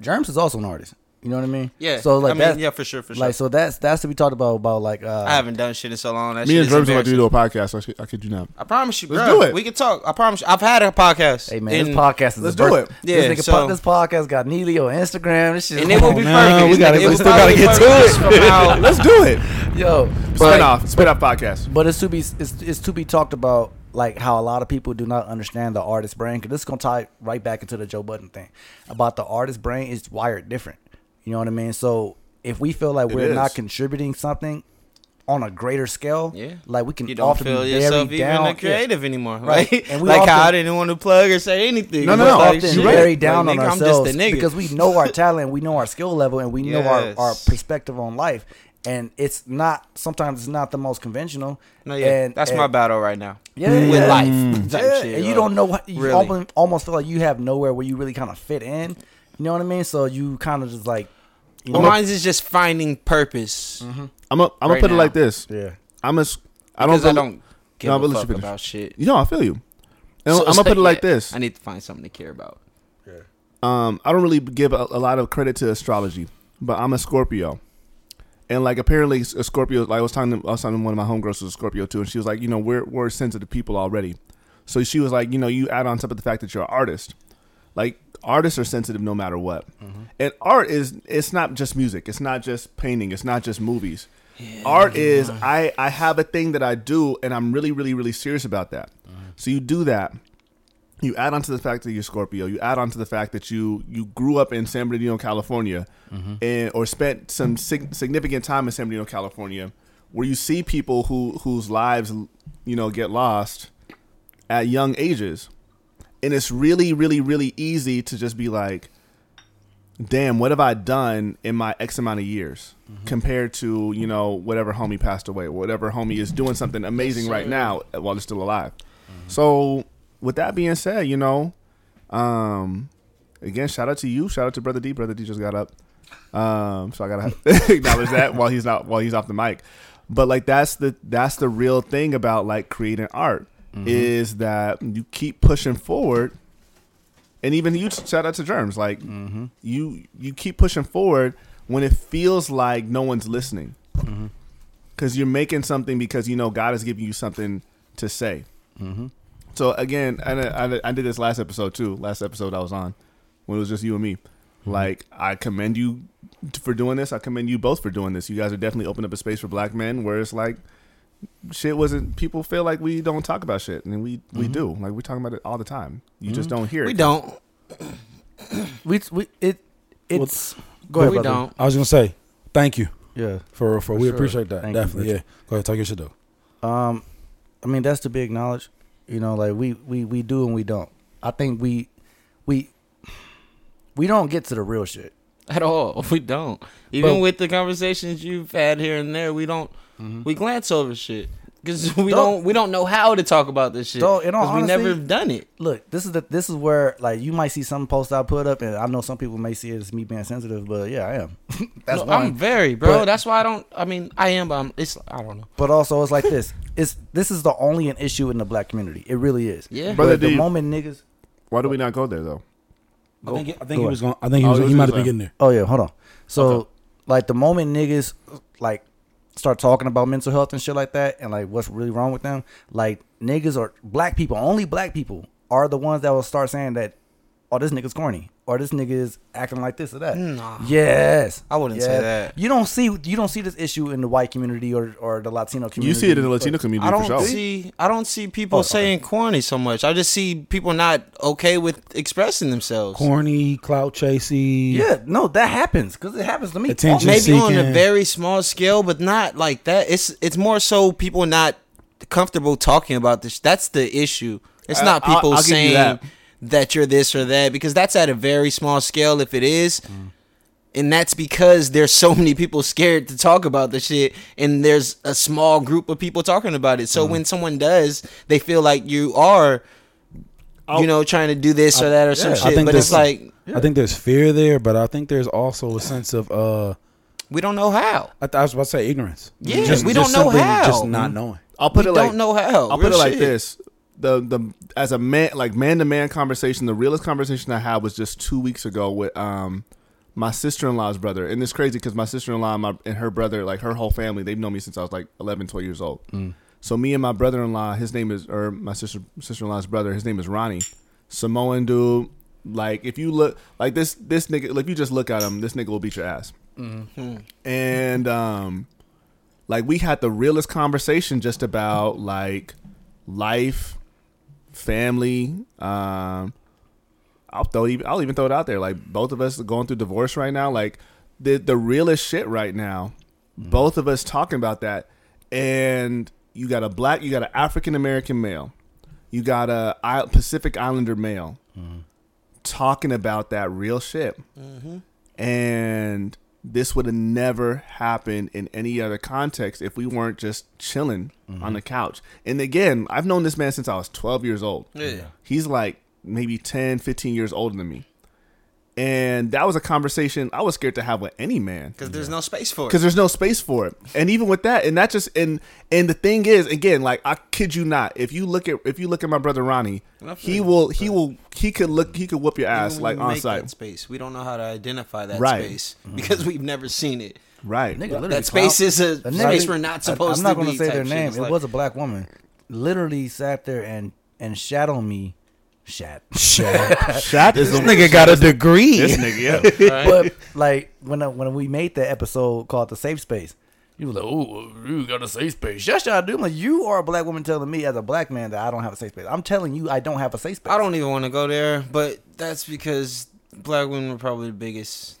Speaker 2: Germs is also an artist. You know what I mean?
Speaker 3: Yeah.
Speaker 2: So like
Speaker 3: I mean,
Speaker 2: that's
Speaker 3: yeah, for sure, for sure.
Speaker 2: like so that's that's to be talked about about like uh
Speaker 3: I haven't done shit in so long. That
Speaker 1: Me
Speaker 3: shit
Speaker 1: and
Speaker 3: is
Speaker 1: Jerms are about to
Speaker 3: embarrassing.
Speaker 1: do a podcast. I, sh- I kid you not.
Speaker 3: I promise you,
Speaker 1: Let's
Speaker 3: bro.
Speaker 1: do it.
Speaker 3: We can talk. I promise you. I've had a podcast.
Speaker 2: Hey man,
Speaker 3: and-
Speaker 2: this podcast is
Speaker 1: let's
Speaker 2: a
Speaker 1: do
Speaker 2: birth-
Speaker 1: it.
Speaker 3: Yeah,
Speaker 2: this, nigga
Speaker 3: so-
Speaker 2: po- this podcast got Neely on Instagram. This shit,
Speaker 3: And it will be
Speaker 4: no,
Speaker 3: perfect.
Speaker 4: we
Speaker 3: It's
Speaker 4: gotta-
Speaker 3: like- it
Speaker 4: we
Speaker 3: will
Speaker 4: still gotta
Speaker 3: probably
Speaker 4: get to
Speaker 3: perfect
Speaker 4: it.
Speaker 3: just from how-
Speaker 1: Let's do it.
Speaker 2: yo.
Speaker 1: Spin
Speaker 2: but-
Speaker 1: off. Spin off podcast.
Speaker 2: But it's to be it's, it's to be talked about like how a lot of people do not understand the artist brain because this is gonna tie right back into the Joe Budden thing about the artist brain is wired different. You know what I mean? So if we feel like we're
Speaker 1: is.
Speaker 2: not contributing something, on a greater scale,
Speaker 3: Yeah.
Speaker 2: like we can
Speaker 3: You don't
Speaker 2: often
Speaker 3: feel
Speaker 2: be very
Speaker 3: yourself
Speaker 2: down.
Speaker 3: even a creative anymore,
Speaker 2: Right.
Speaker 3: right?
Speaker 2: And we
Speaker 3: like how I
Speaker 2: often-
Speaker 3: didn't want to plug or say anything.
Speaker 2: No, no,
Speaker 3: It's
Speaker 2: no.
Speaker 3: like,
Speaker 2: Often
Speaker 3: shit,
Speaker 2: very
Speaker 3: like,
Speaker 2: down
Speaker 3: nigga,
Speaker 2: on
Speaker 3: I'm just a
Speaker 2: ourselves
Speaker 3: nigga.
Speaker 2: because we know our talent, we know our skill level, and we know our,
Speaker 3: Yes.
Speaker 2: our perspective on life. And it's not sometimes it's not the most conventional.
Speaker 3: No, yeah,
Speaker 2: and,
Speaker 3: that's
Speaker 2: and-
Speaker 3: my battle right now.
Speaker 2: Yeah,
Speaker 3: with
Speaker 2: yeah. Mm.
Speaker 3: life. type
Speaker 2: Yeah,
Speaker 3: shit,
Speaker 2: and you
Speaker 3: like,
Speaker 2: don't know what you
Speaker 3: really.
Speaker 2: almo- almost feel like you have nowhere where you really kind of fit in. You know what I mean? So you kind of just like, you know,
Speaker 3: Well, Mine's is just finding purpose.
Speaker 1: I'm gonna I'm gonna
Speaker 3: Right
Speaker 1: put it
Speaker 3: now.
Speaker 1: like this.
Speaker 2: Mm-hmm. yeah.
Speaker 1: I'm a. s- I don't.
Speaker 3: Because I
Speaker 1: bel-
Speaker 3: don't give
Speaker 1: No, but
Speaker 3: a
Speaker 1: let you
Speaker 3: fuck
Speaker 1: finish.
Speaker 3: about shit.
Speaker 1: You know, I feel you. And
Speaker 3: So
Speaker 1: I'm
Speaker 3: it's
Speaker 1: gonna put it like
Speaker 3: yeah,
Speaker 1: this.
Speaker 3: I need to find something to care about.
Speaker 1: um, I don't really give a, a lot of credit to astrology, but I'm a Scorpio, and like apparently s- a Scorpio. Like I was talking, to, I was talking to one of my homegirls who's a Scorpio too, and she was like, you know, we're we're sensitive people already, so she was like, you know, you add on top of the fact that you're an artist, like artists are sensitive no matter what, and art is it's not just music, it's not just painting, it's not just movies. art is I I have a thing that I do, and I'm really really really serious about that. So you do that you add on to the fact that you're Scorpio, you add on to the fact that you you grew up in San Bernardino, California, and or spent some sig- significant time in San Bernardino, California, where you see people who whose lives you know get lost at young ages, and it's really really really easy to just be like, damn, what have I done in my X amount of years compared to you know whatever homie passed away, whatever homie is doing something amazing right now while they're still alive. So with that being said, you know, um, again, shout out to you, shout out to Brother D. Brother D just got up, um, so I gotta acknowledge that while he's not while he's off the mic. But like that's the that's the real thing about like creating art is that you keep pushing forward and even you shout out to germs like you you keep pushing forward when it feels like no one's listening because you're making something because you know god is giving you something to say so again I, I, I did this last episode too last episode i was on when it was just you and me like i commend you t- for doing this i commend you both for doing this you guys are definitely opening up a space for black men where it's like shit wasn't people feel like we don't talk about shit and we we do like we're talking about it all the time you just don't hear it
Speaker 3: We don't.
Speaker 2: We we it it's go
Speaker 3: But
Speaker 2: ahead.
Speaker 3: we
Speaker 2: brother.
Speaker 3: don't.
Speaker 4: I was gonna say thank you
Speaker 2: Yeah.
Speaker 4: for for, we
Speaker 2: sure.
Speaker 4: appreciate that
Speaker 2: Thank you,
Speaker 4: definitely.
Speaker 2: Richard.
Speaker 4: yeah, go ahead, talk your shit though.
Speaker 2: Um, I mean that's to be acknowledged. You know, like we we we do and we don't. I think we we we don't get to the real shit.
Speaker 3: at all. We don't. Even
Speaker 2: But-
Speaker 3: with the conversations you've had here and there, we don't.
Speaker 2: Mm-hmm.
Speaker 3: We glance over shit because we
Speaker 2: Dog-
Speaker 3: don't, We don't know how to talk about this shit.
Speaker 2: Dog, in all
Speaker 3: 'cause we never
Speaker 2: honesty-
Speaker 3: done it.
Speaker 2: Look, this is the this is where like you might see some post I put up, and I know some people may see it as me being sensitive, but yeah, I am. that's
Speaker 3: No,
Speaker 2: one.
Speaker 3: I'm very, bro.
Speaker 2: But-
Speaker 3: That's why I don't. I mean, I am, but I'm, it's. I don't know.
Speaker 2: but also it's like this. It's this is the only an issue in the black community. It really is.
Speaker 3: Yeah.
Speaker 1: Brother
Speaker 2: But the
Speaker 1: D.
Speaker 2: moment niggas.
Speaker 1: Why do we not go there though?
Speaker 4: I think, I
Speaker 2: go
Speaker 4: think he
Speaker 2: ahead.
Speaker 4: was going. I think he
Speaker 1: Oh,
Speaker 4: was.
Speaker 1: it was
Speaker 4: he might have
Speaker 1: just that.
Speaker 4: been getting there.
Speaker 2: Oh yeah, hold on. So like the moment niggas like start talking about mental health and shit like that and like what's really wrong with them, like niggas or black people, only black people are the ones that will start saying that oh this nigga's corny or this nigga is acting like this or that.
Speaker 3: Nah.
Speaker 2: Yes.
Speaker 3: I wouldn't say
Speaker 2: Yes.
Speaker 3: that.
Speaker 2: You don't see you don't see this issue in the white community or or the Latino
Speaker 1: You
Speaker 2: community.
Speaker 1: see it in the Latino community
Speaker 3: I don't
Speaker 1: for sure. Oh,
Speaker 3: see. I don't see people saying corny so much. I just see people not okay with expressing themselves.
Speaker 4: Corny, clout chasey.
Speaker 2: Yeah, no, that happens cuz it happens to me.
Speaker 4: Attention.
Speaker 3: maybe on a
Speaker 4: seeking.
Speaker 3: very small scale, but not like that. It's it's more so people not comfortable talking about this. That's the issue. It's
Speaker 4: Uh,
Speaker 1: I-
Speaker 3: not
Speaker 1: I'll-
Speaker 3: people
Speaker 1: I'll give you
Speaker 3: saying
Speaker 1: that.
Speaker 3: that. you're this or that because that's at a very small scale. If it is.
Speaker 4: Mm.
Speaker 3: And that's because there's so many people scared to talk about the shit, and there's a small group of people talking about it.
Speaker 4: Mm.
Speaker 3: So when someone does, they feel like you are, you know, trying to do this or that or some
Speaker 4: I
Speaker 3: shit.
Speaker 4: think
Speaker 3: But
Speaker 4: there's
Speaker 3: it's like
Speaker 4: I think there's fear there, but I think there's also a sense of uh.
Speaker 3: we don't know how.
Speaker 4: I, th- I was about to say ignorance.
Speaker 3: Yeah, we don't know
Speaker 4: simply
Speaker 3: how.
Speaker 4: Just not knowing.
Speaker 1: I'll put
Speaker 3: We
Speaker 1: it like
Speaker 3: hmm. don't know how.
Speaker 1: I'll put
Speaker 3: Real
Speaker 1: it like
Speaker 3: shit.
Speaker 1: this: the the as a man like man to man conversation. The realest conversation I had was just two weeks ago with um my sister in law's brother, and it's crazy because my sister in law and, my- and her brother, like her whole family, they've known me since I was like 11, 12 years old. So me and my brother in law, his name is or my sister sister in law's brother, his name is Ronnie, Samoan dude. Like if you look like this this nigga, like if you just look at him, this nigga will beat your ass.
Speaker 3: Hmm.
Speaker 1: And um like we had the realest conversation just about like life, family. Um, I'll throw even I'll even throw it out there. Like both of us are going through divorce right now. Like the the realest shit right now. Both of us talking about that, and you got a black, you got an African American male, you got a I- Pacific Islander male talking about that real shit, and this would have never happened in any other context if we weren't just chilling on the couch. And again, I've known this man since I was 12 years old.
Speaker 3: Yeah.
Speaker 1: He's like maybe 10, 15 years older than me. And that was a conversation I was scared to have with any man
Speaker 3: Because there's no space for it.
Speaker 1: because there's no space for it. And even with that, and that just and and the thing is, again, like I kid you not, if you look at if you look at my brother Ronnie, he will he will he could look he could whoop your
Speaker 3: Even
Speaker 1: ass
Speaker 3: when
Speaker 1: like
Speaker 3: you
Speaker 1: on
Speaker 3: make that
Speaker 1: site,
Speaker 3: space. We don't know how to identify that
Speaker 1: Right. Mm-hmm.
Speaker 3: space because we've never seen it.
Speaker 1: right?
Speaker 2: Nigga literally
Speaker 3: That space
Speaker 2: clout-
Speaker 3: is a
Speaker 2: nigga-
Speaker 3: space we're not supposed
Speaker 2: I'm not
Speaker 3: to
Speaker 2: gonna
Speaker 3: be
Speaker 2: say
Speaker 3: type
Speaker 2: their
Speaker 3: shit.
Speaker 2: name.
Speaker 3: It's
Speaker 2: It
Speaker 3: like-
Speaker 2: was a black woman. Literally sat there and and shat on me. Shat. Shat.
Speaker 1: Shaq is the
Speaker 4: Nigga got a degree.
Speaker 1: nigga, yeah.
Speaker 2: but like when I, when we made that episode called the safe space, you were like, "Oh, you got a safe space." Yes, I do. I'm like, you are a black woman telling me as a black man that I don't have a safe space. I'm telling you, I don't have a safe space.
Speaker 3: I don't even want to go there, but that's because black women are probably the biggest.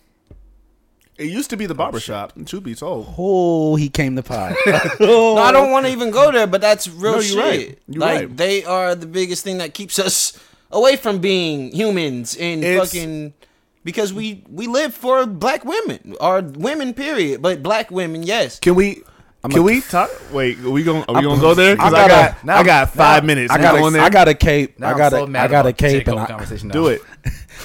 Speaker 1: It used to be the barbershop. Truth be told,
Speaker 4: Oh, he came to pod.
Speaker 3: No, I don't want to even go there, but that's real
Speaker 1: No, you're
Speaker 3: shit.
Speaker 1: right. You're
Speaker 3: like
Speaker 1: right.
Speaker 3: they are the biggest thing that keeps us away from being humans and
Speaker 1: It's-
Speaker 3: fucking because we we live for black women or women period, but black women, yes.
Speaker 1: can we? can
Speaker 4: a-
Speaker 1: we talk? Wait, are we going? Are we going to go there? 'Cause I,
Speaker 4: gotta-
Speaker 1: got, I got five
Speaker 2: now-
Speaker 1: minutes.
Speaker 4: I
Speaker 1: We
Speaker 4: got
Speaker 1: going
Speaker 4: a,
Speaker 1: there?
Speaker 4: I got a cape.
Speaker 2: Now
Speaker 4: I
Speaker 2: I'm
Speaker 4: got
Speaker 2: so
Speaker 4: a,
Speaker 2: mad
Speaker 4: I got a
Speaker 2: about the
Speaker 4: cape
Speaker 2: J. Cole
Speaker 4: and I,
Speaker 2: conversation now.
Speaker 1: do it.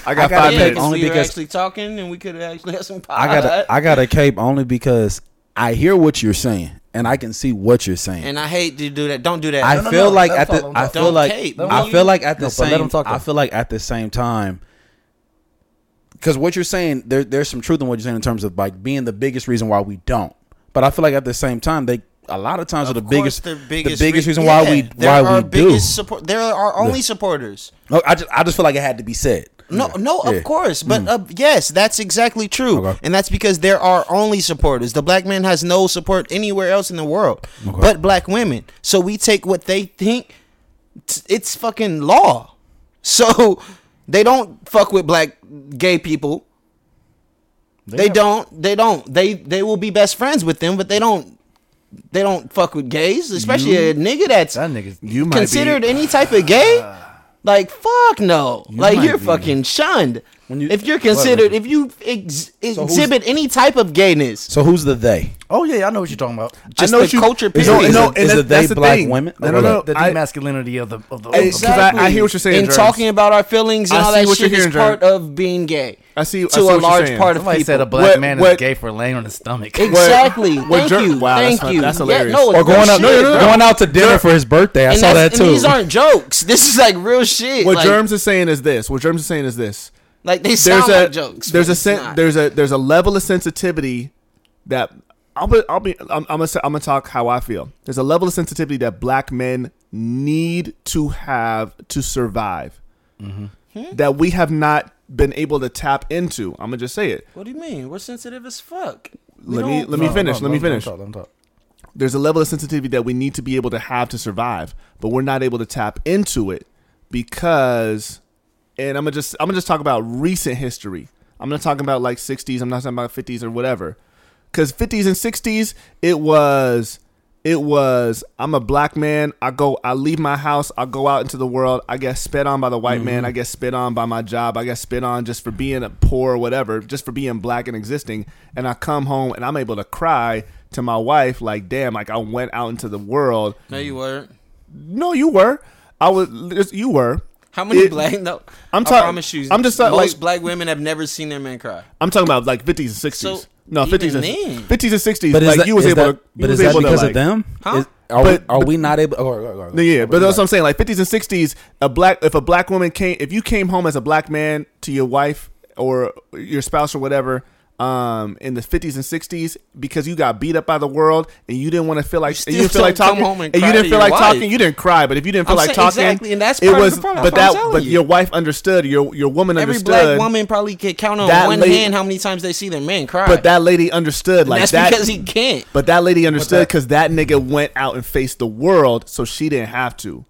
Speaker 1: I got
Speaker 4: gotta
Speaker 1: five
Speaker 3: Yeah,
Speaker 4: make
Speaker 1: minutes.
Speaker 3: because
Speaker 4: only
Speaker 3: we were
Speaker 4: because-
Speaker 3: actually talking and we could have actually had some
Speaker 4: I got a, I
Speaker 3: pot.
Speaker 4: got a cape only because I hear what you're saying and I can see what you're saying.
Speaker 3: and I hate to do that. Don't do that.
Speaker 4: I
Speaker 2: no,
Speaker 4: feel
Speaker 2: no,
Speaker 4: like
Speaker 2: let
Speaker 4: at
Speaker 2: him
Speaker 4: the
Speaker 2: talk, let
Speaker 4: I
Speaker 2: him
Speaker 4: feel
Speaker 3: talk.
Speaker 4: like
Speaker 3: Don't tape,
Speaker 4: I
Speaker 3: bro.
Speaker 4: feel like at the
Speaker 2: No, but let him
Speaker 4: same
Speaker 2: talk, though.
Speaker 4: I feel like at the same time because what you're saying there there's some truth in what you're saying in terms of like being the biggest reason why we don't. But I feel like at the same time they a lot of times are the
Speaker 3: Of
Speaker 4: biggest,
Speaker 3: course, they're
Speaker 4: the biggest
Speaker 3: re-
Speaker 4: reason
Speaker 3: Yeah,
Speaker 4: why we
Speaker 3: they're
Speaker 4: why
Speaker 3: our
Speaker 4: we do.
Speaker 3: biggest support. They're our only supporters.
Speaker 4: No, I just I just feel like it had to be said.
Speaker 3: No, no,
Speaker 4: Yeah.
Speaker 3: of course, but uh, yes, that's exactly true,
Speaker 4: Okay.
Speaker 3: and that's because there are only supporters. The black man has no support anywhere else in the world, but black women. So we take what they think. T- It's fucking law. So they don't fuck with black gay people. They, don't. They don't. They they will be best friends with them, but they don't. They don't fuck with gays, especially a nigga that's
Speaker 2: That nigga's
Speaker 1: You might
Speaker 3: considered
Speaker 1: be,
Speaker 3: any type of
Speaker 1: Uh,
Speaker 3: gay? Like fuck no! like you're fucking shunned.
Speaker 4: you-
Speaker 3: if you're considered, if you ex-
Speaker 4: who's-
Speaker 3: exhibit any type of gayness,
Speaker 4: So who's the they?
Speaker 2: Oh yeah, I know what you're talking about.
Speaker 3: just
Speaker 1: know
Speaker 3: the
Speaker 1: what you-
Speaker 3: culture
Speaker 1: Is
Speaker 4: Is,
Speaker 1: No,
Speaker 3: period.
Speaker 4: it, is,
Speaker 1: no,
Speaker 4: it-
Speaker 1: and
Speaker 4: is
Speaker 1: that-
Speaker 4: it they
Speaker 1: that's the
Speaker 4: black
Speaker 1: thing.
Speaker 4: women?
Speaker 1: No, no, no.
Speaker 2: The
Speaker 1: I-
Speaker 2: demasculinity of the of the.
Speaker 1: Hey,
Speaker 2: of
Speaker 1: Oh, 'cause
Speaker 2: the-
Speaker 1: I- I hear what you're saying,
Speaker 3: And
Speaker 1: Jerms.
Speaker 3: talking about our feelings and
Speaker 1: I
Speaker 3: all
Speaker 1: see
Speaker 3: that
Speaker 1: what
Speaker 3: shit
Speaker 1: you're
Speaker 3: is
Speaker 1: hearing,
Speaker 3: part
Speaker 1: Jerms.
Speaker 3: of being gay.
Speaker 1: I see- I
Speaker 3: to
Speaker 1: see what
Speaker 3: a
Speaker 1: you're
Speaker 3: large
Speaker 1: saying.
Speaker 3: part of
Speaker 2: Somebody
Speaker 3: people.
Speaker 2: said a black
Speaker 1: What-
Speaker 2: man
Speaker 1: what-
Speaker 2: is gay for laying on his stomach.
Speaker 3: Exactly.
Speaker 1: What
Speaker 3: Thank
Speaker 1: Jer-
Speaker 3: you.
Speaker 1: Wow, that's
Speaker 3: Thank
Speaker 1: fun-
Speaker 3: you.
Speaker 1: that's
Speaker 3: Yeah,
Speaker 1: hilarious.
Speaker 3: no,
Speaker 4: Or going out,
Speaker 3: shit,
Speaker 4: no, no, no,
Speaker 3: bro.
Speaker 4: going out to dinner
Speaker 1: Jer-
Speaker 4: for his birthday. I
Speaker 3: And
Speaker 4: saw that
Speaker 3: that's-
Speaker 4: too.
Speaker 3: And these aren't jokes. This is like real shit.
Speaker 1: what
Speaker 3: like,
Speaker 1: Germs is saying is this. What Germs is saying is this.
Speaker 3: like they
Speaker 1: there's
Speaker 3: sound
Speaker 1: a
Speaker 3: like jokes.
Speaker 1: there's a
Speaker 3: but it's
Speaker 1: sen-
Speaker 3: not.
Speaker 1: there's a there's a level of sensitivity that I'll be I'll be I'm, I'm gonna say- I'm gonna talk how I feel. There's a level of sensitivity that black men need to have to survive
Speaker 4: Mm-hmm.
Speaker 3: Hmm?
Speaker 1: that we have not been able to tap into. I'm gonna just say it.
Speaker 3: What do you mean? We're sensitive as fuck. We
Speaker 1: Let me
Speaker 3: don't-
Speaker 1: let me
Speaker 2: No,
Speaker 1: finish.
Speaker 2: no,
Speaker 1: let me
Speaker 2: no, don't
Speaker 1: finish.
Speaker 2: talk, don't talk.
Speaker 1: There's a level of sensitivity that we need to be able to have to survive, but we're not able to tap into it because and I'm gonna just I'm gonna just talk about recent history. I'm not talking about like 60s. I'm not talking about 50s or whatever. Because 50s and 60s, it was it was I'm a black man. I go I leave my house. I go out into the world. I get spit on by the white man. I get spit on by my job. I get spit on just for being a poor or whatever, just for being black and existing. And I come home and I'm able to cry to my wife like, damn, like I went out into the world.
Speaker 3: No, you weren't.
Speaker 1: No, you were. I was. You were.
Speaker 3: How many
Speaker 1: It-
Speaker 3: black? No,
Speaker 1: I'm
Speaker 3: I
Speaker 1: talking-
Speaker 3: promise you,
Speaker 1: I'm just talking,
Speaker 3: most
Speaker 1: like-
Speaker 3: black women have never seen their man cry.
Speaker 1: I'm talking about like 50s and 60s.
Speaker 3: So,
Speaker 1: no, 50s and
Speaker 3: even then-
Speaker 1: 50s and 60s.
Speaker 4: But is
Speaker 1: like
Speaker 4: that,
Speaker 1: you was
Speaker 4: is
Speaker 1: able
Speaker 4: that-
Speaker 1: to. you
Speaker 4: but is
Speaker 1: was
Speaker 4: that
Speaker 1: able to,
Speaker 4: because
Speaker 1: like-
Speaker 4: of them?
Speaker 3: Huh?
Speaker 4: Is- are,
Speaker 1: But-
Speaker 4: we, are we not able? Oh, oh, oh, oh.
Speaker 1: No, yeah, but that's what I'm saying. Like 50s and 60s, a black if a black woman came, if you came home as a black man to your wife or your spouse or whatever, um, in the 50s and 60s, because you got beat up by the world and you didn't want to feel like
Speaker 3: still
Speaker 1: you, didn't feel like
Speaker 3: don't come
Speaker 1: talking,
Speaker 3: home
Speaker 1: and, you
Speaker 3: and cry
Speaker 1: didn't
Speaker 3: to
Speaker 1: feel
Speaker 3: your
Speaker 1: like talking,
Speaker 3: wife.
Speaker 1: you didn't cry, but if you didn't feel
Speaker 3: I'm
Speaker 1: like
Speaker 3: saying
Speaker 1: talking,
Speaker 3: exactly, and that's
Speaker 1: it
Speaker 3: part of
Speaker 1: was,
Speaker 3: the problem.
Speaker 1: but
Speaker 3: That's what I'm
Speaker 1: that,
Speaker 3: telling
Speaker 1: but
Speaker 3: you.
Speaker 1: your wife understood, your your woman
Speaker 3: Every
Speaker 1: understood,
Speaker 3: black woman probably can count on
Speaker 1: That
Speaker 3: one
Speaker 1: lady-
Speaker 3: hand how many times they see their man cry.
Speaker 1: but that lady understood, like
Speaker 3: that's
Speaker 1: that,
Speaker 3: because he can't.
Speaker 1: But that lady understood because that nigga went out and faced the world, so she didn't have to.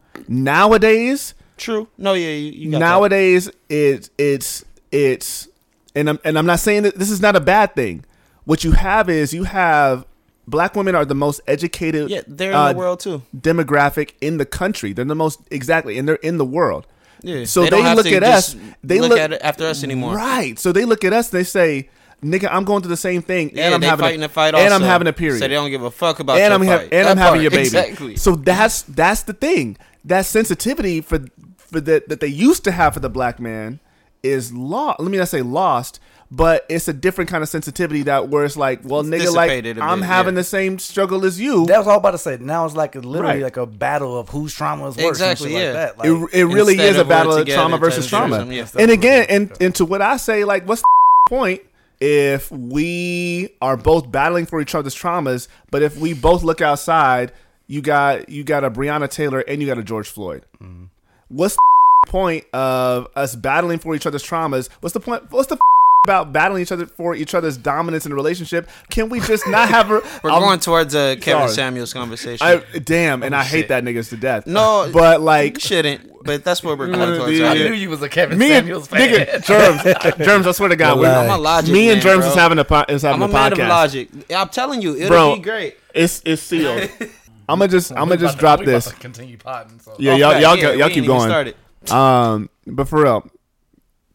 Speaker 1: Nowadays,
Speaker 3: True. No, yeah, you, you got that.
Speaker 1: nowadays it's it's it's, and I'm and I'm not saying that this is not a bad thing. What you have is you have black women are the most educated.
Speaker 3: Yeah, they're in
Speaker 1: uh,
Speaker 3: the world too.
Speaker 1: demographic in the country. They're the most exactly, and they're in the world.
Speaker 3: Yeah.
Speaker 1: So they,
Speaker 3: don't have
Speaker 1: look
Speaker 3: to
Speaker 1: at
Speaker 3: just
Speaker 1: us. They
Speaker 3: look,
Speaker 1: look,
Speaker 3: at it after us anymore.
Speaker 1: Right. So they look at us. They say, "Nigga, I'm going through the same thing,
Speaker 3: Yeah,
Speaker 1: and I'm
Speaker 3: they
Speaker 1: having
Speaker 3: fighting a, fight,
Speaker 1: and I'm
Speaker 3: also.
Speaker 1: having a period,
Speaker 3: So they don't give a fuck about
Speaker 1: and
Speaker 3: your
Speaker 1: I'm
Speaker 3: fight.
Speaker 1: ha- and I'm
Speaker 3: That
Speaker 1: having
Speaker 3: part,
Speaker 1: your baby.
Speaker 3: Exactly.
Speaker 1: So that's that's the thing. That sensitivity for for that that they used to have for the black man is lost. Let me not say lost. But it's a different kind of sensitivity that where it's like, well, nigga, like
Speaker 3: dissipated a
Speaker 1: I'm
Speaker 3: bit,
Speaker 1: having
Speaker 3: yeah.
Speaker 1: the same struggle as you.
Speaker 2: That was all about to say. Now it's like a, literally
Speaker 1: Right.
Speaker 2: like a battle of whose trauma is worse. Exactly.
Speaker 3: Exactly, yeah.
Speaker 2: Like that. Like,
Speaker 1: it, it really
Speaker 3: Instead
Speaker 1: is a
Speaker 3: of we're
Speaker 1: battle of
Speaker 3: together
Speaker 1: trauma
Speaker 3: type
Speaker 1: versus
Speaker 3: of
Speaker 1: trauma.
Speaker 3: system, yeah.
Speaker 1: And again, and, and to what I say, like, what's the point if we are both battling for each other's traumas, but if we both look outside, you got you got a Breonna Taylor and you got a George Floyd.
Speaker 2: Mm-hmm.
Speaker 1: What's the point of us battling for each other's traumas? What's the point? What's the about battling each other for each other's dominance in a relationship? Can we just not have a?
Speaker 3: We're
Speaker 1: I'm-
Speaker 3: going towards a Kevin
Speaker 1: sorry.
Speaker 3: Samuels conversation. Oh,
Speaker 1: I, damn, and I hate
Speaker 3: shit.
Speaker 1: that niggas to death.
Speaker 3: No,
Speaker 1: but like,
Speaker 3: you shouldn't. But that's where we're going towards.
Speaker 1: yeah.
Speaker 2: I
Speaker 3: right?
Speaker 2: knew you was a Kevin
Speaker 1: me and
Speaker 2: Samuels fan.
Speaker 1: nigga, germs, germs. I swear to God, we,
Speaker 3: I'm a logic
Speaker 1: me and
Speaker 3: man,
Speaker 1: germs
Speaker 3: bro.
Speaker 1: is having a po- is having
Speaker 3: I'm
Speaker 1: a
Speaker 3: a man of
Speaker 1: podcast,
Speaker 3: logic. I'm telling you, it'll
Speaker 1: bro.
Speaker 3: be great.
Speaker 1: It's it's sealed. I'm gonna just I'm gonna just drop this.
Speaker 2: Continue potting. So.
Speaker 1: Yeah,
Speaker 3: Oh,
Speaker 1: y'all
Speaker 3: fact,
Speaker 1: y'all
Speaker 3: yeah,
Speaker 1: go,
Speaker 3: we
Speaker 1: y'all
Speaker 3: ain't
Speaker 1: keep
Speaker 3: even
Speaker 1: going.
Speaker 3: started.
Speaker 1: Um, but for real,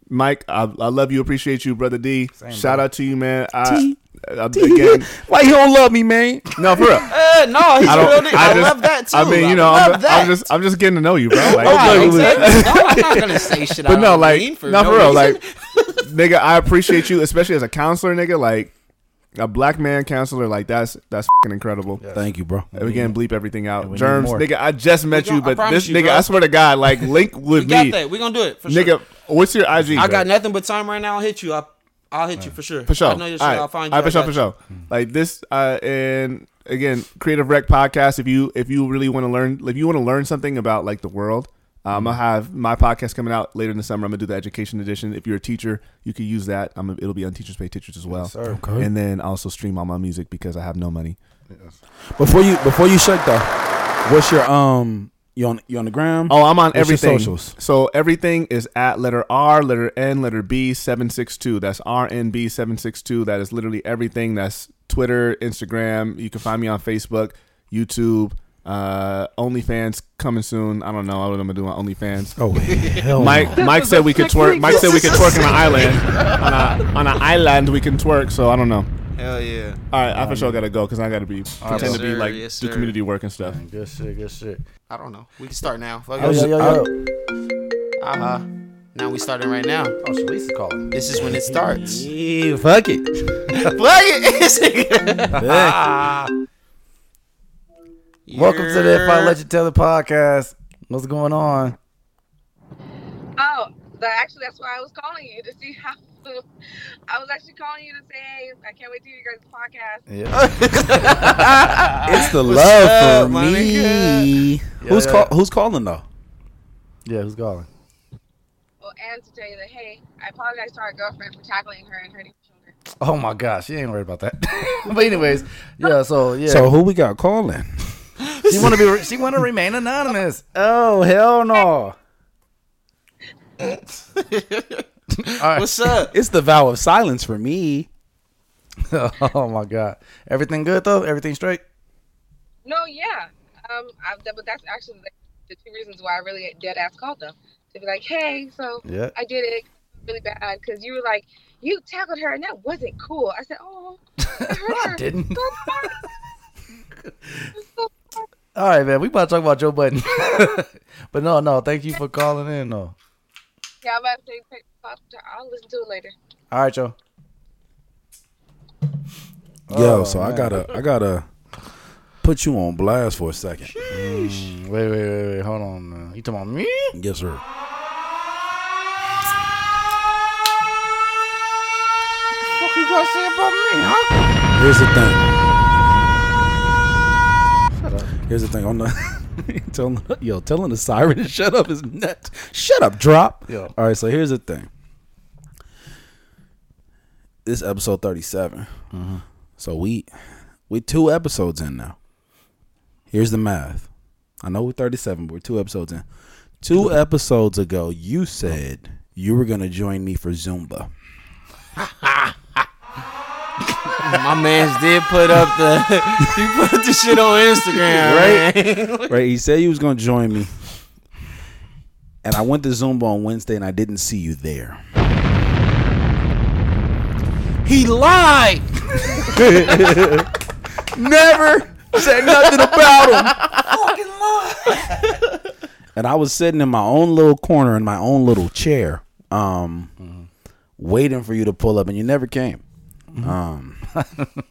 Speaker 1: Mike, I, I love you, appreciate you, brother D. Shout out to you, man. I, I, again,
Speaker 4: Why you don't love me, man?
Speaker 1: no, Oh, for real.
Speaker 3: Uh, no, he's
Speaker 1: I
Speaker 3: I
Speaker 1: don't.
Speaker 3: real. nigga. I,
Speaker 1: just-
Speaker 3: love that too.
Speaker 1: I mean, you know,
Speaker 3: I
Speaker 1: I'm,
Speaker 3: love that.
Speaker 1: I'm just, I'm just getting to know you, bro. Like,
Speaker 3: Right, exactly. no, I'm not gonna say shit. I
Speaker 1: But no,
Speaker 3: don't
Speaker 1: like,
Speaker 3: mean for
Speaker 1: not
Speaker 3: no
Speaker 1: for real.
Speaker 3: reason.
Speaker 1: Like, nigga, I appreciate you, especially as a counselor, nigga. Like, a black man counselor, like that's that's fucking incredible.
Speaker 4: Thank you, bro.
Speaker 1: And we can bleep everything out.
Speaker 2: need
Speaker 1: Germs,
Speaker 2: more.
Speaker 1: nigga, I just met
Speaker 3: gon-
Speaker 1: you,
Speaker 3: I
Speaker 1: but
Speaker 3: promise
Speaker 1: this
Speaker 3: you,
Speaker 1: nigga,
Speaker 3: bro.
Speaker 1: I swear to God, like, link with
Speaker 3: we got
Speaker 1: me,
Speaker 3: that. We gonna do it for
Speaker 1: nigga.
Speaker 3: sure.
Speaker 1: What's your IG?
Speaker 3: I
Speaker 1: bro?
Speaker 3: got nothing but time right now. I'll hit you. I, I'll hit you for sure.
Speaker 1: For sure.
Speaker 3: I know your shit.
Speaker 1: All right.
Speaker 3: I'll find you.
Speaker 1: All right, for
Speaker 3: I
Speaker 1: sure,
Speaker 3: got
Speaker 1: for
Speaker 3: you.
Speaker 1: sure. Like this, uh, and again, Creative Rec podcast. If you if you really want to learn, if you want to learn something about like the world, um, I'll have my podcast coming out later in the summer. I'm gonna do the education edition. If you're a teacher, you can use that. I'm it'll be on Teachers Pay Teachers as well.
Speaker 4: Okay.
Speaker 1: And then also stream all my music because I have no money.
Speaker 4: Before you before you shake though, what's your um you on you on the gram?
Speaker 1: Oh, I'm on
Speaker 4: What's your
Speaker 1: everything.
Speaker 4: socials?
Speaker 1: So everything is at letter R, letter N, letter B, seven six two. That's R N B seven six two. That is literally everything. That's Twitter, Instagram. You can find me on Facebook, YouTube, uh, OnlyFans coming soon. I don't know. I don't know what I'm gonna do on OnlyFans.
Speaker 4: Oh hell,
Speaker 1: Mike Mike said we could twerk. Mike said we could twerk on an island. On a on an island we can twerk. So I don't know.
Speaker 3: Hell yeah.
Speaker 1: All right, I for sure gotta go because I gotta be pretend to be
Speaker 3: sir.
Speaker 1: like
Speaker 3: Yes,
Speaker 1: do
Speaker 3: sir.
Speaker 1: community work and stuff.
Speaker 2: Good shit. Good shit.
Speaker 3: I don't know. We can start now. Fuck
Speaker 2: Yo,
Speaker 3: it.
Speaker 2: yo, yo, yo.
Speaker 3: Uh-huh. Now we starting right now.
Speaker 2: Oh, Shalisa calling.
Speaker 3: This is when it starts.
Speaker 4: yeah, fuck it.
Speaker 3: Fuck it.
Speaker 2: Welcome to the If I Let You Tell It podcast. What's going on?
Speaker 9: Oh, that actually, that's why I was calling you to see how. I was actually calling you to say, hey, I can't wait to hear you guys' podcast.
Speaker 4: It's the love
Speaker 3: up,
Speaker 4: for
Speaker 3: my
Speaker 4: me. who's
Speaker 2: yeah.
Speaker 4: call who's calling though?
Speaker 2: Yeah, who's calling?
Speaker 9: Well, and to tell you that, hey, I apologize to our girlfriend for tackling her and hurting her children.
Speaker 2: Oh my gosh, she ain't worried about that. but anyways, yeah. So yeah,
Speaker 4: So who we got calling?
Speaker 2: she want to be. She want to remain anonymous. Oh hell no.
Speaker 3: What's up?
Speaker 4: It's the vow of silence for me.
Speaker 2: oh my god. Everything good though. Everything straight.
Speaker 9: No, yeah. Um, I, that, but that's actually like, the two reasons why I really dead ass called them to be like, hey, so
Speaker 2: Yeah.
Speaker 9: I did it really bad because you were like, you tackled her and that wasn't cool. I said, oh, I hurt her.
Speaker 2: I didn't.
Speaker 9: So sorry. I'm so sorry.
Speaker 2: All right, man. We about to talk about Joe Button. but no, no. Thank you for calling in though.
Speaker 9: Yeah, I'm about to say, I'll listen to it later.
Speaker 2: All right, Joe.
Speaker 4: Yo,
Speaker 2: Oh,
Speaker 4: so I
Speaker 2: man.
Speaker 4: gotta I gotta put you on blast for a second.
Speaker 2: Mm, Wait, wait, wait, wait. Hold on. Man. You talking about me?
Speaker 4: Yes, sir.
Speaker 2: you gonna say about me, huh?
Speaker 4: Here's the thing. Here's the thing. On the telling yo telling the siren to shut up is nuts. Shut up, drop.
Speaker 2: Yo.
Speaker 4: All right, so here's the thing. This is episode 37. So we we two episodes in now. Here's the math. I know we're 37, but we're two episodes in. Two episodes ago, you said you were gonna join me for Zumba.
Speaker 3: My man's did put up the he put the shit on Instagram, right?
Speaker 4: Right, he said he was gonna join me, and I went to Zumba on Wednesday, and I didn't see you there.
Speaker 3: he lied.
Speaker 4: Never said nothing about him. and I was sitting in my own little corner in my own little chair, um, waiting for you to pull up, and you never came. Um,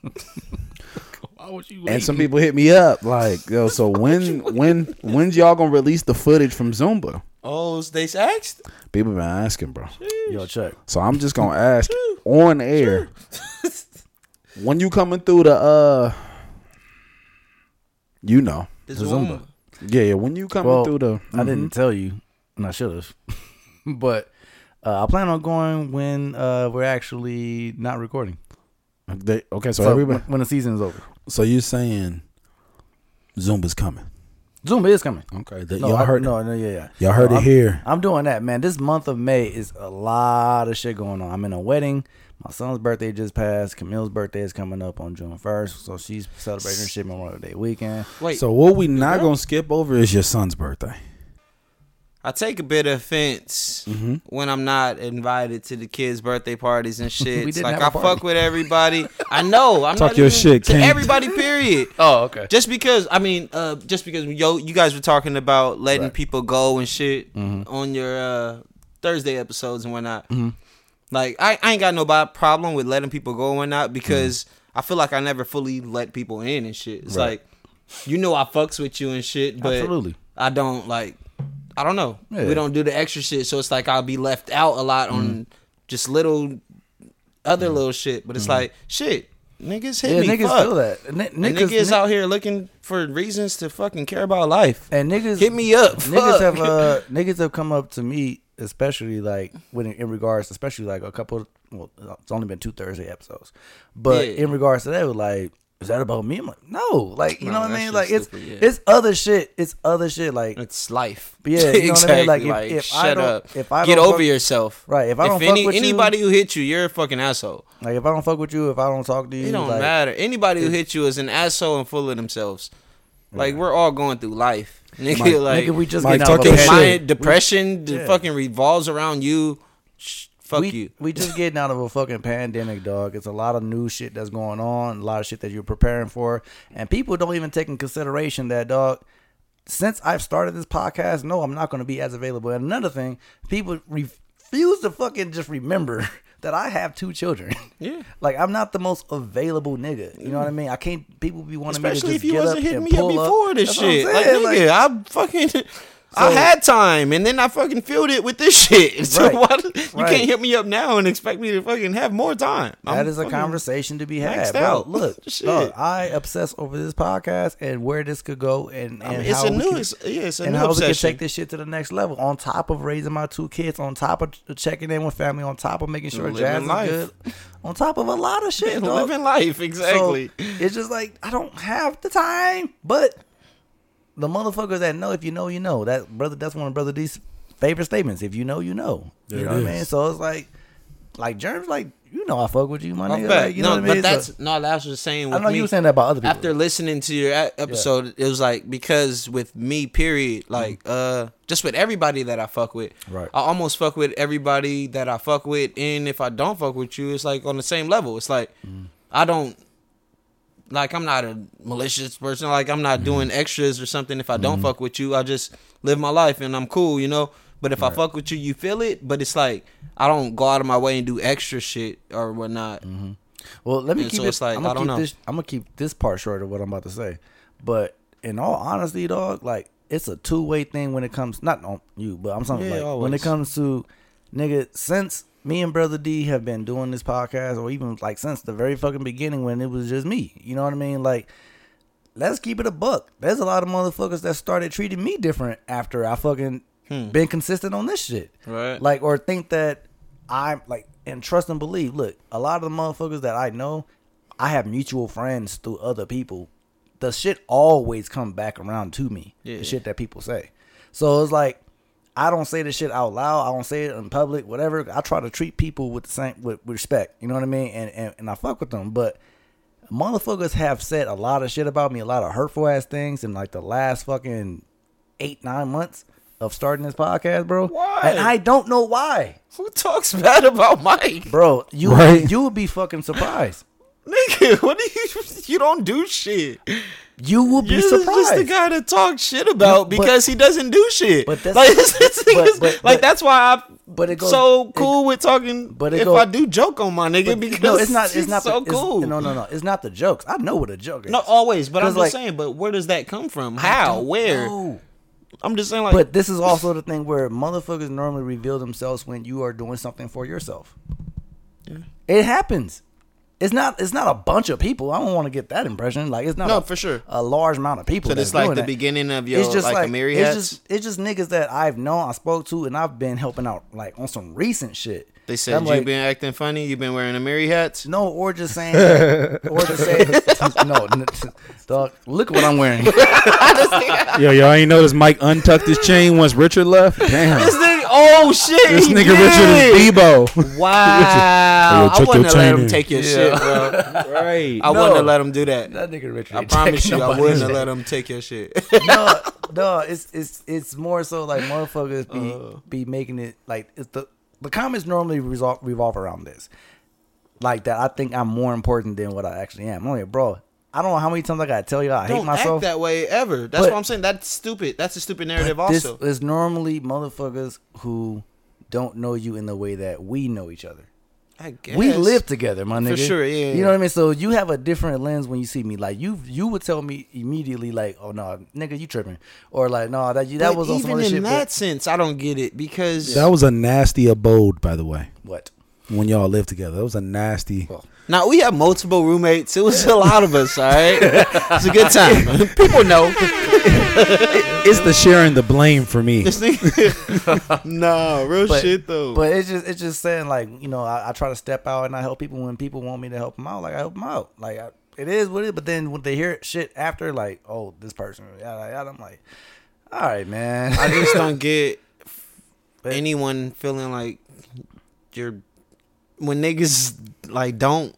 Speaker 4: and some people hit me up like, "Yo, so when when when's y'all gonna release the footage from Zumba?"
Speaker 3: Oh, they asked.
Speaker 4: People been asking, bro.
Speaker 2: Yo, check.
Speaker 4: So I'm just gonna ask on air when you coming through the uh, you know,
Speaker 3: This Zumba.
Speaker 4: yeah, yeah. When you coming
Speaker 2: Well,
Speaker 4: through Mm-hmm. the,
Speaker 2: I didn't tell you, and I should have. but uh, I plan on going when uh, we're actually not recording.
Speaker 4: mm-hmm. They, okay, so,
Speaker 2: So
Speaker 4: everybody.
Speaker 2: when, when the season is over,
Speaker 4: So you're saying Zumba's coming?
Speaker 2: Zoom is coming.
Speaker 4: Okay, that
Speaker 2: No,
Speaker 4: y'all
Speaker 2: I,
Speaker 4: heard.
Speaker 2: no, no, yeah, yeah.
Speaker 4: Y'all heard
Speaker 2: No,
Speaker 4: it
Speaker 2: I'm-
Speaker 4: here.
Speaker 2: I'm doing that, man. This month of May is a lot of shit going on. I'm in a wedding. My son's birthday just passed. Camille's birthday is coming up on June 1st, so she's celebrating her shit Memorial Day weekend.
Speaker 3: Wait,
Speaker 4: So what we not gonna skip over is your son's birthday.
Speaker 3: I take a bit of offense
Speaker 2: Mm-hmm.
Speaker 3: when I'm not invited to the kids' birthday parties and shit. It's
Speaker 2: didn't
Speaker 3: like I
Speaker 2: have a
Speaker 3: fuck
Speaker 2: party.
Speaker 3: with everybody. I know. I'm
Speaker 4: Talk
Speaker 3: not
Speaker 4: your
Speaker 3: even-
Speaker 4: shit,
Speaker 3: to
Speaker 4: King.
Speaker 3: everybody. Period.
Speaker 2: Oh, okay.
Speaker 3: Just because I mean, uh, just because yo, you guys were talking about letting people go and shit
Speaker 2: Mm-hmm.
Speaker 3: on your uh, Thursday episodes and whatnot. Like I, I ain't got no bo- problem with letting people go and
Speaker 2: Mm-hmm.
Speaker 3: whatnot because I feel like I never fully let people in and shit. It's like you know I fucks with you and shit, but
Speaker 2: Absolutely.
Speaker 3: I don't like. I don't know.
Speaker 2: Yeah. Mm-hmm.
Speaker 3: We don't do the extra shit, so it's like I'll be left out a lot on just little other little shit. But it's like shit, niggas hit
Speaker 2: Mm-hmm. Yeah,
Speaker 3: me.
Speaker 2: niggas
Speaker 3: fuck.
Speaker 2: feel that. N-
Speaker 3: And
Speaker 2: niggas,
Speaker 3: niggas
Speaker 2: ni-
Speaker 3: out here looking for reasons to fucking care about life.
Speaker 2: and niggas
Speaker 3: Hit me up.
Speaker 2: Niggas
Speaker 3: fuck.
Speaker 2: have uh, niggas have come up to me, especially like when in regards, especially like a couple. Well, it's only been two Thursday episodes, but
Speaker 3: Yeah.
Speaker 2: in regards to that, was like, is that about me? I'm like, no, like you
Speaker 3: No,
Speaker 2: know what
Speaker 3: that
Speaker 2: I mean?
Speaker 3: shit's
Speaker 2: Like it's
Speaker 3: stupid, yeah.
Speaker 2: it's other shit. It's other shit. Like
Speaker 3: it's life.
Speaker 2: But yeah, you know what I mean? Like, if- if I
Speaker 3: shut
Speaker 2: don't-
Speaker 3: up.
Speaker 2: if I
Speaker 3: get
Speaker 2: don't
Speaker 3: over
Speaker 2: fuck-
Speaker 3: yourself.
Speaker 2: Right, if I don't fuck
Speaker 3: any,
Speaker 2: with you-
Speaker 3: anybody who hit you, you're a fucking asshole.
Speaker 2: like if I don't fuck with you, if I don't talk to you,
Speaker 3: It don't
Speaker 2: like,
Speaker 3: matter. Anybody who hit you is an asshole and full of themselves. Like we're all going through life, nigga. like
Speaker 2: nigga, we just
Speaker 4: Mike,
Speaker 2: getting out
Speaker 4: talk
Speaker 2: of a
Speaker 4: your
Speaker 2: pandemic.
Speaker 4: shit.
Speaker 3: my depression the
Speaker 2: yeah.
Speaker 3: fucking revolves around you. Sh- Fuck
Speaker 2: we,
Speaker 3: you.
Speaker 2: We just getting out of a fucking pandemic, dog. It's a lot of new shit that's going on, a lot of shit that you're preparing for, and people don't even take in consideration that, dog. Since I've started this podcast, no, I'm not going to be as available. And another thing, people refuse to fucking just remember that I have two children.
Speaker 3: Yeah.
Speaker 2: like I'm not the most available nigga. You know what I mean? I can't. People be wanting
Speaker 3: Especially
Speaker 2: me to just
Speaker 3: if you
Speaker 2: get
Speaker 3: wasn't
Speaker 2: up
Speaker 3: hitting
Speaker 2: and
Speaker 3: me up
Speaker 2: pull
Speaker 3: before this
Speaker 2: That's what I'm
Speaker 3: shit. Like,
Speaker 2: saying,
Speaker 3: nigga, I fucking, I
Speaker 2: So-
Speaker 3: had time, and then I fucking filled it with this shit. So
Speaker 2: Right.
Speaker 3: why, do- you
Speaker 2: Right.
Speaker 3: can't hit me up now and expect me to fucking have more time.
Speaker 2: That is a
Speaker 3: fucking-
Speaker 2: conversation to be
Speaker 3: maxed
Speaker 2: had. Bro,
Speaker 3: out.
Speaker 2: Look,
Speaker 3: Shit.
Speaker 2: dog, I obsess over this podcast and where this could go, and, and
Speaker 3: mean, it's
Speaker 2: how
Speaker 3: a
Speaker 2: we
Speaker 3: new-
Speaker 2: can-
Speaker 3: it's- yeah, it's a
Speaker 2: and
Speaker 3: new
Speaker 2: how we can
Speaker 3: obsession.
Speaker 2: take this shit to the next level. On top of raising my two kids, on top of ch- checking in with family, on top of making sure
Speaker 3: Living
Speaker 2: jazz
Speaker 3: life.
Speaker 2: is good, on top of a lot of shit.
Speaker 3: And
Speaker 2: dog.
Speaker 3: living life exactly.
Speaker 2: So it's just like I don't have the time, but the motherfuckers that know, if you know, you know. That brother, that's one of brother D's favorite statements. If you know, you know. you
Speaker 4: There
Speaker 2: know
Speaker 4: it
Speaker 2: what I mean?
Speaker 4: is.
Speaker 2: So it's like, like germs, like you know, I fuck with you, my
Speaker 3: My
Speaker 2: nigga.
Speaker 3: fact.
Speaker 2: Like, you
Speaker 3: no,
Speaker 2: know what I mean?
Speaker 3: but
Speaker 2: So-
Speaker 3: that's no. That's what I'm saying.
Speaker 2: I
Speaker 3: With
Speaker 2: know
Speaker 3: me,
Speaker 2: you were saying that about other people.
Speaker 3: after listening to your e- episode, it was like because with me, period, like
Speaker 2: Mm-hmm.
Speaker 3: uh, just with everybody that I fuck with,
Speaker 2: Right.
Speaker 3: I almost fuck with everybody that I fuck with, and if I don't fuck with you, it's like on the same level. It's like
Speaker 2: Mm.
Speaker 3: I don't. Like I'm not a malicious person. Like I'm
Speaker 2: Mm.
Speaker 3: not doing extras or something. If I don't fuck with you, I just live my life and I'm cool, you know. But if I fuck with you, you feel it. But it's like I don't go out of my way and do extra shit or whatnot.
Speaker 2: Mm-hmm. well, let me
Speaker 3: And
Speaker 2: keep
Speaker 3: so
Speaker 2: it.
Speaker 3: it's like,
Speaker 2: I'm
Speaker 3: I
Speaker 2: gonna
Speaker 3: don't
Speaker 2: keep
Speaker 3: know.
Speaker 2: this. I'm gonna keep this part short of what I'm about to say. But in all honesty, dog, like it's a two way thing when it comes. Not on you, but I'm talking
Speaker 3: Yeah,
Speaker 2: like when
Speaker 3: always.
Speaker 2: it comes to nigga. Since me and brother D have been doing this podcast, or even like since the very fucking beginning when it was just me. You know what I mean? Like let's keep it a buck. There's a lot of motherfuckers that started treating me different after I fucking
Speaker 3: Hmm.
Speaker 2: been consistent on this shit.
Speaker 3: Right.
Speaker 2: Like, or think that I'm like, and trust and believe. Look, a lot of the motherfuckers that I know, I have mutual friends through other people. The shit always come back around to me.
Speaker 3: Yeah.
Speaker 2: The shit that people say. So it's like, I don't say this shit out loud. I don't say it in public, whatever. I try to treat people with the same with, with respect. You know what I mean? And, and and I fuck with them. But motherfuckers have said a lot of shit about me, a lot of hurtful ass things in like the last fucking eight, nine months of starting this podcast, bro.
Speaker 3: Why?
Speaker 2: And I don't know why.
Speaker 3: Who talks bad about Mike?
Speaker 2: Bro, you
Speaker 4: Right.
Speaker 2: you would be fucking surprised.
Speaker 3: Nigga, what do you? You don't do shit.
Speaker 2: You would be
Speaker 3: You're just
Speaker 2: surprised.
Speaker 3: the guy to talk shit about
Speaker 2: but-
Speaker 3: because he doesn't do shit.
Speaker 2: but that's-
Speaker 3: like, this, this
Speaker 2: but-
Speaker 3: nigga's-
Speaker 2: but-
Speaker 3: like
Speaker 2: but-
Speaker 3: that's why I'm
Speaker 2: but it goes-
Speaker 3: so
Speaker 2: it-
Speaker 3: cool with talking.
Speaker 2: but
Speaker 3: But
Speaker 2: it
Speaker 3: if
Speaker 2: go-
Speaker 3: I do joke on my nigga, because
Speaker 2: no, it's not. It's not. the-
Speaker 3: so
Speaker 2: it's-
Speaker 3: cool.
Speaker 2: No, no, no. It's not the jokes. I know what a joke is.
Speaker 3: Not always, but I'm
Speaker 2: 'Cause,
Speaker 3: just
Speaker 2: like-
Speaker 3: saying. But where does that come from?
Speaker 2: I
Speaker 3: How?
Speaker 2: don't
Speaker 3: Where?
Speaker 2: know.
Speaker 3: I'm just saying, like,
Speaker 2: But this is also the thing where motherfuckers normally reveal themselves when you are doing something for yourself. It happens. It's not. It's not a bunch of people. I don't want to get that impression. Like it's not.
Speaker 3: No,
Speaker 2: a-
Speaker 3: for sure.
Speaker 2: A large amount of people.
Speaker 3: but
Speaker 2: that's
Speaker 3: it's like
Speaker 2: doing
Speaker 3: the
Speaker 2: that.
Speaker 3: beginning of your like, a Mary
Speaker 2: it's
Speaker 3: Hats.
Speaker 2: just it's just niggas that I've known, I spoke to, and I've been helping out like on some recent shit.
Speaker 3: they
Speaker 2: And
Speaker 3: said
Speaker 2: I'm
Speaker 3: you've
Speaker 2: like,
Speaker 3: been acting funny. You've been wearing a Mary hat.
Speaker 2: no, or just saying, or just saying, no, n- dog. Look what I'm wearing.
Speaker 4: Yo, y'all ain't noticed Mike untucked his chain once Richard left. Damn,
Speaker 3: This nigga, oh shit!
Speaker 4: this
Speaker 3: he
Speaker 4: nigga
Speaker 3: did.
Speaker 4: Richard is Debo.
Speaker 3: Wow,
Speaker 4: Hey, yo, check
Speaker 3: I wouldn't
Speaker 4: your
Speaker 3: have let
Speaker 4: chain
Speaker 3: him
Speaker 4: in.
Speaker 3: take your shit, bro.
Speaker 4: Right.
Speaker 3: I wouldn't have let him do that.
Speaker 2: that nigga Richard.
Speaker 3: I
Speaker 2: ain't
Speaker 3: promise
Speaker 2: taking
Speaker 3: you, I
Speaker 2: nobody's
Speaker 3: wouldn't have
Speaker 2: shit.
Speaker 3: let him take your shit.
Speaker 2: no, no, it's it's it's more so like motherfuckers be
Speaker 3: Uh.
Speaker 2: be making it like it's the the comments normally resolve, revolve around this, like that. I think I'm more important than what I actually am. I'm like, bro, I don't know how many times I gotta tell you I hate
Speaker 3: Don't
Speaker 2: myself.
Speaker 3: act that way ever. That's
Speaker 2: But-
Speaker 3: what I'm saying. That's stupid. That's a stupid narrative.
Speaker 2: But this
Speaker 3: Also,
Speaker 2: is normally motherfuckers who don't know you in the way that we know each other.
Speaker 3: I guess
Speaker 2: We live together, my nigga.
Speaker 3: sure, yeah, yeah,
Speaker 2: You know what I
Speaker 3: yeah.
Speaker 2: mean. So you have a different lens when you see me. Like you, you would tell me immediately, like, "Oh no, nigga, you tripping," or like, "No, that you that
Speaker 3: But
Speaker 2: was on
Speaker 3: even
Speaker 2: some other
Speaker 3: in
Speaker 2: shit." but-
Speaker 3: that sense, I don't get it because
Speaker 4: That was a nasty abode, by the way.
Speaker 2: what?
Speaker 4: When y'all lived together, that was a nasty.
Speaker 3: now we have multiple roommates. It was a lot of us. All right, it's a good time. People know.
Speaker 4: It's the sharing the blame for me.
Speaker 3: This nigga. nah, real
Speaker 2: But-
Speaker 3: shit though.
Speaker 2: But it's just it's just saying like you know I, I try to step out and I help people when people want me to help them out. Like I help them out. Like I, it is what it is. But then when they hear shit after, like oh this person, yada, yada, I'm like, all right man.
Speaker 3: I just don't get
Speaker 2: But-
Speaker 3: anyone feeling like you're when niggas like don't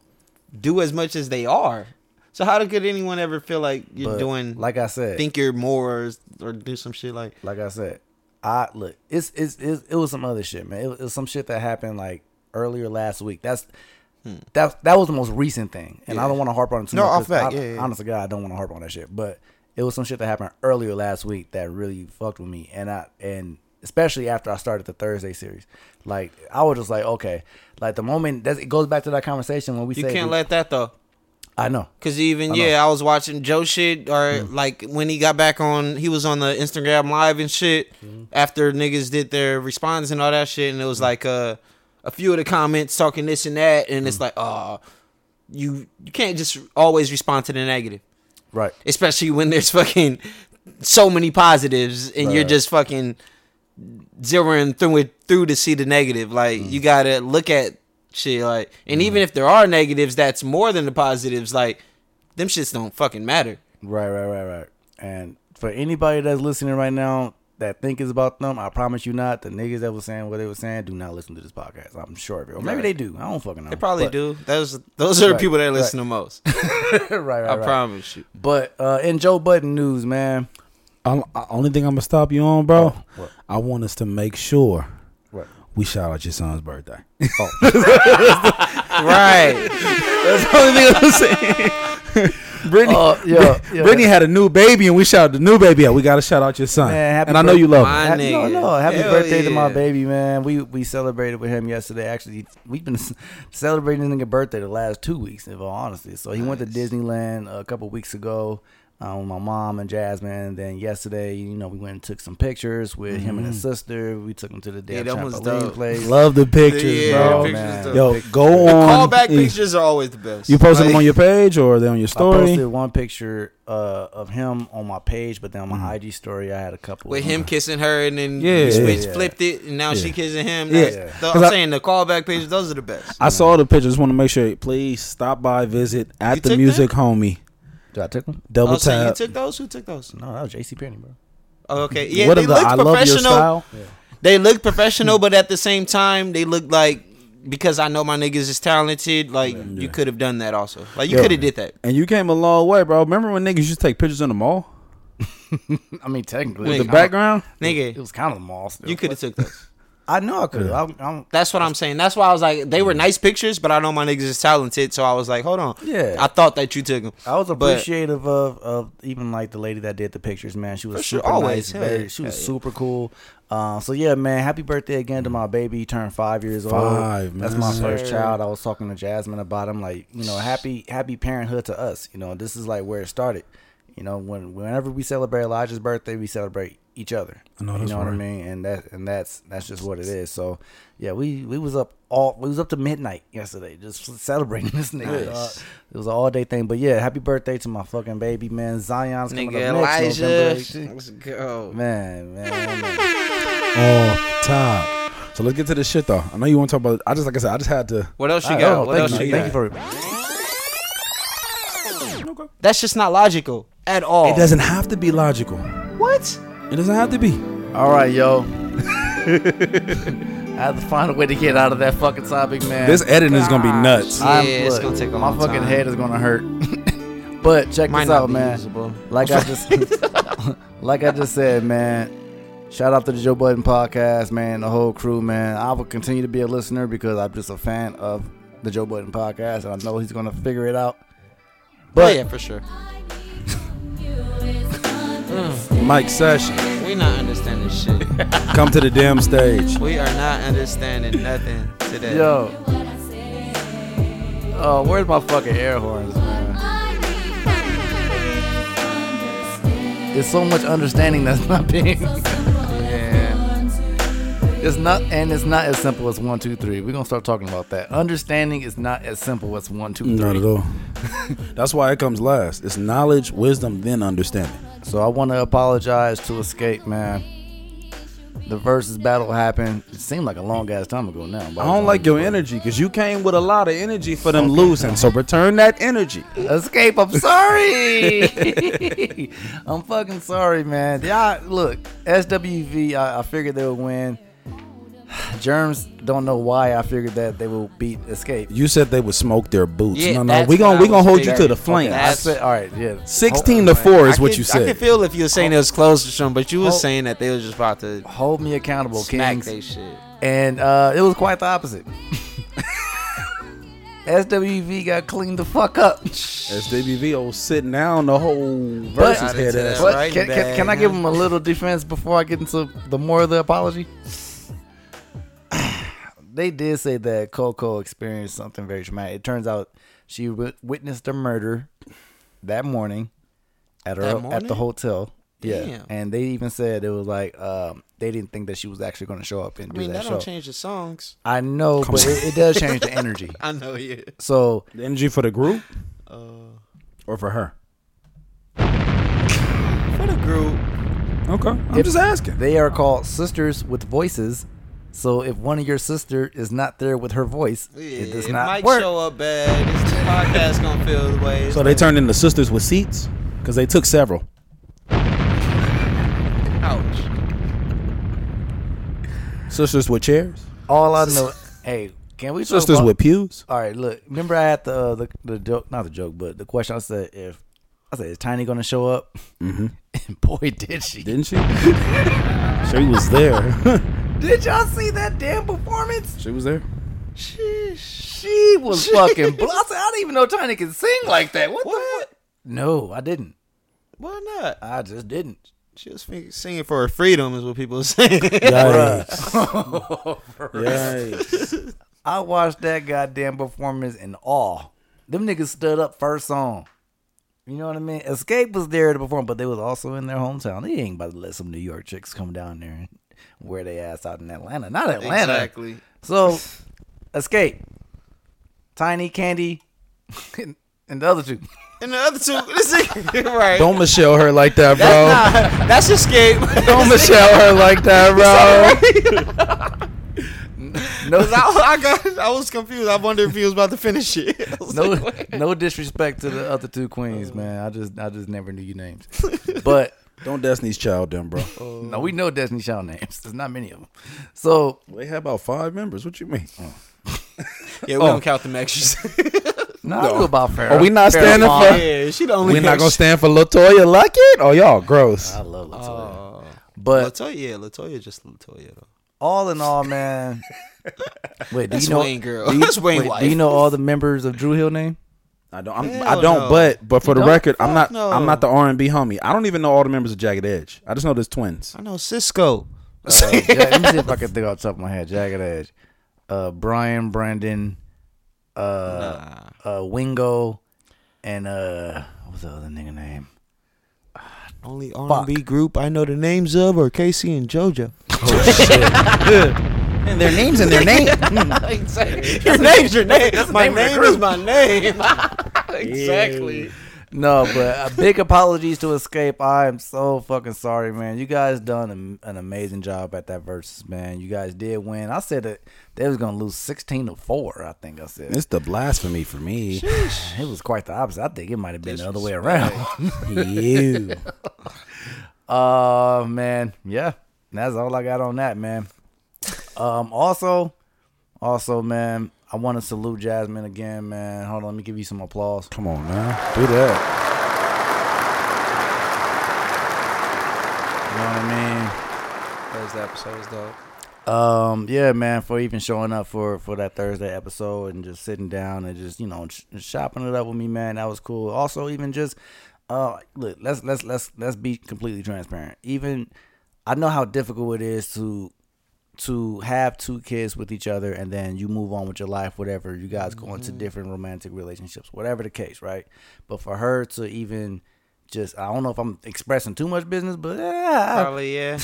Speaker 3: do as much as they are. So how could anyone ever feel like you're
Speaker 2: But
Speaker 3: doing
Speaker 2: like I said.
Speaker 3: think you're more or, or do some shit like
Speaker 2: like I said, I look. It's it's, it's it was some other shit, man. It, was- it was some shit that happened like earlier last week. That's that that was the most recent thing, and I don't want to harp on it too
Speaker 3: Hmm. No,
Speaker 2: much.
Speaker 3: off
Speaker 2: 'cause
Speaker 3: fact,
Speaker 2: I-
Speaker 3: yeah, yeah.
Speaker 2: Honest to God, I don't want to harp on that shit. But it was some shit that happened earlier last week that really fucked with me, and I and especially after I started the Thursday series, like I was just like, okay, like the moment that it goes back to that conversation when we
Speaker 3: you
Speaker 2: say
Speaker 3: can't let that though.
Speaker 2: I know. Hmm.
Speaker 3: Cause even yeah, I was watching Joe shit or like when he got back on, he was on the Instagram live and shit
Speaker 2: Hmm.
Speaker 3: after niggas did their response and all that shit, and it was like uh, a few of the comments talking this and that, and
Speaker 2: Hmm.
Speaker 3: it's like oh, you you can't just always respond to the negative,
Speaker 2: Right.
Speaker 3: especially when there's fucking so many positives and you're
Speaker 2: Right.
Speaker 3: just fucking zeroing through it through to see the negative. Like
Speaker 4: Mm.
Speaker 3: you gotta look at shit like and even if there are negatives that's more than the positives, like them shits don't fucking matter.
Speaker 2: Right, right, right, right. And for anybody that's listening right now that think is about them, I promise you not. The niggas that was saying what they were saying do not listen to this podcast. I'm sure of it. Or maybe they do. I don't fucking know.
Speaker 3: They probably
Speaker 2: But-
Speaker 3: do. Those those are the
Speaker 2: Right,
Speaker 3: people that
Speaker 2: right.
Speaker 3: listen the most. I
Speaker 2: right, right, right.
Speaker 3: promise you.
Speaker 2: But uh, in Joe Budden news, man. Oh,
Speaker 4: I'm, I, only thing I'm gonna stop you on, bro.
Speaker 2: What?
Speaker 4: I want us to make sure
Speaker 2: What? Oh.
Speaker 4: we shout out your son's birthday.
Speaker 3: Right.
Speaker 4: That's the only thing I'm saying. Brittany,
Speaker 2: Uh, yeah, yeah.
Speaker 4: Brittany had a new baby, and we shouted the new baby out. We gotta shout out your son,
Speaker 2: Man, happy
Speaker 4: and I know you love him.
Speaker 3: My
Speaker 2: Ha- no,
Speaker 3: nigga.
Speaker 2: no. Happy
Speaker 3: Hell
Speaker 2: birthday to
Speaker 3: yeah.
Speaker 2: my baby, man. We we celebrated with him yesterday. Actually, we've been celebrating his nigga birthday the last two weeks, if I'm honest. So he went to Disneyland a couple weeks ago um, with my mom and Jasmine. Then yesterday, you know, we went and took some pictures with him and his sister. We took him to the damn
Speaker 3: Mm-hmm. that was
Speaker 2: trampoline
Speaker 3: dope.
Speaker 2: place.
Speaker 4: Love the pictures,
Speaker 3: Yeah,
Speaker 4: bro.
Speaker 3: the pictures
Speaker 2: man.
Speaker 3: dope.
Speaker 4: Yo, go on.
Speaker 3: Callback
Speaker 4: Yeah.
Speaker 3: pictures are always the best.
Speaker 4: You posted them
Speaker 3: Like,
Speaker 4: on your page or are they on your
Speaker 2: I posted
Speaker 4: story?
Speaker 2: one picture uh, of him on my page, but then on my IG story, I had a couple
Speaker 3: with
Speaker 2: of
Speaker 3: him kissing her and then
Speaker 4: Yeah.
Speaker 3: you switched,
Speaker 2: Mm-hmm. Yeah.
Speaker 3: flipped it, and now she
Speaker 4: Mm. Yeah.
Speaker 3: kissing him.
Speaker 4: Yeah.
Speaker 3: That's,
Speaker 4: Yeah.
Speaker 3: the-
Speaker 4: 'Cause
Speaker 3: I'm
Speaker 4: I-
Speaker 3: saying the callback pages, those are the best.
Speaker 4: I saw the picture. Just want to make sure. Please stop by, visit at
Speaker 3: You
Speaker 4: the
Speaker 3: took
Speaker 4: music homie.
Speaker 2: Did I take one?
Speaker 4: Double
Speaker 3: Oh, so you
Speaker 4: tap.
Speaker 3: took those? Who took those?
Speaker 2: No, that was JC Penny, bro.
Speaker 3: Oh, okay. Yeah,
Speaker 4: what
Speaker 3: they
Speaker 4: of the
Speaker 3: look
Speaker 4: I love your
Speaker 3: professional.
Speaker 4: style?
Speaker 3: they look professional, but at the same time, they look like because I know my niggas is talented. Like you could have done that also. Like oh, you
Speaker 4: Yeah.
Speaker 3: could have did that.
Speaker 4: And you came a long way, bro. Remember when niggas used to take pictures in the mall?
Speaker 2: I mean, technically, it
Speaker 3: With
Speaker 4: The
Speaker 2: was
Speaker 3: Nigga.
Speaker 4: background?
Speaker 2: kinda- It
Speaker 3: Nigga,
Speaker 2: was kind of the mall. Still.
Speaker 3: you could have took those.
Speaker 2: I know I could. I'm, I'm,
Speaker 3: That's what I'm saying. That's why I was like, they were nice pictures, but I know my niggas is talented, so I was like, hold on.
Speaker 4: Yeah.
Speaker 3: I thought that you took them.
Speaker 2: I was
Speaker 3: But-
Speaker 2: appreciative of of even like the lady that did the pictures, man. She was
Speaker 3: sure,
Speaker 2: super
Speaker 3: always.
Speaker 2: nice,
Speaker 3: Hell
Speaker 2: very-
Speaker 3: yeah.
Speaker 2: she was
Speaker 3: Hell yeah.
Speaker 2: super cool. Uh, so yeah, man, happy birthday again to my baby. He turned five years old.
Speaker 4: Five,
Speaker 2: That's
Speaker 4: man.
Speaker 2: my
Speaker 4: Sir.
Speaker 2: first child. I was talking to Jasmine about him, like you know, happy happy parenthood to us. You know, this is like where it started. You know, when whenever we celebrate Elijah's birthday, we celebrate each other.
Speaker 4: I know,
Speaker 2: you
Speaker 4: that's
Speaker 2: know what I
Speaker 4: right.
Speaker 2: mean, and that and that's that's just what it is. So yeah, we we was up all we was up to midnight yesterday, just celebrating this nigga. dog.
Speaker 3: Nice.
Speaker 2: It was an all day thing, but yeah, happy birthday to my fucking baby, man. Zion's coming
Speaker 3: Nigga,
Speaker 2: up next November
Speaker 3: Elijah.
Speaker 2: 18th.
Speaker 3: Let's go.
Speaker 2: Man, man,
Speaker 4: Oh, time. So let's get to this shit though. I know you want to talk about. I just like I said, I just had to.
Speaker 3: What else you
Speaker 2: Alright,
Speaker 3: got?
Speaker 2: oh,
Speaker 3: what
Speaker 2: thank
Speaker 3: else
Speaker 2: you,
Speaker 3: you
Speaker 2: thank you
Speaker 3: got?
Speaker 2: for
Speaker 3: That's just not logical at all.
Speaker 4: It doesn't have to be logical.
Speaker 3: What?
Speaker 4: It doesn't have to be.
Speaker 2: All right, yo. I have to find a way to get out of that fucking topic, man.
Speaker 4: This editing is gonna be nuts.
Speaker 3: Yeah, it's gonna take a
Speaker 2: My
Speaker 3: long
Speaker 2: fucking
Speaker 3: time.
Speaker 2: head is gonna hurt. but check
Speaker 3: Might
Speaker 2: this
Speaker 3: not
Speaker 2: out,
Speaker 3: be
Speaker 2: man.
Speaker 3: usable.
Speaker 2: Like I just, like I just said, man. Shout out to the Joe Budden podcast, man. The whole crew, man. I will continue to be a listener because I'm just a fan of the Joe Budden podcast, and I know he's gonna figure it out.
Speaker 3: Oh,
Speaker 2: But
Speaker 3: yeah, for sure.
Speaker 4: Mike Session,
Speaker 3: We not understanding shit.
Speaker 4: come to the damn stage.
Speaker 3: we are not understanding nothing today.
Speaker 2: Yo. Oh, where's my fucking air horns, man? It's so much understanding that's not being. yeah. It's not, and it's not as simple as one, two, three. We're gonna start talking about that. Understanding is not as simple as one, two, three.
Speaker 4: Not at all. That's why it comes last. It's knowledge, wisdom, then understanding.
Speaker 2: So I want to apologize to Escape, man. The versus battle happened. It seemed like a long ass time ago now. but
Speaker 4: I don't like your energy because you came with a lot of energy for them losing. So return that energy.
Speaker 2: Escape, I'm sorry. I'm fucking sorry, man. Yeah, look, SWV, I, I figured they would win. Germs don't know why I figured that they will beat Escape.
Speaker 4: You said they would smoke their boots.
Speaker 3: Yeah,
Speaker 4: no, no,
Speaker 3: that's
Speaker 4: we
Speaker 3: what
Speaker 4: gonna
Speaker 3: I
Speaker 4: we gonna
Speaker 3: was
Speaker 4: hold you to
Speaker 3: thinking.
Speaker 4: the flames.
Speaker 2: I
Speaker 3: That's-
Speaker 2: said, all right, yeah.
Speaker 4: Sixteen to four is
Speaker 3: I
Speaker 4: what
Speaker 3: could-
Speaker 4: you
Speaker 3: I
Speaker 4: said.
Speaker 3: could feel if you were saying it was close to something, but you was
Speaker 2: Hold-
Speaker 3: saying that they was just about to
Speaker 2: Hold, hold me accountable,
Speaker 3: smack
Speaker 2: Kings.
Speaker 3: they shit.
Speaker 2: And uh, it was quite the opposite. SWV got cleaned the fuck up.
Speaker 4: SDBV old sitting down the whole
Speaker 2: But-
Speaker 4: versus head ass.
Speaker 3: But-
Speaker 2: What, can, can, can I give him a little defense before I get into the more of the apology? they did say that Coco experienced something very traumatic. It turns out she wit- witnessed a murder that morning at her
Speaker 3: That
Speaker 2: at the
Speaker 3: morning?
Speaker 2: hotel. Yeah,
Speaker 3: Damn.
Speaker 2: and they even said it was like um, they didn't think that she was actually going to show up and
Speaker 3: I
Speaker 2: do
Speaker 3: mean,
Speaker 2: that,
Speaker 3: that don't
Speaker 2: show.
Speaker 3: change the songs.
Speaker 2: I know, but it, it does change the energy.
Speaker 3: I know, yeah.
Speaker 2: So
Speaker 4: The energy for the group, or for her.
Speaker 3: For the group,
Speaker 4: Okay, I'm just asking.
Speaker 2: They are called sisters with voices. So if one of your sister is not there with her voice, it does
Speaker 3: it
Speaker 2: not
Speaker 3: might
Speaker 2: work.
Speaker 3: show up bad. This podcast gonna feel the way.
Speaker 4: So they turned into sisters with seats because they took several.
Speaker 3: ouch.
Speaker 4: Sisters with chairs.
Speaker 2: All I know, hey, can we talk
Speaker 4: Sisters
Speaker 2: about-
Speaker 4: with pews.
Speaker 2: All right, look. Remember, I had the uh, the the joke, not the joke, but the question. I said, if I said, is Tiny gonna show up?
Speaker 4: Mm-hmm.
Speaker 2: And boy, did she! Did,
Speaker 4: Didn't she? she was there.
Speaker 2: y'all see that damn performance?
Speaker 4: she was there.
Speaker 2: She, she was fucking. Bl- I said, I didn't even know Tiny could sing like that. What, the
Speaker 3: What?
Speaker 2: fuck? No, I didn't.
Speaker 3: Why not?
Speaker 2: I just didn't.
Speaker 3: She was sing- singing for her freedom, is what people are saying.
Speaker 4: Yikes. Yikes.
Speaker 2: Oh, I watched that goddamn performance in awe. Them niggas stood up first song. You know what I mean? Escape was there to perform, but they was also in their hometown. They ain't about to let some New York chicks come down there and wear their ass out in Atlanta. Not Atlanta.
Speaker 3: Exactly.
Speaker 2: So, Escape, Tiny Candy, and, and the other two.
Speaker 3: And the other two, this is, right?
Speaker 4: Don't Michelle her like that, bro.
Speaker 3: Nah, that's escape.
Speaker 4: Don't Michelle her like that, bro.
Speaker 2: No,
Speaker 3: I, I got, I was confused. I wonder if he was about to finish it. I was like,
Speaker 2: no,
Speaker 3: what? Oh.
Speaker 2: no disrespect to the other two queens, man. I just, I just never knew your names. But
Speaker 4: Don't Destiny's Child them, bro.
Speaker 3: Oh.
Speaker 2: No, we know Destiny Child names. There's not many of them. So Oh.
Speaker 4: They have about five members. What you mean?
Speaker 3: Yeah, we don't count them extras.
Speaker 2: no, I knew about Farrah.
Speaker 4: Are we not
Speaker 2: Farrah
Speaker 4: standing
Speaker 2: Fawcett.
Speaker 4: for?
Speaker 3: yeah, she the only.
Speaker 4: We're not
Speaker 3: extra.
Speaker 4: gonna stand for Latoya Luckett. Oh, y'all gross.
Speaker 2: I love Latoya.
Speaker 3: Oh.
Speaker 2: but
Speaker 3: Latoya, yeah, Latoya, just Latoya though.
Speaker 2: all in all, man. Wait, do
Speaker 3: That's
Speaker 2: you know?
Speaker 3: Wayne girl.
Speaker 2: Do you,
Speaker 3: That's Wayne
Speaker 2: wait,
Speaker 3: wife.
Speaker 2: do you know all the members of Drew Hill name?
Speaker 4: I don't. I'm, I
Speaker 3: Hell
Speaker 4: don't.
Speaker 3: no.
Speaker 4: But but for the
Speaker 2: don't?
Speaker 4: record, I'm not.
Speaker 3: no.
Speaker 4: I'm not the R and B homie. I don't even know all the members of Jagged Edge. I just know there's twins.
Speaker 3: I know Cisco.
Speaker 2: Uh, Ja- let me see if I can think off the top of my head. Jagged Edge, uh, Brian, Brandon, uh, uh, Wingo, and uh, what's the other nigga name?
Speaker 3: Only R&B group I know the names of are Casey and JoJo.
Speaker 4: And their names and their name.
Speaker 3: Hmm. Your name's your name. My name is my name. exactly.
Speaker 2: No, but a big apologies to Escape. I am so fucking sorry, man. You guys done an, an amazing job at that versus, man. You guys did win. I said that they was gonna lose sixteen to four. I think I said
Speaker 4: It's the blasphemy for me.
Speaker 2: it was quite the opposite. I think it might have been the other way around.
Speaker 4: you.
Speaker 2: Uh man, yeah. That's all I got on that, man. Um also also man, I want to salute Jasmine again, man. Hold on, let me give you some applause.
Speaker 4: Come on, man. Do that.
Speaker 2: You know what I
Speaker 3: Those episodes, though.
Speaker 2: mean? Um yeah, man, for even showing up for for that Thursday episode and just sitting down and just, you know, sh- shopping it up with me, man. That was cool. Also even just uh look, let's let's let's let's be completely transparent. Even I know how difficult it is to to have two kids with each other and then you move on with your life, whatever. You guys go into different romantic relationships, whatever the case, right? But for her to even just, I don't know if I'm expressing too much business, but yeah,
Speaker 3: Probably, yeah.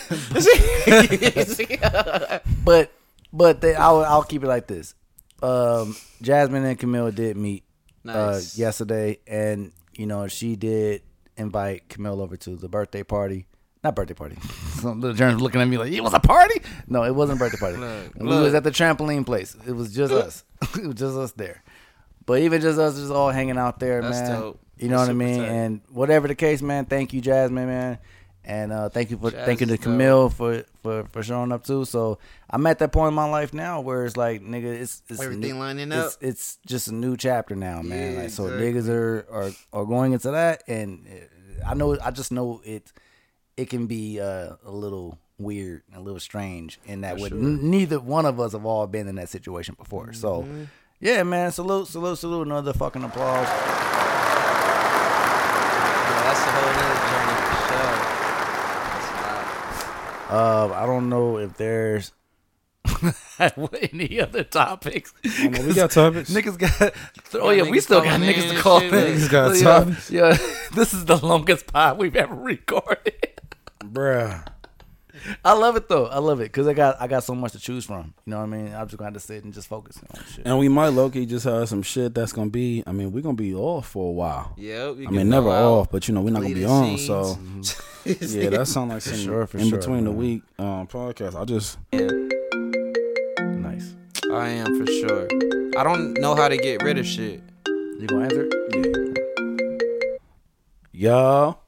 Speaker 2: but but they, I'll I'll keep it like this. Um, Jasmine and Camille did meet
Speaker 3: Nice.
Speaker 2: uh, yesterday, and you know she did invite Camille over to the birthday party. Not birthday party. Some little germs looking at me like it was a party. No, it wasn't a birthday party.
Speaker 3: Look,
Speaker 2: we
Speaker 3: look.
Speaker 2: was at the trampoline place. It was just us. it was just us there. But even just us, just all hanging out there,
Speaker 3: That's
Speaker 2: man.
Speaker 3: dope.
Speaker 2: You know
Speaker 3: That's
Speaker 2: what I mean?
Speaker 3: super tight.
Speaker 2: And whatever the case, man. Thank you, Jasmine, man. And uh, thank you for
Speaker 3: Jazz
Speaker 2: thank you to
Speaker 3: is dope.
Speaker 2: Camille for, for for showing up too. So I'm at that point in my life now where it's like, nigga, it's, it's
Speaker 3: Everything lining
Speaker 2: it's-
Speaker 3: up.
Speaker 2: it's just a new chapter now, man.
Speaker 3: Yeah,
Speaker 2: like so,
Speaker 3: exactly.
Speaker 2: niggas are, are are going into that, and uh, I know I just know it. It can be uh, a little weird, and a little strange, in that with n- neither one of us have all been in that situation before. So,
Speaker 3: Mm-hmm.
Speaker 2: yeah, man, salute, salute, salute, another fucking applause.
Speaker 3: Yeah, that's a whole nother journey
Speaker 2: Uh, I don't know if there's any other topics.
Speaker 4: we got topics.
Speaker 2: Niggas got. Oh yeah,
Speaker 3: Yeah,
Speaker 2: we
Speaker 3: niggas
Speaker 2: still got
Speaker 3: calling
Speaker 2: niggas
Speaker 3: in
Speaker 2: to call in.
Speaker 3: and shit, like-
Speaker 4: Niggas got
Speaker 2: yeah,
Speaker 4: topics.
Speaker 2: Yeah, this is the longest pod we've ever recorded.
Speaker 4: Bruh.
Speaker 2: I love it though. I love it because I got I got so much to choose from. You know what I mean? I'm just gonna have to sit and just focus on shit.
Speaker 4: And we might Loki just have some shit that's gonna be. I mean, we're gonna be off for a while.
Speaker 3: show. Yep. you
Speaker 4: I
Speaker 3: can
Speaker 4: mean, never
Speaker 3: go out,
Speaker 4: off, but you know, we're not gonna be
Speaker 3: leading
Speaker 4: on.
Speaker 3: scenes.
Speaker 4: So yeah, that sounds like some
Speaker 2: sure, for
Speaker 4: in
Speaker 2: sure,
Speaker 4: between the
Speaker 2: man.
Speaker 4: week um, podcast. I just
Speaker 2: Nice.
Speaker 3: I am for sure. I don't know how to get rid of shit.
Speaker 2: You gonna answer? it?
Speaker 4: Yo.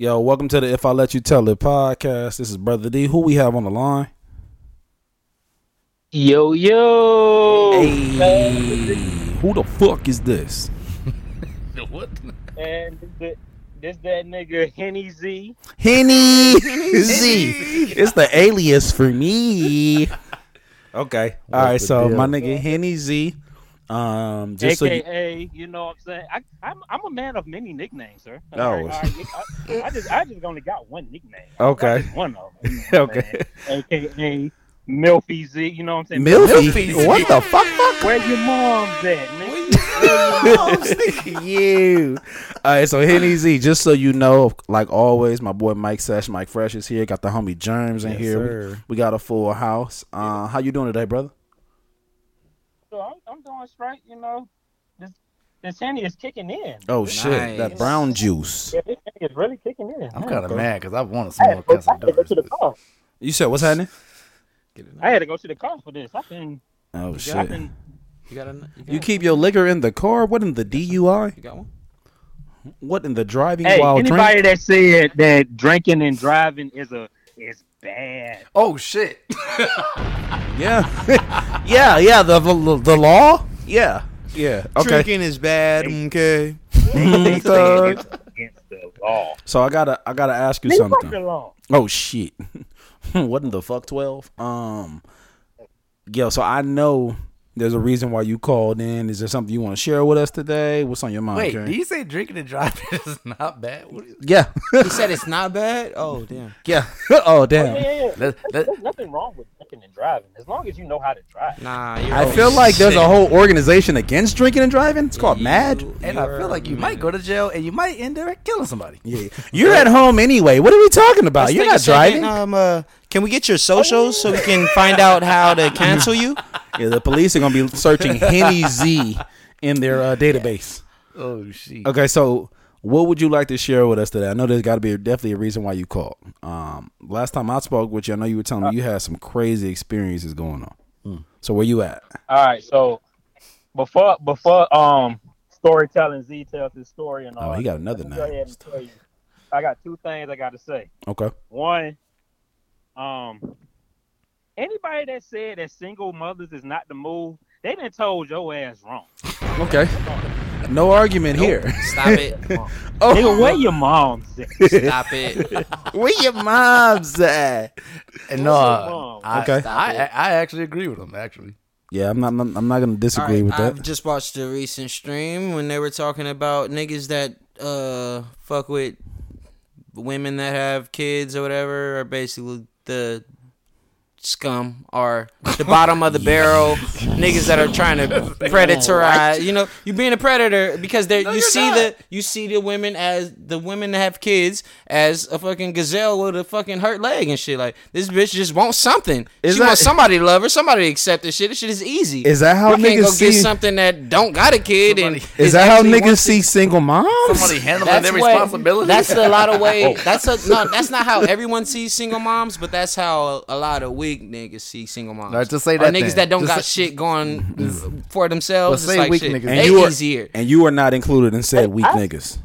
Speaker 4: Yo, welcome to the If I Let You Tell It podcast. This is Brother D. Who we have on the line?
Speaker 10: Yo yo,
Speaker 4: Who the fuck is this?
Speaker 10: man, this that, this that nigga Henny Z.
Speaker 4: Henny Z. It's the alias for me. Okay. All right.
Speaker 2: the
Speaker 4: So
Speaker 2: deal?
Speaker 4: my nigga Henny Z. Um, just so you,
Speaker 10: AKA, you, know what I'm saying? I, I'm, I'm a man of many nicknames, sir.
Speaker 4: Oh.
Speaker 10: All right, all right, I, I just I just only got one nickname.
Speaker 4: Okay.
Speaker 10: One of them. you know what I'm saying?
Speaker 4: Okay.
Speaker 10: AKA Milfy Z. You know what I'm saying?
Speaker 4: Milfy. What the fuck?
Speaker 10: Where your mom's at, nigga?
Speaker 4: you. All right, so Henny Z, just so you know, like always, my boy Mike Sesh, Mike Fresh is here. Got the homie Germs in
Speaker 2: Yes,
Speaker 4: here. We-
Speaker 2: sir.
Speaker 4: We, got a full house. Uh, how you doing today, brother?
Speaker 10: So I'm, I'm doing straight. You know, this this Henny is kicking in.
Speaker 4: Oh
Speaker 3: Nice.
Speaker 4: shit, that brown juice.
Speaker 10: Yeah, this Henny is really kicking in.
Speaker 2: I'm kind of
Speaker 4: Okay.
Speaker 2: mad because I want to
Speaker 10: I had,
Speaker 2: smoke.
Speaker 10: to go,
Speaker 2: cause
Speaker 10: I
Speaker 2: I'm
Speaker 10: had to go to the car.
Speaker 4: You said what's happening?
Speaker 3: Get it
Speaker 10: I had to go to the car for this. I've been,
Speaker 4: Oh
Speaker 10: I've
Speaker 4: shit.
Speaker 10: been
Speaker 3: You got a, you got,
Speaker 4: You keep your liquor in the car. What in the DUI?
Speaker 3: You got one?
Speaker 4: What in the driving
Speaker 10: Hey,
Speaker 4: while
Speaker 10: anybody
Speaker 4: drinking?
Speaker 10: that said that drinking and driving is a is bad.
Speaker 2: Oh shit!
Speaker 4: Yeah, yeah, yeah. The, the the law. Yeah, yeah. Okay.
Speaker 3: Drinking is bad. Okay. Mm,
Speaker 10: They say it's against the law.
Speaker 4: So I gotta I gotta ask you
Speaker 10: They fuck the
Speaker 4: something.
Speaker 10: law.
Speaker 4: Oh shit. what in the fuck twelve? Um Yo, so I know there's a reason why you called in. Is there something you want to share with us today? What's on your mind?
Speaker 2: Wait,
Speaker 4: Karen?
Speaker 2: do you say drinking and driving is not bad? What is,
Speaker 4: yeah.
Speaker 3: He said it's not bad. Oh damn.
Speaker 4: yeah. oh damn.
Speaker 10: Yeah, yeah, yeah.
Speaker 2: let, let,
Speaker 10: There's nothing wrong with drinking and driving as long as you know how to drive.
Speaker 3: Nah. Ah, You're
Speaker 4: I
Speaker 10: Oh,
Speaker 4: feel like there's a whole organization against drinking and driving. It's called MAD.
Speaker 2: and I feel like you might go to jail and you might end up killing somebody.
Speaker 4: Yeah. You're at home anyway. What are we talking about?
Speaker 3: Let's
Speaker 4: Uh, You're
Speaker 3: take a
Speaker 4: not
Speaker 3: second.
Speaker 4: driving.
Speaker 3: Um, uh, can we get your socials so we can find out how to cancel you?
Speaker 4: Yeah, the police are gonna be searching Henny Z in their uh, database.
Speaker 2: Oh shit!
Speaker 4: Okay, so what would you like to share with us today? I know there's got to be definitely a reason why you called. Um, last time I spoke with you, I know you were telling me you had some crazy experiences going on. So where you at?
Speaker 10: All right, so before before um storytelling Z tells his story and all.
Speaker 4: Oh, he got another
Speaker 10: let me go
Speaker 4: name.
Speaker 10: ahead and tell you. I got two things I got to say.
Speaker 4: Okay.
Speaker 10: One, um, anybody that said that single mothers is not the move, they done told your ass wrong.
Speaker 4: Okay. No argument here. Oh.
Speaker 3: Stop it.
Speaker 10: Nigga, where your mom's at? Where
Speaker 3: Stop it.
Speaker 4: Where your mom's at?
Speaker 2: And no,
Speaker 10: your mom?
Speaker 2: I,
Speaker 4: Okay.
Speaker 2: I, I, I actually agree with him. Actually,
Speaker 4: Yeah, I'm not. I'm not- I'm not gonna disagree
Speaker 3: Alright,
Speaker 4: with that.
Speaker 3: I've just watched the recent stream when they were talking about niggas that uh fuck with women that have kids or whatever are basically the scum or the bottom of the barrel niggas that are trying to predatorize you know you being a predator because they you see the you see the women as the women that have kids as a fucking gazelle with a fucking hurt leg and shit like this bitch just wants something
Speaker 4: Is
Speaker 3: she
Speaker 4: that-
Speaker 3: wants somebody to love her somebody to accept this shit this shit is easy
Speaker 4: Is that how
Speaker 3: you can't
Speaker 4: niggas
Speaker 3: go get
Speaker 4: see-
Speaker 3: something that don't got a kid and
Speaker 4: Is that how niggas see single moms?
Speaker 2: somebody handling
Speaker 3: that's
Speaker 2: their Oh.
Speaker 3: what-
Speaker 2: responsibility.
Speaker 3: That's a lot of way. That's a no. That's not how everyone sees single moms, but that's how a lot of weak niggas see single moms.
Speaker 2: Alright, just say
Speaker 3: Or
Speaker 2: that
Speaker 3: niggas
Speaker 2: then.
Speaker 3: that don't
Speaker 2: Just
Speaker 3: got
Speaker 2: say-
Speaker 3: shit going for themselves.
Speaker 2: But
Speaker 3: It's
Speaker 2: say
Speaker 3: like
Speaker 2: weak
Speaker 3: shit.
Speaker 2: niggas.
Speaker 3: They
Speaker 4: and you are
Speaker 3: easier.
Speaker 4: and you are not included in said weak
Speaker 10: I- eh,
Speaker 4: niggas.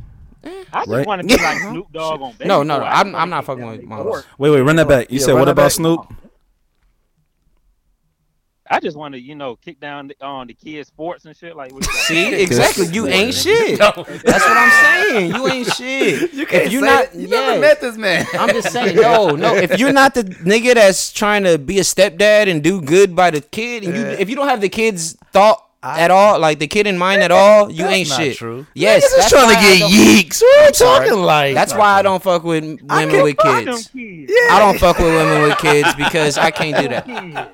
Speaker 10: I just
Speaker 4: Right.
Speaker 10: want to be like Snoop Dogg on Baby
Speaker 3: No, no, no.
Speaker 10: Boy.
Speaker 3: I'm, I'm not fucking with moms.
Speaker 4: Wait, wait, run that back. You
Speaker 2: Yeah,
Speaker 4: said
Speaker 2: run
Speaker 4: what
Speaker 2: that
Speaker 4: about
Speaker 2: back.
Speaker 4: Snoop?
Speaker 10: I just want to, you know, kick down the, on the kids' sports and shit. Like, what you-
Speaker 3: See, exactly. You ain't shit. That's what I'm saying. You ain't shit.
Speaker 2: you can't
Speaker 3: if you're
Speaker 2: say
Speaker 3: not,
Speaker 2: that. You
Speaker 3: yeah.
Speaker 2: never met this man.
Speaker 3: I'm just saying, no, no. If you're not the nigga that's trying to be a stepdad and do good by the kid, and you if you don't have the kid's thought at all, like the kid in mind at all, you ain't
Speaker 2: not
Speaker 3: shit.
Speaker 2: true.
Speaker 3: Yes,
Speaker 4: Niggas is trying to
Speaker 3: why I
Speaker 4: get
Speaker 3: don't-
Speaker 4: yeeks. What are you
Speaker 3: Sorry.
Speaker 4: talking like?
Speaker 3: That's why I don't fuck with women with
Speaker 10: Fuck them
Speaker 3: kids.
Speaker 10: kids.
Speaker 3: I don't fuck with women with kids because I can't do that.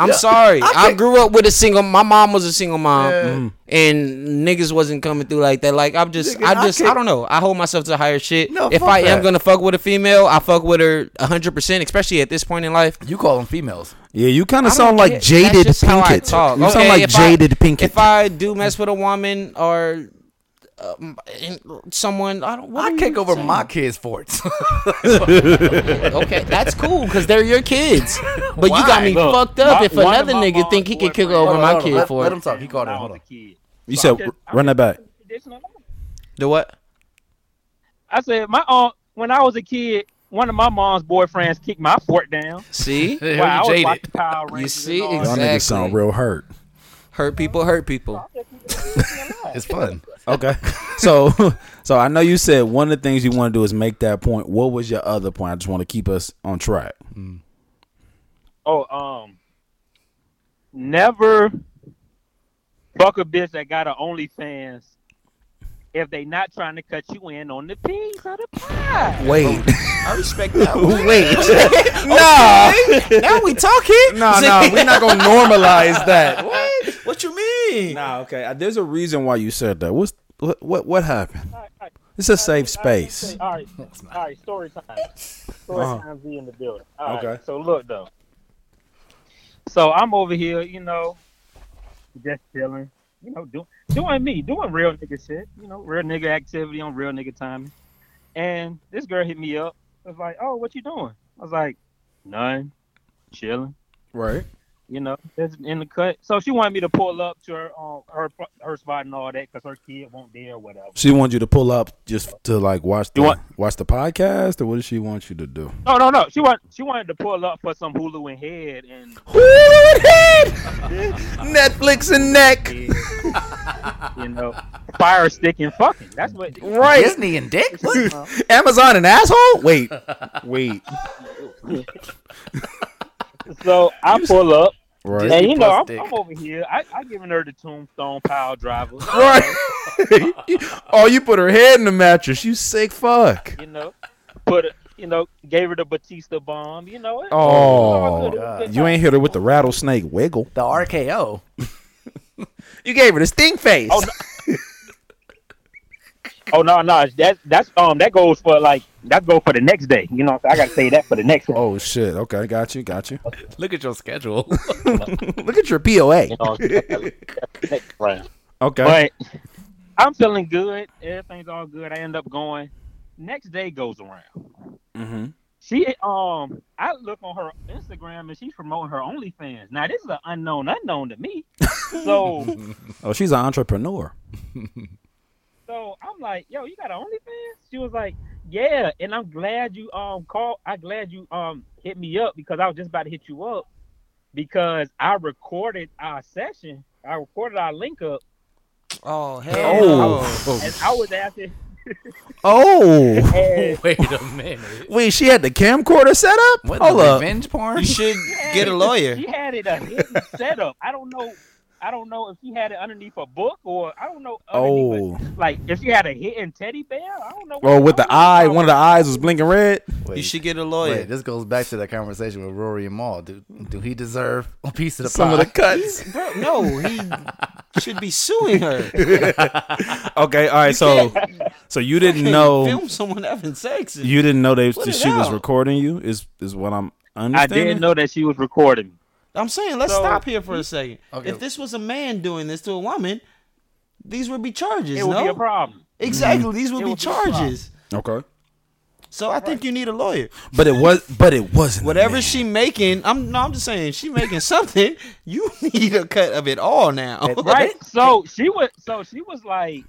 Speaker 3: I'm sorry. I grew up with a single. My mom was a single mom,
Speaker 2: Mm-hmm.
Speaker 3: and niggas wasn't coming through like that. Like I'm just,
Speaker 2: Nigga, I
Speaker 3: I just, I,
Speaker 2: can't-
Speaker 3: don't know. I hold myself to higher shit.
Speaker 2: No,
Speaker 3: if
Speaker 2: fuck
Speaker 3: I am
Speaker 2: that.
Speaker 3: gonna fuck with a female, I fuck with her hundred percent, especially at this point in life.
Speaker 2: You call them females.
Speaker 4: Yeah, you kind of
Speaker 3: I don't
Speaker 4: sound like
Speaker 3: get-
Speaker 4: jaded
Speaker 3: that's just how I
Speaker 4: Pinkett.
Speaker 3: talk.
Speaker 4: You sound
Speaker 3: Okay,
Speaker 4: like
Speaker 3: if I-
Speaker 4: jaded Pinkett.
Speaker 3: If I do mess with a woman or um, in- someone, I don't. What
Speaker 2: I
Speaker 3: are
Speaker 2: kick
Speaker 3: you
Speaker 2: over
Speaker 3: saying?
Speaker 2: my kids' forts.
Speaker 3: Okay, that's cool because they're your kids. But you got me
Speaker 10: Look,
Speaker 3: fucked up
Speaker 10: my-
Speaker 3: if
Speaker 10: one of
Speaker 3: another
Speaker 10: my
Speaker 3: nigga
Speaker 10: mom's
Speaker 3: think he could kick
Speaker 10: boyfriend-
Speaker 3: over
Speaker 10: Hold
Speaker 3: my
Speaker 2: Hold on,
Speaker 3: kid
Speaker 2: let,
Speaker 3: for
Speaker 2: let
Speaker 3: it.
Speaker 2: him talk. He called
Speaker 10: When
Speaker 2: in.
Speaker 10: I was
Speaker 2: Hold on.
Speaker 10: a kid.
Speaker 4: you
Speaker 10: So I'm
Speaker 4: said
Speaker 10: just- I'm
Speaker 4: run
Speaker 10: just
Speaker 4: that back.
Speaker 10: traditional man.
Speaker 3: The what?
Speaker 10: I said my aunt when I was a kid, one of my mom's boyfriends kicked my fort down.
Speaker 3: See,
Speaker 2: Hey,
Speaker 10: Wow, I
Speaker 2: you
Speaker 10: was
Speaker 2: jaded.
Speaker 10: watching Power Rangers
Speaker 3: see,
Speaker 10: and all
Speaker 4: Y'all
Speaker 10: that.
Speaker 4: niggas
Speaker 3: Exactly.
Speaker 4: sound real hurt.
Speaker 3: hurt people hurt people.
Speaker 2: It's fun.
Speaker 4: Okay, so so I know you said one of the things you want to do is make that point. What was your other point? I just want to keep us on track.
Speaker 10: Oh, um, never fuck a bitch that got a OnlyFans if they not trying to cut you in on the piece of the pie.
Speaker 4: Wait,
Speaker 3: I respect that.
Speaker 4: wait,
Speaker 3: no, now we talking.
Speaker 4: no, no, we're not gonna normalize that.
Speaker 3: What? What you mean?
Speaker 4: Nah, okay. uh, There's a reason why you said that. What's what what, what happened?
Speaker 10: All right, all right,
Speaker 4: It's a safe
Speaker 10: all right,
Speaker 4: space.
Speaker 10: All right, all right. Story time. Story
Speaker 4: Uh-huh.
Speaker 10: time. Z in the building. All right.
Speaker 4: Okay.
Speaker 10: So look though. So I'm over here, you know, just chilling, you know, do, doing me, doing real nigga shit, you know, real nigga activity on real nigga timing. And this girl hit me up. Was like, "Oh, what you doing?" I was like, "None, chilling."
Speaker 4: Right.
Speaker 10: you know, that's in the cut. So she wanted me to pull up to her um, her her spot and all that because her kid won't there or whatever.
Speaker 4: She wanted you to pull up just to like watch the
Speaker 10: You want-
Speaker 4: watch the podcast, or what does she want you to do?
Speaker 10: No, no, no. She want she wanted to pull up for some Hulu and head and
Speaker 6: Netflix and neck.
Speaker 10: you know, fire stick and fucking. That's what. uh,
Speaker 4: Right.
Speaker 2: Disney and dick. What?
Speaker 4: Amazon and asshole? Wait, wait.
Speaker 10: So I pull up.
Speaker 4: Right.
Speaker 10: And you know, I'm,
Speaker 2: Dick.
Speaker 10: I'm over here. I, I giving her the tombstone pile driver.
Speaker 4: Right. oh, you put her head in the mattress. You sick fuck.
Speaker 10: You know, put a, you know, gave her the Batista bomb. You know it.
Speaker 4: Oh, you
Speaker 10: you ain't.
Speaker 4: ain't hit her with the rattlesnake wiggle.
Speaker 2: The RKO.
Speaker 4: You gave her the stink face.
Speaker 10: Oh, Oh no, no, that's that's um that goes for like that goes for the next day. You know, so I gotta say that for the next one.
Speaker 4: Oh shit. Okay, got you, got you.
Speaker 2: Look at your schedule.
Speaker 4: Look at your POA.
Speaker 10: You know, next round.
Speaker 4: Okay.
Speaker 10: But I'm feeling good. Everything's all good. I end up going. Next day goes around.
Speaker 2: Mm-hmm.
Speaker 4: Mhm.
Speaker 10: She um, I look on her Instagram and she's promoting her OnlyFans. Now this is an unknown unknown to me. so
Speaker 4: Oh, she's an entrepreneur.
Speaker 10: so I'm like, yo, you got an OnlyFans? She was like, yeah. And I'm glad you um called. I glad you um hit me up because I was just about to hit you up because I recorded our session. I recorded our link up
Speaker 3: Oh hell.
Speaker 10: and I was asking.
Speaker 4: Oh,
Speaker 10: and-
Speaker 2: Wait a minute.
Speaker 4: wait. She had the camcorder set up.
Speaker 2: What
Speaker 4: Hold
Speaker 2: the
Speaker 4: up.
Speaker 2: revenge porn?
Speaker 3: You should get a lawyer.
Speaker 10: She had it a hidden setup. I don't know. I don't know if she had it underneath a book or I don't know. underneath
Speaker 4: Oh,
Speaker 10: a- like if she had a hidden teddy bear. I don't know.
Speaker 4: well, Oh, with the eye, one of the eyes was blinking red.
Speaker 2: Wait,
Speaker 3: You should get a
Speaker 2: wait,
Speaker 3: lawyer.
Speaker 2: this goes back to that conversation with Rory and Maul. Do, do he deserve a piece of the
Speaker 4: Some
Speaker 2: pie?
Speaker 4: of the cuts.
Speaker 3: Bro, no, he should be suing her.
Speaker 4: Okay, all right. So, so you didn't know
Speaker 3: Film someone having sex.
Speaker 4: you didn't know they
Speaker 3: Put
Speaker 4: that
Speaker 3: it
Speaker 4: she was
Speaker 3: out.
Speaker 4: recording you is is what I'm
Speaker 10: I
Speaker 4: understanding.
Speaker 10: didn't know that she was recording. me.
Speaker 3: I'm saying, let's
Speaker 10: So-
Speaker 3: stop here for a second.
Speaker 2: Okay.
Speaker 3: If this was a man doing this to a woman, these would be charges.
Speaker 10: It would
Speaker 3: no,
Speaker 10: be a problem.
Speaker 3: exactly.
Speaker 4: Mm-hmm.
Speaker 3: These would
Speaker 10: It
Speaker 3: be
Speaker 10: would be a problem.
Speaker 3: charges.
Speaker 4: Okay,
Speaker 3: so I think you need a lawyer.
Speaker 4: but it was but it wasn't a
Speaker 3: Whatever
Speaker 4: man.
Speaker 3: she making, I'm no, I'm just saying she making something. You need a cut of it all now.
Speaker 10: Right. So she was. So she was like,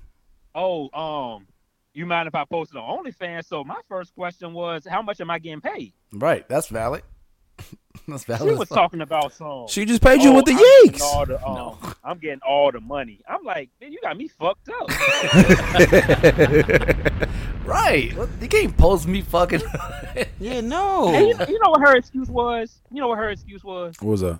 Speaker 10: "Oh, um, you mind if I post it on OnlyFans?" So my first question was, "How much am I getting paid?"
Speaker 2: Right, that's valid. That's valid.
Speaker 10: She
Speaker 2: as
Speaker 10: was
Speaker 2: fuck.
Speaker 10: talking about some.
Speaker 4: she just paid you
Speaker 10: "Oh,
Speaker 4: with the
Speaker 10: I'm getting
Speaker 4: yanks.
Speaker 10: all the, um, I'm getting all the money. I'm like, man, you got me fucked up.
Speaker 2: Right. What- You can't post me fucking.
Speaker 3: Yeah,
Speaker 10: And
Speaker 3: no.
Speaker 10: you, you know what her excuse was? You know what her excuse was?
Speaker 4: What was that?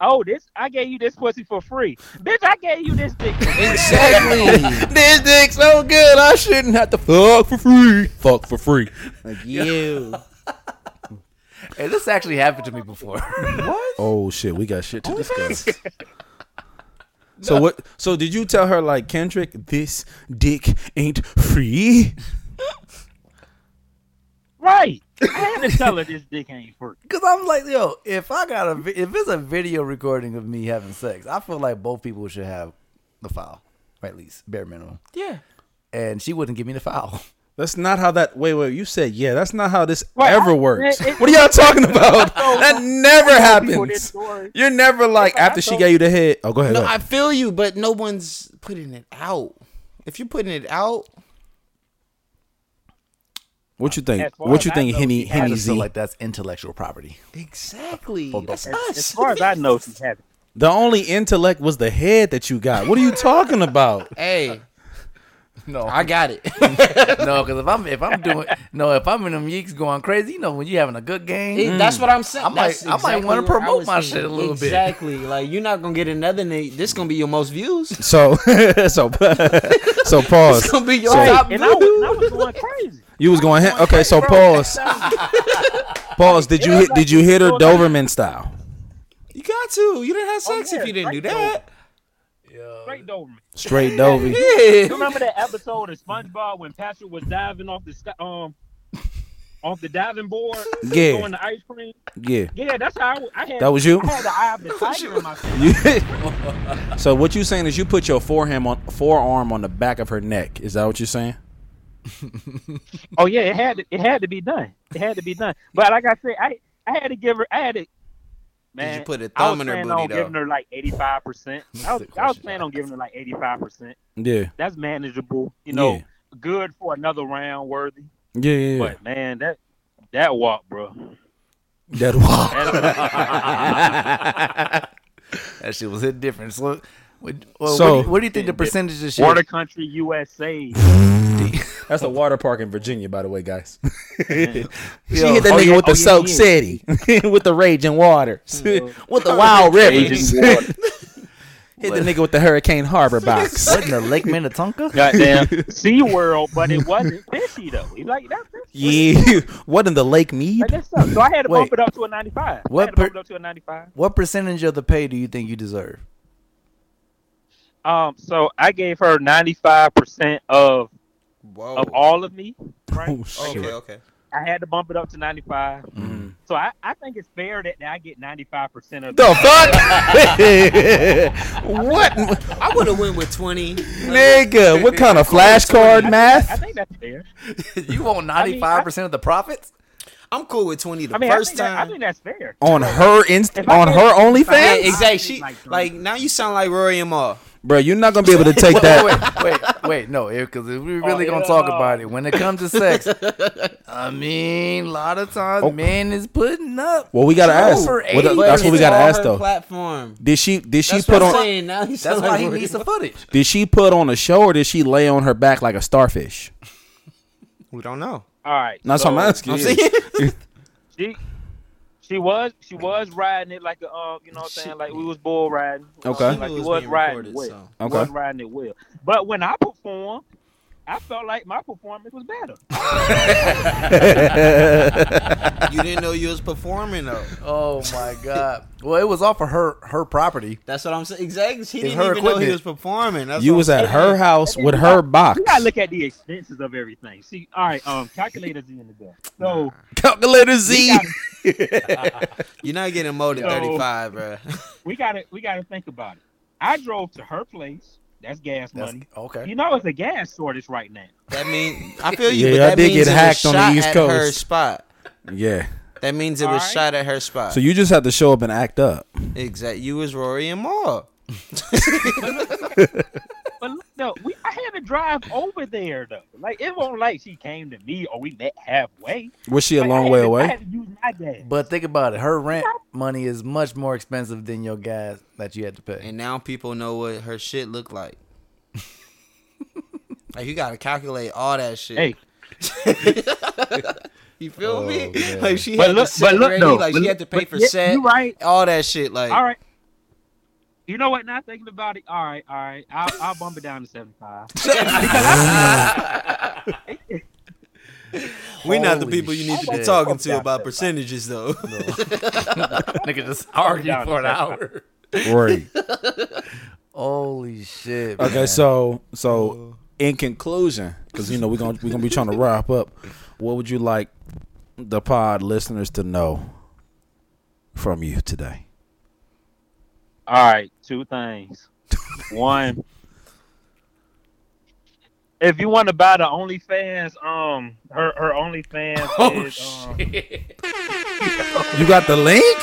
Speaker 10: Oh, this I gave you this pussy for free, bitch. I gave you this dick.
Speaker 3: Exactly.
Speaker 4: This dick so good, I shouldn't have to fuck for free. Fuck for free.
Speaker 3: you.
Speaker 2: hey, this actually happened to me before.
Speaker 4: Oh shit, we got shit to discuss. So what? So did you tell her like Kendrick, this dick ain't free?
Speaker 10: right. I had to tell her this dick ain't free.
Speaker 2: Cause I'm like, yo, if I got a, vi- if it's a video recording of me having sex, I feel like both people should have the file, right? At least bare minimum.
Speaker 3: Yeah.
Speaker 2: And she wouldn't give me the file.
Speaker 4: That's not how that. Wait, wait. You said yeah. That's not how this
Speaker 10: Right,
Speaker 4: ever
Speaker 10: I-
Speaker 4: works.
Speaker 10: it- it-
Speaker 4: what are y'all talking about? that never
Speaker 10: People, this
Speaker 4: happens.
Speaker 10: story.
Speaker 4: You're never like after she gave you the head. Oh, go ahead.
Speaker 3: No,
Speaker 4: go
Speaker 3: I
Speaker 4: ahead.
Speaker 3: feel you, but no one's putting it out. If you're putting it out,
Speaker 4: what you think?
Speaker 10: As far
Speaker 4: What
Speaker 10: as
Speaker 4: you
Speaker 10: I
Speaker 4: think,
Speaker 10: know,
Speaker 4: Henny
Speaker 10: she
Speaker 2: I
Speaker 4: Henny
Speaker 2: just feel
Speaker 4: Z?
Speaker 2: like that's intellectual property.
Speaker 3: exactly.
Speaker 2: Hold
Speaker 3: That's
Speaker 2: on.
Speaker 3: us.
Speaker 10: As far as I know, she hasn't.
Speaker 4: The only intellect was the head that you got. What are you talking about?
Speaker 3: Hey,
Speaker 2: No,
Speaker 3: I got it.
Speaker 2: no, because if I'm if I'm doing no, if I'm in them yeeks going crazy, you know, when you having a good game,
Speaker 4: Mm.
Speaker 3: It- That's what I'm saying.
Speaker 2: I might-
Speaker 3: That's
Speaker 2: I might wanna
Speaker 3: what I
Speaker 2: promote
Speaker 3: was
Speaker 2: my
Speaker 3: thinking.
Speaker 2: shit a little bit.
Speaker 3: exactly. Like you're not gonna get another nigga. This gonna be your most views.
Speaker 4: So so so pause.
Speaker 3: It's gonna be your
Speaker 4: So-
Speaker 3: top
Speaker 10: And I was, I was
Speaker 3: views.
Speaker 10: going crazy.
Speaker 4: You was going he- okay. So pause. pause. Did you hit? Did you hit her Doberman style?
Speaker 3: You got to. You didn't have
Speaker 10: Oh,
Speaker 3: sex
Speaker 10: yeah,
Speaker 3: if you didn't do
Speaker 10: right
Speaker 3: that. Uh,
Speaker 10: Straight Doberman.
Speaker 4: Straight Dovey.
Speaker 10: You remember that episode of SpongeBob when Patrick was diving off the sky, um off the diving board,
Speaker 4: Yeah.
Speaker 10: going to ice cream?
Speaker 4: Yeah.
Speaker 10: Yeah, that's how I, w- I had.
Speaker 4: That was you?
Speaker 10: I had the eye of the tiger in my face.
Speaker 4: You- so what you saying is you put your forehand on forearm on the back of her neck. Is that what you're saying?
Speaker 10: Oh yeah, it had to, it had to be done. It had to be done. But like I said, I I had to give her I had to Man,
Speaker 3: you put a
Speaker 10: I was
Speaker 3: thumb in her
Speaker 10: planning
Speaker 3: booty,
Speaker 10: on
Speaker 3: though?
Speaker 10: giving her like eighty five percent. I was, I was planning on giving her like eighty five percent.
Speaker 4: Yeah.
Speaker 10: that's manageable. You know,
Speaker 4: Yeah.
Speaker 10: good for another round, worthy.
Speaker 4: Yeah, yeah, yeah.
Speaker 10: But man, that that walk, bro.
Speaker 4: That walk.
Speaker 2: that shit was hit different. So, what, well,
Speaker 4: So-
Speaker 2: what, do you, what do you think the percentage of shit?
Speaker 10: Water Country USA.
Speaker 4: That's a water park in Virginia, by the way, guys. she hit
Speaker 10: Yo.
Speaker 4: that
Speaker 10: Oh,
Speaker 4: nigga
Speaker 10: yeah,
Speaker 4: with the
Speaker 10: oh, yeah,
Speaker 4: soak
Speaker 10: yeah.
Speaker 4: city, with the raging waters, with the wild
Speaker 10: Raging
Speaker 4: rivers.
Speaker 10: water.
Speaker 4: Hit the nigga with the Hurricane Harbor box.
Speaker 2: Wasn't the Lake Minnetonka?
Speaker 10: Goddamn SeaWorld, but it wasn't fishy though. He's like that, that,
Speaker 4: Yeah. What in the Lake Mead?
Speaker 10: that sucks. So I had to
Speaker 2: Wait.
Speaker 10: bump it up to a ninety five. I
Speaker 2: What
Speaker 10: had to bump
Speaker 2: per-
Speaker 10: it up to a ninety five.
Speaker 2: What percentage of the pay do you think you deserve?
Speaker 10: Um, so I gave her ninety five percent of
Speaker 3: Whoa.
Speaker 10: of all of me. Right.
Speaker 4: Oh, shit. Mm.
Speaker 3: Okay, okay.
Speaker 10: I had to bump it up to ninety five. So I, I think it's fair that, that I get ninety five percent of
Speaker 4: The fuck? what,
Speaker 3: I would have went with twenty.
Speaker 4: nigga? What kind of flashcard
Speaker 10: I
Speaker 4: math?
Speaker 10: think that's fair.
Speaker 2: you want ninety five percent of the profits?
Speaker 3: I'm cool with twenty the
Speaker 10: I mean, I
Speaker 3: first
Speaker 10: think, that, I
Speaker 3: time.
Speaker 10: think that's fair.
Speaker 4: On her inst-
Speaker 10: If I
Speaker 4: on
Speaker 10: could-
Speaker 4: her
Speaker 3: yeah,
Speaker 4: OnlyFans,
Speaker 3: exactly. She,
Speaker 10: Like,
Speaker 3: like now you sound like Rory and Ma.
Speaker 4: bro. You're not gonna be able to take
Speaker 2: Wait,
Speaker 4: that.
Speaker 2: wait, wait, wait, no, because if we're really
Speaker 10: Oh,
Speaker 2: gonna
Speaker 10: yeah.
Speaker 2: talk about it, when it comes to sex, I mean, a lot of times,
Speaker 4: Oh.
Speaker 2: men is putting up.
Speaker 4: Well, we gotta ask.
Speaker 2: Over
Speaker 4: Well, that-
Speaker 2: eighty
Speaker 4: that's what we
Speaker 3: It's
Speaker 4: gotta
Speaker 3: all
Speaker 4: ask
Speaker 3: her
Speaker 4: though.
Speaker 3: Platform.
Speaker 4: Did she did she
Speaker 3: That's
Speaker 4: put
Speaker 3: what
Speaker 4: on
Speaker 3: I'm saying. Now you
Speaker 2: That's
Speaker 3: sound
Speaker 2: why
Speaker 3: like
Speaker 2: he
Speaker 3: Rory.
Speaker 2: needs the footage.
Speaker 4: did she put on a show or did she lay on her back like a starfish?
Speaker 3: We don't know.
Speaker 10: All right.
Speaker 4: That's
Speaker 10: so
Speaker 4: what I'm asking.
Speaker 3: I'm
Speaker 4: yeah.
Speaker 3: saying.
Speaker 10: She she was she was riding it like a um, you know what I'm saying? Like we was bull riding. You know what I'm
Speaker 4: Okay.
Speaker 10: saying? Like
Speaker 3: It
Speaker 10: we
Speaker 3: was
Speaker 10: was
Speaker 3: being
Speaker 10: riding it
Speaker 3: recorded,
Speaker 10: well.
Speaker 3: so.
Speaker 10: We
Speaker 4: Okay.
Speaker 10: was riding it well. But when I performed, I felt like my performance was better.
Speaker 3: You didn't know you was performing though.
Speaker 2: Oh my god! Well, it was off of her her property.
Speaker 3: That's what I'm saying. Exactly. She didn't
Speaker 2: her
Speaker 3: even know
Speaker 2: equipment.
Speaker 3: he was performing. That's
Speaker 4: You
Speaker 3: what
Speaker 4: was
Speaker 3: I'm
Speaker 4: at her house with
Speaker 10: You
Speaker 4: her
Speaker 10: gotta-
Speaker 4: box.
Speaker 10: You gotta look at the expenses of everything. See, all right, um, calculators in the bill. So
Speaker 4: Calculator Z.
Speaker 3: saying. You're not getting more than
Speaker 10: No.
Speaker 3: 35, bro.
Speaker 10: we gotta we gotta think about it. I drove to her place. That's gas
Speaker 2: That's
Speaker 10: money.
Speaker 2: okay.
Speaker 10: You know it's a gas shortage right now.
Speaker 3: That mean I feel you.
Speaker 4: Yeah,
Speaker 3: but
Speaker 4: I
Speaker 3: that
Speaker 4: did
Speaker 3: means
Speaker 4: get
Speaker 3: it was
Speaker 4: hacked on the
Speaker 3: shot
Speaker 4: East
Speaker 3: at
Speaker 4: Coast.
Speaker 3: Her spot.
Speaker 4: Yeah.
Speaker 3: That means it was
Speaker 10: Alright.
Speaker 3: shot at her spot.
Speaker 4: So you just had to show up and act up.
Speaker 3: exactly. You was Rory and Ma.
Speaker 10: But look, no, we I had to drive over there though. Like it wasn't like she came to me or we met halfway.
Speaker 4: Was she a
Speaker 10: Like, I
Speaker 4: long
Speaker 10: had
Speaker 4: way
Speaker 10: to- I
Speaker 4: away?
Speaker 10: had to use my gas.
Speaker 2: But think about it. Her rent money is much more expensive than your gas that you had to pay.
Speaker 3: And now people know what her shit looked like. like you gotta calculate all that shit.
Speaker 10: Hey,
Speaker 3: You feel
Speaker 2: Oh,
Speaker 3: me?
Speaker 2: man.
Speaker 3: Like she
Speaker 10: But
Speaker 3: had
Speaker 10: look-
Speaker 3: to set
Speaker 10: but look
Speaker 3: ready,
Speaker 10: though, but
Speaker 3: like she
Speaker 10: look-
Speaker 3: had to pay
Speaker 10: but
Speaker 3: for
Speaker 10: yeah,
Speaker 3: set,
Speaker 10: you right.
Speaker 3: all that shit. Like
Speaker 10: all right. You know what? Now thinking about it, all right, all right. I'll, I'll bump it down to seventy five.
Speaker 3: we not the
Speaker 2: Holy
Speaker 3: people you need to be
Speaker 2: shit.
Speaker 3: talking to
Speaker 10: Yeah.
Speaker 3: about percentages though.
Speaker 2: Nigga just argued for an hour.
Speaker 4: Right.
Speaker 2: Holy shit.
Speaker 4: Okay,
Speaker 2: man.
Speaker 4: so so in conclusion, because you know we're gonna we're gonna be trying to wrap up. What would you like the pod listeners to know from you today?
Speaker 10: All right, two things. One, if you want to buy the OnlyFans, um, her her OnlyFans is um,
Speaker 4: You got the link?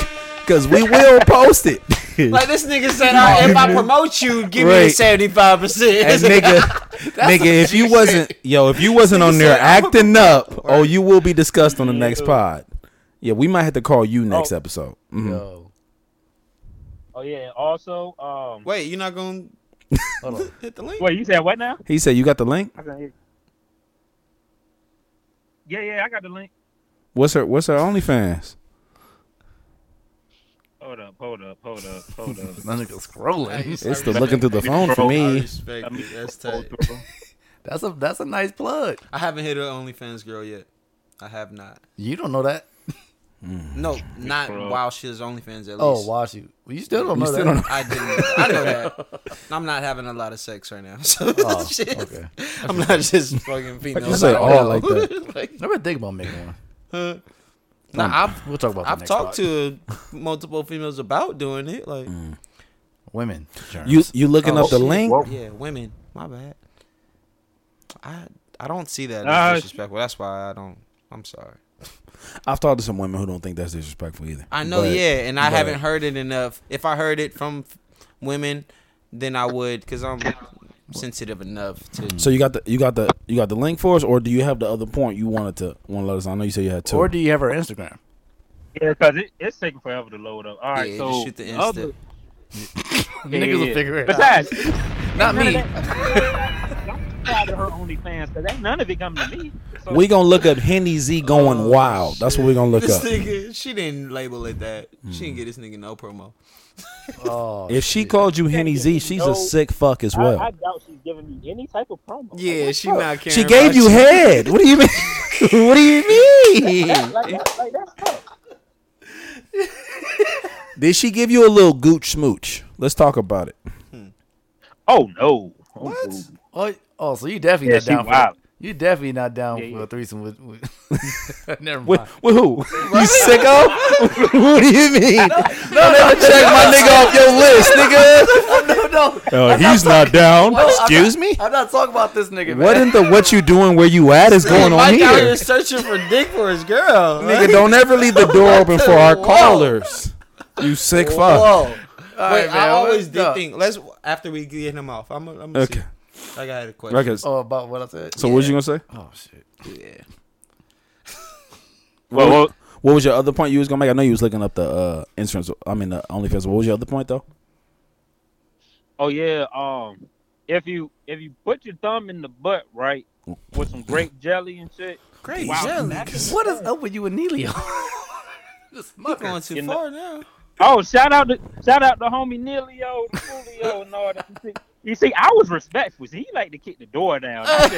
Speaker 4: Cause we will post it.
Speaker 3: like this nigga said, "All right, if I promote you, give me the
Speaker 4: Right.
Speaker 3: seventy five percent.
Speaker 4: And nigga, nigga, if you wasn't yo, if you wasn't on there
Speaker 3: said, "I'm a
Speaker 4: acting up, oh, you will be discussed on the next pod. Yeah, we might have to call you next episode. Mhm.
Speaker 2: Yo,
Speaker 10: Oh yeah. Also, um, wait,
Speaker 3: Wait, you're not gonna
Speaker 2: hold on.
Speaker 3: hit the link?
Speaker 10: you said what now?
Speaker 4: He said you got the link.
Speaker 10: I can hear. Yeah, yeah, I got the link.
Speaker 4: What's her What's her OnlyFans?
Speaker 10: Hold up, hold up, hold
Speaker 3: Uh,
Speaker 10: up, hold up.
Speaker 2: That nigga scrolling.
Speaker 4: It's the looking through the phone for
Speaker 3: I
Speaker 4: me.
Speaker 3: respect it. That's
Speaker 10: Hold
Speaker 3: tight.
Speaker 10: through.
Speaker 2: That's a that's a nice plug.
Speaker 3: I haven't hit an OnlyFans girl yet. I have not.
Speaker 2: You don't know that.
Speaker 4: Mm.
Speaker 3: No, not
Speaker 10: Bro.
Speaker 3: while she was OnlyFans at least.
Speaker 2: Oh, watch you. Well, you still don't
Speaker 4: You
Speaker 2: know
Speaker 4: still
Speaker 2: that.
Speaker 4: don't know.
Speaker 3: I didn't. I know that. I'm not having a lot of sex right now. So
Speaker 2: Oh,
Speaker 3: shit.
Speaker 2: okay.
Speaker 3: I'm not just fucking female.
Speaker 4: You say all like that.
Speaker 2: Never think about making one.
Speaker 4: Um,
Speaker 3: nah, I've
Speaker 2: We'll talk about. that
Speaker 3: I've
Speaker 2: next pod.
Speaker 3: talked to multiple females about doing it. Like,
Speaker 2: women.
Speaker 4: Mm, You you looking
Speaker 3: Oh,
Speaker 4: up the
Speaker 3: shit.
Speaker 4: link?
Speaker 3: yeah, women. My bad. I I don't see that
Speaker 10: Uh,
Speaker 3: as disrespectful. That's why I don't. I'm sorry.
Speaker 4: I've talked to some women who don't think that's disrespectful either.
Speaker 3: I know,
Speaker 4: But-
Speaker 3: yeah, and I
Speaker 4: but-
Speaker 3: haven't heard it enough. If I heard it from f- women, then I would, because I'm sensitive enough to.
Speaker 4: So you got the you got the you got the link for us, or do you have the other point you wanted to want to let us? know? I know you said you had two.
Speaker 2: Or do you have our Instagram?
Speaker 10: Yeah, because it, it's taking forever to load up. All right,
Speaker 2: Yeah,
Speaker 10: so
Speaker 2: just shoot the Insta.
Speaker 10: other-
Speaker 2: Niggas will figure it out.
Speaker 10: Besides,
Speaker 2: Not
Speaker 10: none of
Speaker 2: me.
Speaker 10: that- Don't try to hurt OnlyFans because ain't none of it coming to me. So
Speaker 4: We gonna look up Henny Z going wild. That's what we gonna look
Speaker 3: this
Speaker 4: up. Mm.
Speaker 3: Nigga, she didn't label it that. She didn't get this nigga no promo.
Speaker 2: oh,
Speaker 4: If she called you Henny Z, she's
Speaker 10: No,
Speaker 4: a sick fuck as well.
Speaker 10: I, I doubt she's giving me any type of promo.
Speaker 3: Yeah, she not caring.
Speaker 4: she gave
Speaker 3: about
Speaker 4: you head. What do you mean? what do you mean?
Speaker 10: Like, like, like, like, that's
Speaker 4: Did she give you a little gooch smooch? Let's talk about it.
Speaker 10: Oh no!
Speaker 2: What? Oh, oh, so you definitely
Speaker 4: Yeah,
Speaker 2: not
Speaker 4: she
Speaker 2: down
Speaker 4: wild.
Speaker 2: for you definitely not down
Speaker 4: Yeah,
Speaker 2: for a threesome with. with never mind.
Speaker 4: With, with who? You sicko? what do you mean?
Speaker 2: no,
Speaker 4: Never check my nigga off your list, nigga.
Speaker 2: no, no.
Speaker 4: Oh,
Speaker 2: I'm
Speaker 4: he's not
Speaker 2: talking-
Speaker 4: down.
Speaker 2: No, I'm
Speaker 4: Excuse
Speaker 2: not-
Speaker 4: me?
Speaker 2: I'm not talking about this nigga. man.
Speaker 4: What in the what you doing where you at is going on
Speaker 3: Mike out
Speaker 4: here?
Speaker 3: here searching for dick for his girl.
Speaker 4: Nigga, don't ever leave the door open for our
Speaker 3: Whoa.
Speaker 4: callers. You sick fuck.
Speaker 3: Whoa. Wait,
Speaker 2: All right,
Speaker 3: I
Speaker 2: man,
Speaker 3: always
Speaker 2: what's
Speaker 3: did
Speaker 2: up?
Speaker 3: think. Let's after we get him off. I'm. I'm gonna
Speaker 4: Okay.
Speaker 3: See. Like I had a question.
Speaker 4: Okay.
Speaker 2: Oh, about what I said.
Speaker 4: So what was you gonna say?
Speaker 2: Oh shit.
Speaker 3: Yeah.
Speaker 4: What, what was your other point you was gonna make? I know you was looking up the uh insurance. I mean the OnlyFans. What was your other point though?
Speaker 10: Oh yeah. Um, if you if you put your thumb in the butt, right, with some grape jelly and shit.
Speaker 3: Great
Speaker 10: wow,
Speaker 3: jelly.
Speaker 10: that is-
Speaker 2: What is up with you and Neely?
Speaker 3: You going too
Speaker 10: You know-
Speaker 3: far now.
Speaker 10: Oh, shout out to shout out to homie Neilio, Julio, and all that. You see, you see, I was respectful. See, he like to kick the door down I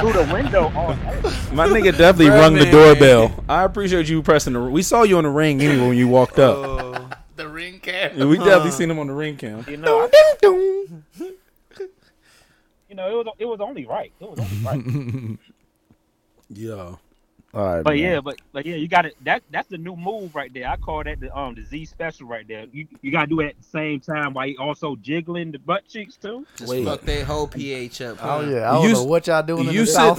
Speaker 10: just- through the window. all night.
Speaker 4: My nigga definitely
Speaker 10: Bruh,
Speaker 4: rung the
Speaker 10: man.
Speaker 4: doorbell. I appreciate you pressing the. We saw you on the ring anyway when you walked up.
Speaker 10: Uh,
Speaker 2: the ring cam.
Speaker 4: Yeah, we definitely seen him on the ring cam.
Speaker 10: uh-huh. You know, I- you know, it was it was only right. It was only right.
Speaker 4: yeah.
Speaker 2: All right,
Speaker 10: But
Speaker 2: man.
Speaker 10: yeah, but but yeah, you got it. That that's the new move right there. I call that the um the Z special right there. You you gotta do it at the same time while you also jiggling the butt cheeks too.
Speaker 3: Just fuck they whole pH up.
Speaker 2: Oh
Speaker 3: huh?
Speaker 2: yeah, I don't
Speaker 3: You
Speaker 2: know what y'all doing in
Speaker 3: you
Speaker 2: the south.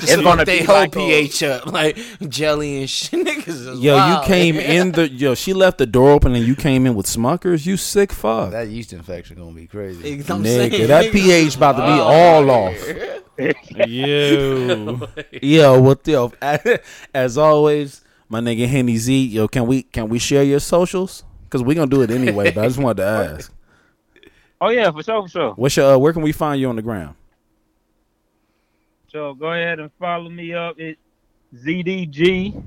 Speaker 3: Just fuck they whole pH up like jelly and shit. Niggas is
Speaker 4: Yo,
Speaker 3: wild.
Speaker 4: you came in the yo. She left the door open and you came in with smuckers. You sick fuck,
Speaker 2: That yeast infection gonna be crazy.
Speaker 3: Nigga, Oh,
Speaker 4: nigga. That pH about to be all off. yo, yo, what the? As, always, my nigga Henny Z. Yo, can we can we share your socials? Cause we gonna do it anyway. but I just wanted to ask.
Speaker 10: Oh yeah, for sure, for sure.
Speaker 4: What's your? Uh, where can we find you on the ground?
Speaker 10: So go ahead and follow me up. It ZDG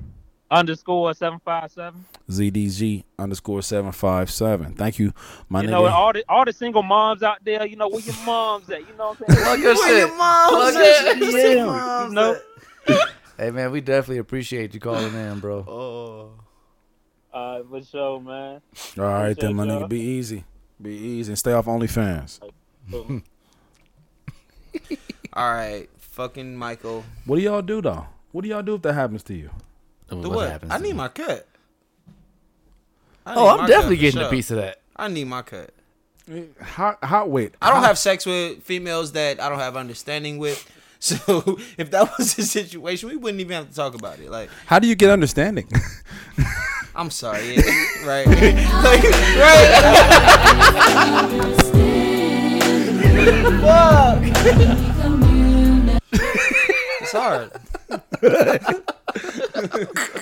Speaker 10: underscore seven five seven.
Speaker 4: ZDG underscore seven five seven. Thank you, my
Speaker 10: You
Speaker 4: nigga.
Speaker 10: know, and all the all the single moms out there, you know, where your moms at? You know what I'm saying?
Speaker 2: Plug your
Speaker 10: Where
Speaker 2: shit.
Speaker 10: moms
Speaker 2: Plug
Speaker 10: at?
Speaker 2: your shit.
Speaker 10: Yeah,
Speaker 2: Your moms
Speaker 10: you know?
Speaker 2: Hey man, we definitely appreciate you calling in, bro.
Speaker 3: Oh.
Speaker 10: Uh, for sure, man.
Speaker 4: All right, then, my
Speaker 10: Appreciate
Speaker 4: nigga.
Speaker 10: y'all.
Speaker 4: Be easy. Be easy and stay off OnlyFans.
Speaker 3: All right, fucking Michael.
Speaker 4: What do y'all do, though? What do y'all do if that happens to you?
Speaker 3: Do what? I need my cut. I
Speaker 4: Oh,
Speaker 3: need
Speaker 4: I'm
Speaker 3: my
Speaker 4: definitely
Speaker 3: cut for
Speaker 4: getting a piece of that.
Speaker 3: I need my cut.
Speaker 4: How, how, wait.
Speaker 3: I don't have sex with females that I don't have understanding with. So if that was the situation, we wouldn't even have to talk about it. Like,
Speaker 4: How do you get understanding?
Speaker 3: I'm sorry, yeah, right? Like, right? Fuck. it's hard.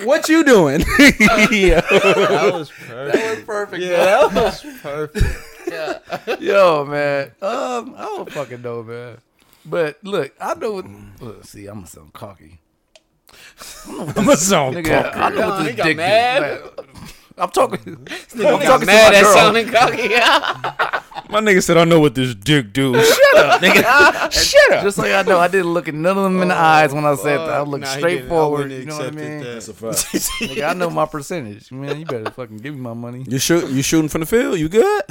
Speaker 4: what you doing?
Speaker 3: That was perfect.
Speaker 2: That was perfect.
Speaker 3: Yeah,
Speaker 2: bro.
Speaker 3: that was perfect.
Speaker 2: yeah. Yo, man. Um, I don't fucking know, man. But look, I know. What, look, see, I'm gonna sound cocky.
Speaker 4: I'm a song.
Speaker 2: Nigga, I know
Speaker 3: Nah,
Speaker 2: what
Speaker 3: he
Speaker 2: this
Speaker 3: got
Speaker 2: dick
Speaker 3: mad.
Speaker 2: do. man. I'm talking.
Speaker 3: nigga
Speaker 2: I'm
Speaker 3: got
Speaker 2: talking to
Speaker 3: mad
Speaker 2: my
Speaker 3: at
Speaker 2: girl.
Speaker 3: sounding cocky.
Speaker 4: My nigga said, I know what this dick do. Shut up, nigga. Shut up.
Speaker 2: Just so y'all know, I didn't look at none of them in the eyes when I said that. I
Speaker 3: Oh, fuck.
Speaker 2: looked
Speaker 3: Nah, he
Speaker 2: straight
Speaker 3: didn't. I
Speaker 2: forward.
Speaker 3: wouldn't
Speaker 2: You know what I
Speaker 3: accept it
Speaker 2: mean?
Speaker 3: then.
Speaker 4: That's a fact.
Speaker 2: Nigga, I know my percentage. Man, you better fucking give me my money.
Speaker 4: You shoot, you shooting from the field? You good?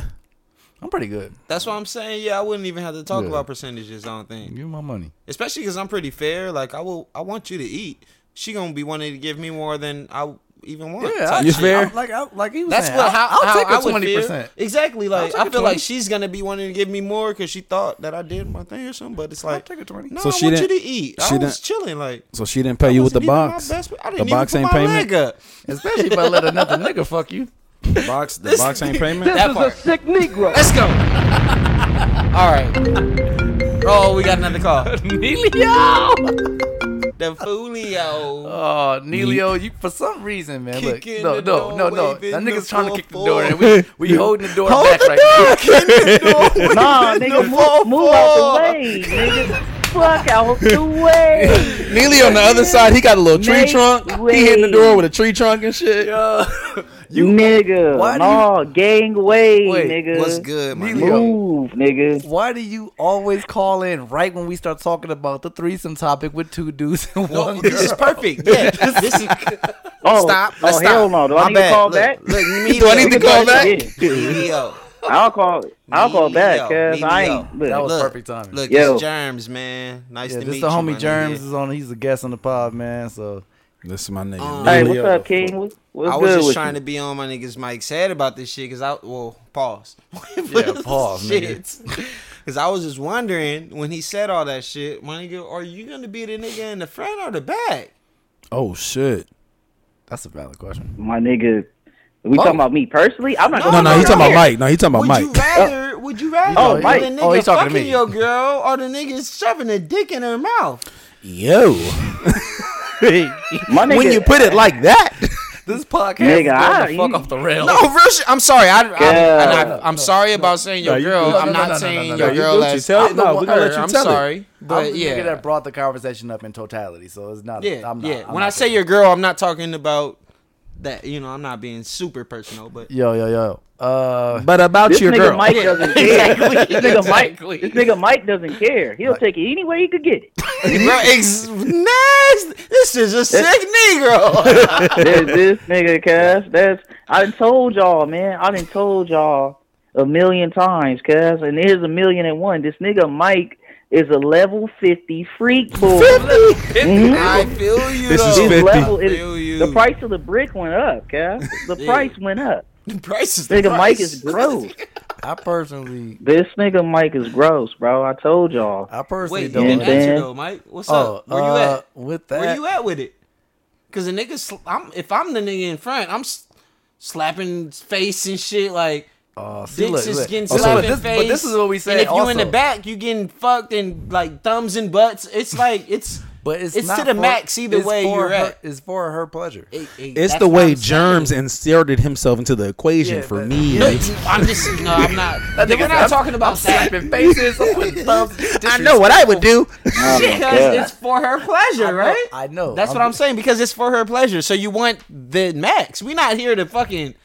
Speaker 2: I'm pretty good.
Speaker 3: That's what I'm saying. Yeah, I wouldn't even have to talk
Speaker 2: Yeah.
Speaker 3: about percentages. I don't think,
Speaker 2: Give me my money.
Speaker 3: especially because I'm pretty fair. Like I will, I want you to eat. She gonna be wanting to give me more than I even want.
Speaker 2: Yeah,
Speaker 3: to touch
Speaker 2: you
Speaker 3: it.
Speaker 2: fair?
Speaker 3: I'm-
Speaker 2: Like I- like he was
Speaker 3: That's
Speaker 2: saying,
Speaker 3: what
Speaker 2: I'll-
Speaker 3: how,
Speaker 2: I'll
Speaker 3: how
Speaker 2: take a
Speaker 3: I
Speaker 2: 20%.
Speaker 3: would feel. Exactly.
Speaker 2: I'll
Speaker 3: Like
Speaker 2: take
Speaker 3: I
Speaker 2: a
Speaker 3: feel like
Speaker 2: 20.
Speaker 3: she's gonna be wanting to give me more because she thought that I did my thing or something. But it's like take a twenty. No,
Speaker 4: So
Speaker 3: I
Speaker 4: she
Speaker 3: want you
Speaker 4: didn't-
Speaker 3: to eat.
Speaker 4: she
Speaker 3: I was
Speaker 4: didn't-
Speaker 3: chilling. Like
Speaker 4: So she didn't pay you with the
Speaker 3: wasn't even my
Speaker 4: box.
Speaker 3: best- I
Speaker 4: the
Speaker 3: didn't even
Speaker 4: box
Speaker 3: put
Speaker 4: ain't
Speaker 3: my
Speaker 4: payment.
Speaker 3: leg up.
Speaker 2: Especially if I let another nigga fuck you.
Speaker 4: The box, the
Speaker 3: This-
Speaker 4: box ain't payment.
Speaker 3: This That is a part.
Speaker 2: sick Negro.
Speaker 3: Let's go. All right. Oh, we got another call.
Speaker 2: Neelio.
Speaker 3: The Foolio.
Speaker 2: Oh, Neelio, you for some reason, man. Look,
Speaker 3: Kicking
Speaker 2: no,
Speaker 3: the
Speaker 2: no, no,
Speaker 3: door,
Speaker 2: no.
Speaker 3: waving
Speaker 2: That nigga's
Speaker 3: the
Speaker 2: trying to kick the door, and we we holding the door back right now.
Speaker 11: Nah, nigga, move, move out the way, nigga. Fuck out the way.
Speaker 4: Neely on the other side, he got a little tree
Speaker 11: Make
Speaker 4: trunk. He
Speaker 11: way.
Speaker 4: hitting the door with a tree trunk and shit.
Speaker 11: You nigga,
Speaker 2: why do
Speaker 11: no gang way, nigga.
Speaker 2: what's
Speaker 3: good,
Speaker 2: my nigga?
Speaker 11: Move, nigga.
Speaker 2: Why do you always call in right when we start talking about the threesome topic with two dudes and one girl?
Speaker 3: This is perfect. Yeah, this is.
Speaker 11: Oh,
Speaker 3: stop.
Speaker 11: oh
Speaker 3: Let's stop.
Speaker 11: hell no. Do I
Speaker 3: My
Speaker 11: need
Speaker 3: bad.
Speaker 11: to call
Speaker 3: Look,
Speaker 11: back?
Speaker 3: Look, you mean
Speaker 4: Do I need to call back?
Speaker 3: Leo.
Speaker 11: I'll call. I'll call back,
Speaker 3: Leo,
Speaker 11: cuz I ain't.
Speaker 3: Leo.
Speaker 11: Look,
Speaker 2: That was
Speaker 3: Look,
Speaker 2: perfect timing.
Speaker 3: Look,
Speaker 11: Yo.
Speaker 3: it's Germs, man. Nice
Speaker 2: yeah,
Speaker 3: to
Speaker 2: this
Speaker 3: meet
Speaker 2: the
Speaker 3: you,
Speaker 2: homie
Speaker 3: my
Speaker 2: Germs
Speaker 3: nigga.
Speaker 2: is on. He's a guest on the pod, man. So
Speaker 4: This is my nigga.
Speaker 3: Um,
Speaker 11: hey,
Speaker 4: Neely
Speaker 11: what's
Speaker 4: on
Speaker 11: up,
Speaker 4: the
Speaker 11: King?
Speaker 4: floor.
Speaker 11: What's, what's
Speaker 3: I
Speaker 11: good
Speaker 3: was just
Speaker 11: with
Speaker 3: trying
Speaker 11: you?
Speaker 3: to be on my niggas Mike's head about this shit because I well pause.
Speaker 2: Yeah, pause,
Speaker 3: Because I was just wondering when he said all that shit, my nigga, are you gonna be the nigga in the front or the back?
Speaker 4: Oh shit.
Speaker 2: that's a valid question.
Speaker 11: My nigga, we
Speaker 3: Both.
Speaker 11: talking about me personally? I'm not.
Speaker 4: Oh. No, no, he talking about Mike. No, he talking about
Speaker 3: Would you
Speaker 4: Mike.
Speaker 3: rather? Would you rather?
Speaker 11: Oh,
Speaker 3: be
Speaker 11: Mike.
Speaker 3: The nigga
Speaker 2: Oh, he talking to
Speaker 3: fucking
Speaker 2: me.
Speaker 3: your girl or the nigga shoving a dick in her mouth?
Speaker 4: Yo,
Speaker 11: My nigga,
Speaker 4: when you put it like that,
Speaker 2: This podcast
Speaker 11: Nigga, I-
Speaker 2: is going the fuck off the rails.
Speaker 3: No, real shit. I'm sorry. I, I,
Speaker 11: Yeah.
Speaker 3: I, I, I'm sorry about saying your
Speaker 4: No, you
Speaker 3: girl.
Speaker 4: good.
Speaker 3: I'm
Speaker 2: No, no,
Speaker 3: not
Speaker 2: no, no,
Speaker 3: saying
Speaker 2: no, no,
Speaker 3: your
Speaker 2: no, you
Speaker 3: girl
Speaker 4: good.
Speaker 3: as
Speaker 4: You tell-
Speaker 3: I'm the
Speaker 4: no, we gonna
Speaker 3: one-
Speaker 4: let you
Speaker 3: I'm
Speaker 4: tell it.
Speaker 3: sorry, but
Speaker 2: I'm the
Speaker 3: yeah,
Speaker 2: nigga that brought the conversation up in totality, so it's not.
Speaker 3: yeah,
Speaker 2: I'm not,
Speaker 3: yeah.
Speaker 2: I'm
Speaker 3: when
Speaker 2: not
Speaker 3: I say your girl, I'm not talking about that. You know, I'm not being super personal, but
Speaker 2: yo, yo, yo, uh,
Speaker 4: but about
Speaker 11: this
Speaker 4: your
Speaker 11: nigga
Speaker 4: girl.
Speaker 11: Mike doesn't care.
Speaker 3: Exactly.
Speaker 11: This nigga
Speaker 3: Exactly.
Speaker 11: Mike. This nigga Mike doesn't care. He'll take it anywhere he could get it.
Speaker 3: bro, ex- nasty. This is a sick Negro.
Speaker 11: There's this nigga, cuz. That's I done told y'all, man. I done told y'all a million times, cuz. And here's a million and one. This nigga Mike is a level fifty freak boy. Mm-hmm.
Speaker 3: I feel you.
Speaker 4: This is
Speaker 3: though.
Speaker 11: His
Speaker 4: 50.
Speaker 11: level is-
Speaker 3: Feel you.
Speaker 11: the price of the brick went up, cuz. The price went up.
Speaker 3: The price is the
Speaker 11: Nigga
Speaker 3: price.
Speaker 11: Mike is gross.
Speaker 2: I personally,
Speaker 11: This nigga Mike is gross, bro. I told y'all.
Speaker 2: I personally
Speaker 3: Wait, you
Speaker 2: don't.
Speaker 3: didn't
Speaker 11: Yeah,
Speaker 2: like-
Speaker 11: man.
Speaker 3: answer though, Mike. What's up? Where you
Speaker 2: uh,
Speaker 3: at?
Speaker 2: With that,
Speaker 3: Where you at with it? Cause the nigga, sl- I'm if I'm the nigga in front, I'm s- slapping face and shit like.
Speaker 2: Oh, see,
Speaker 3: Dicks
Speaker 2: look,
Speaker 3: is
Speaker 2: look.
Speaker 3: getting
Speaker 2: Oh, so
Speaker 3: slapped in
Speaker 2: this-
Speaker 3: face.
Speaker 2: But this is what we
Speaker 3: And
Speaker 2: say.
Speaker 3: if you in the
Speaker 2: also.
Speaker 3: back, you getting fucked and like thumbs and butts. It's like it's.
Speaker 2: but it's,
Speaker 3: it's to
Speaker 2: not
Speaker 3: the
Speaker 2: for-
Speaker 3: max either
Speaker 2: it's
Speaker 3: way
Speaker 2: for
Speaker 3: you're
Speaker 2: her,
Speaker 3: at.
Speaker 2: It's for her pleasure.
Speaker 3: it- it-
Speaker 4: It's
Speaker 3: that's
Speaker 4: the
Speaker 3: what
Speaker 4: way
Speaker 3: I'm
Speaker 4: germs
Speaker 3: saying.
Speaker 4: inserted himself into the equation
Speaker 2: Yeah,
Speaker 4: for
Speaker 2: but-
Speaker 4: me.
Speaker 3: No, you- I'm just no, I'm not. we're not talking about that.
Speaker 2: slapping faces. I'm putting thumbs.
Speaker 4: I know what I would do.
Speaker 11: Oh,
Speaker 3: because it's for her pleasure,
Speaker 2: I know,
Speaker 3: right?
Speaker 2: I know.
Speaker 3: That's
Speaker 2: I'm
Speaker 3: what I'm
Speaker 2: just-
Speaker 3: saying because it's for her pleasure. So you want the max. We're not here to fucking.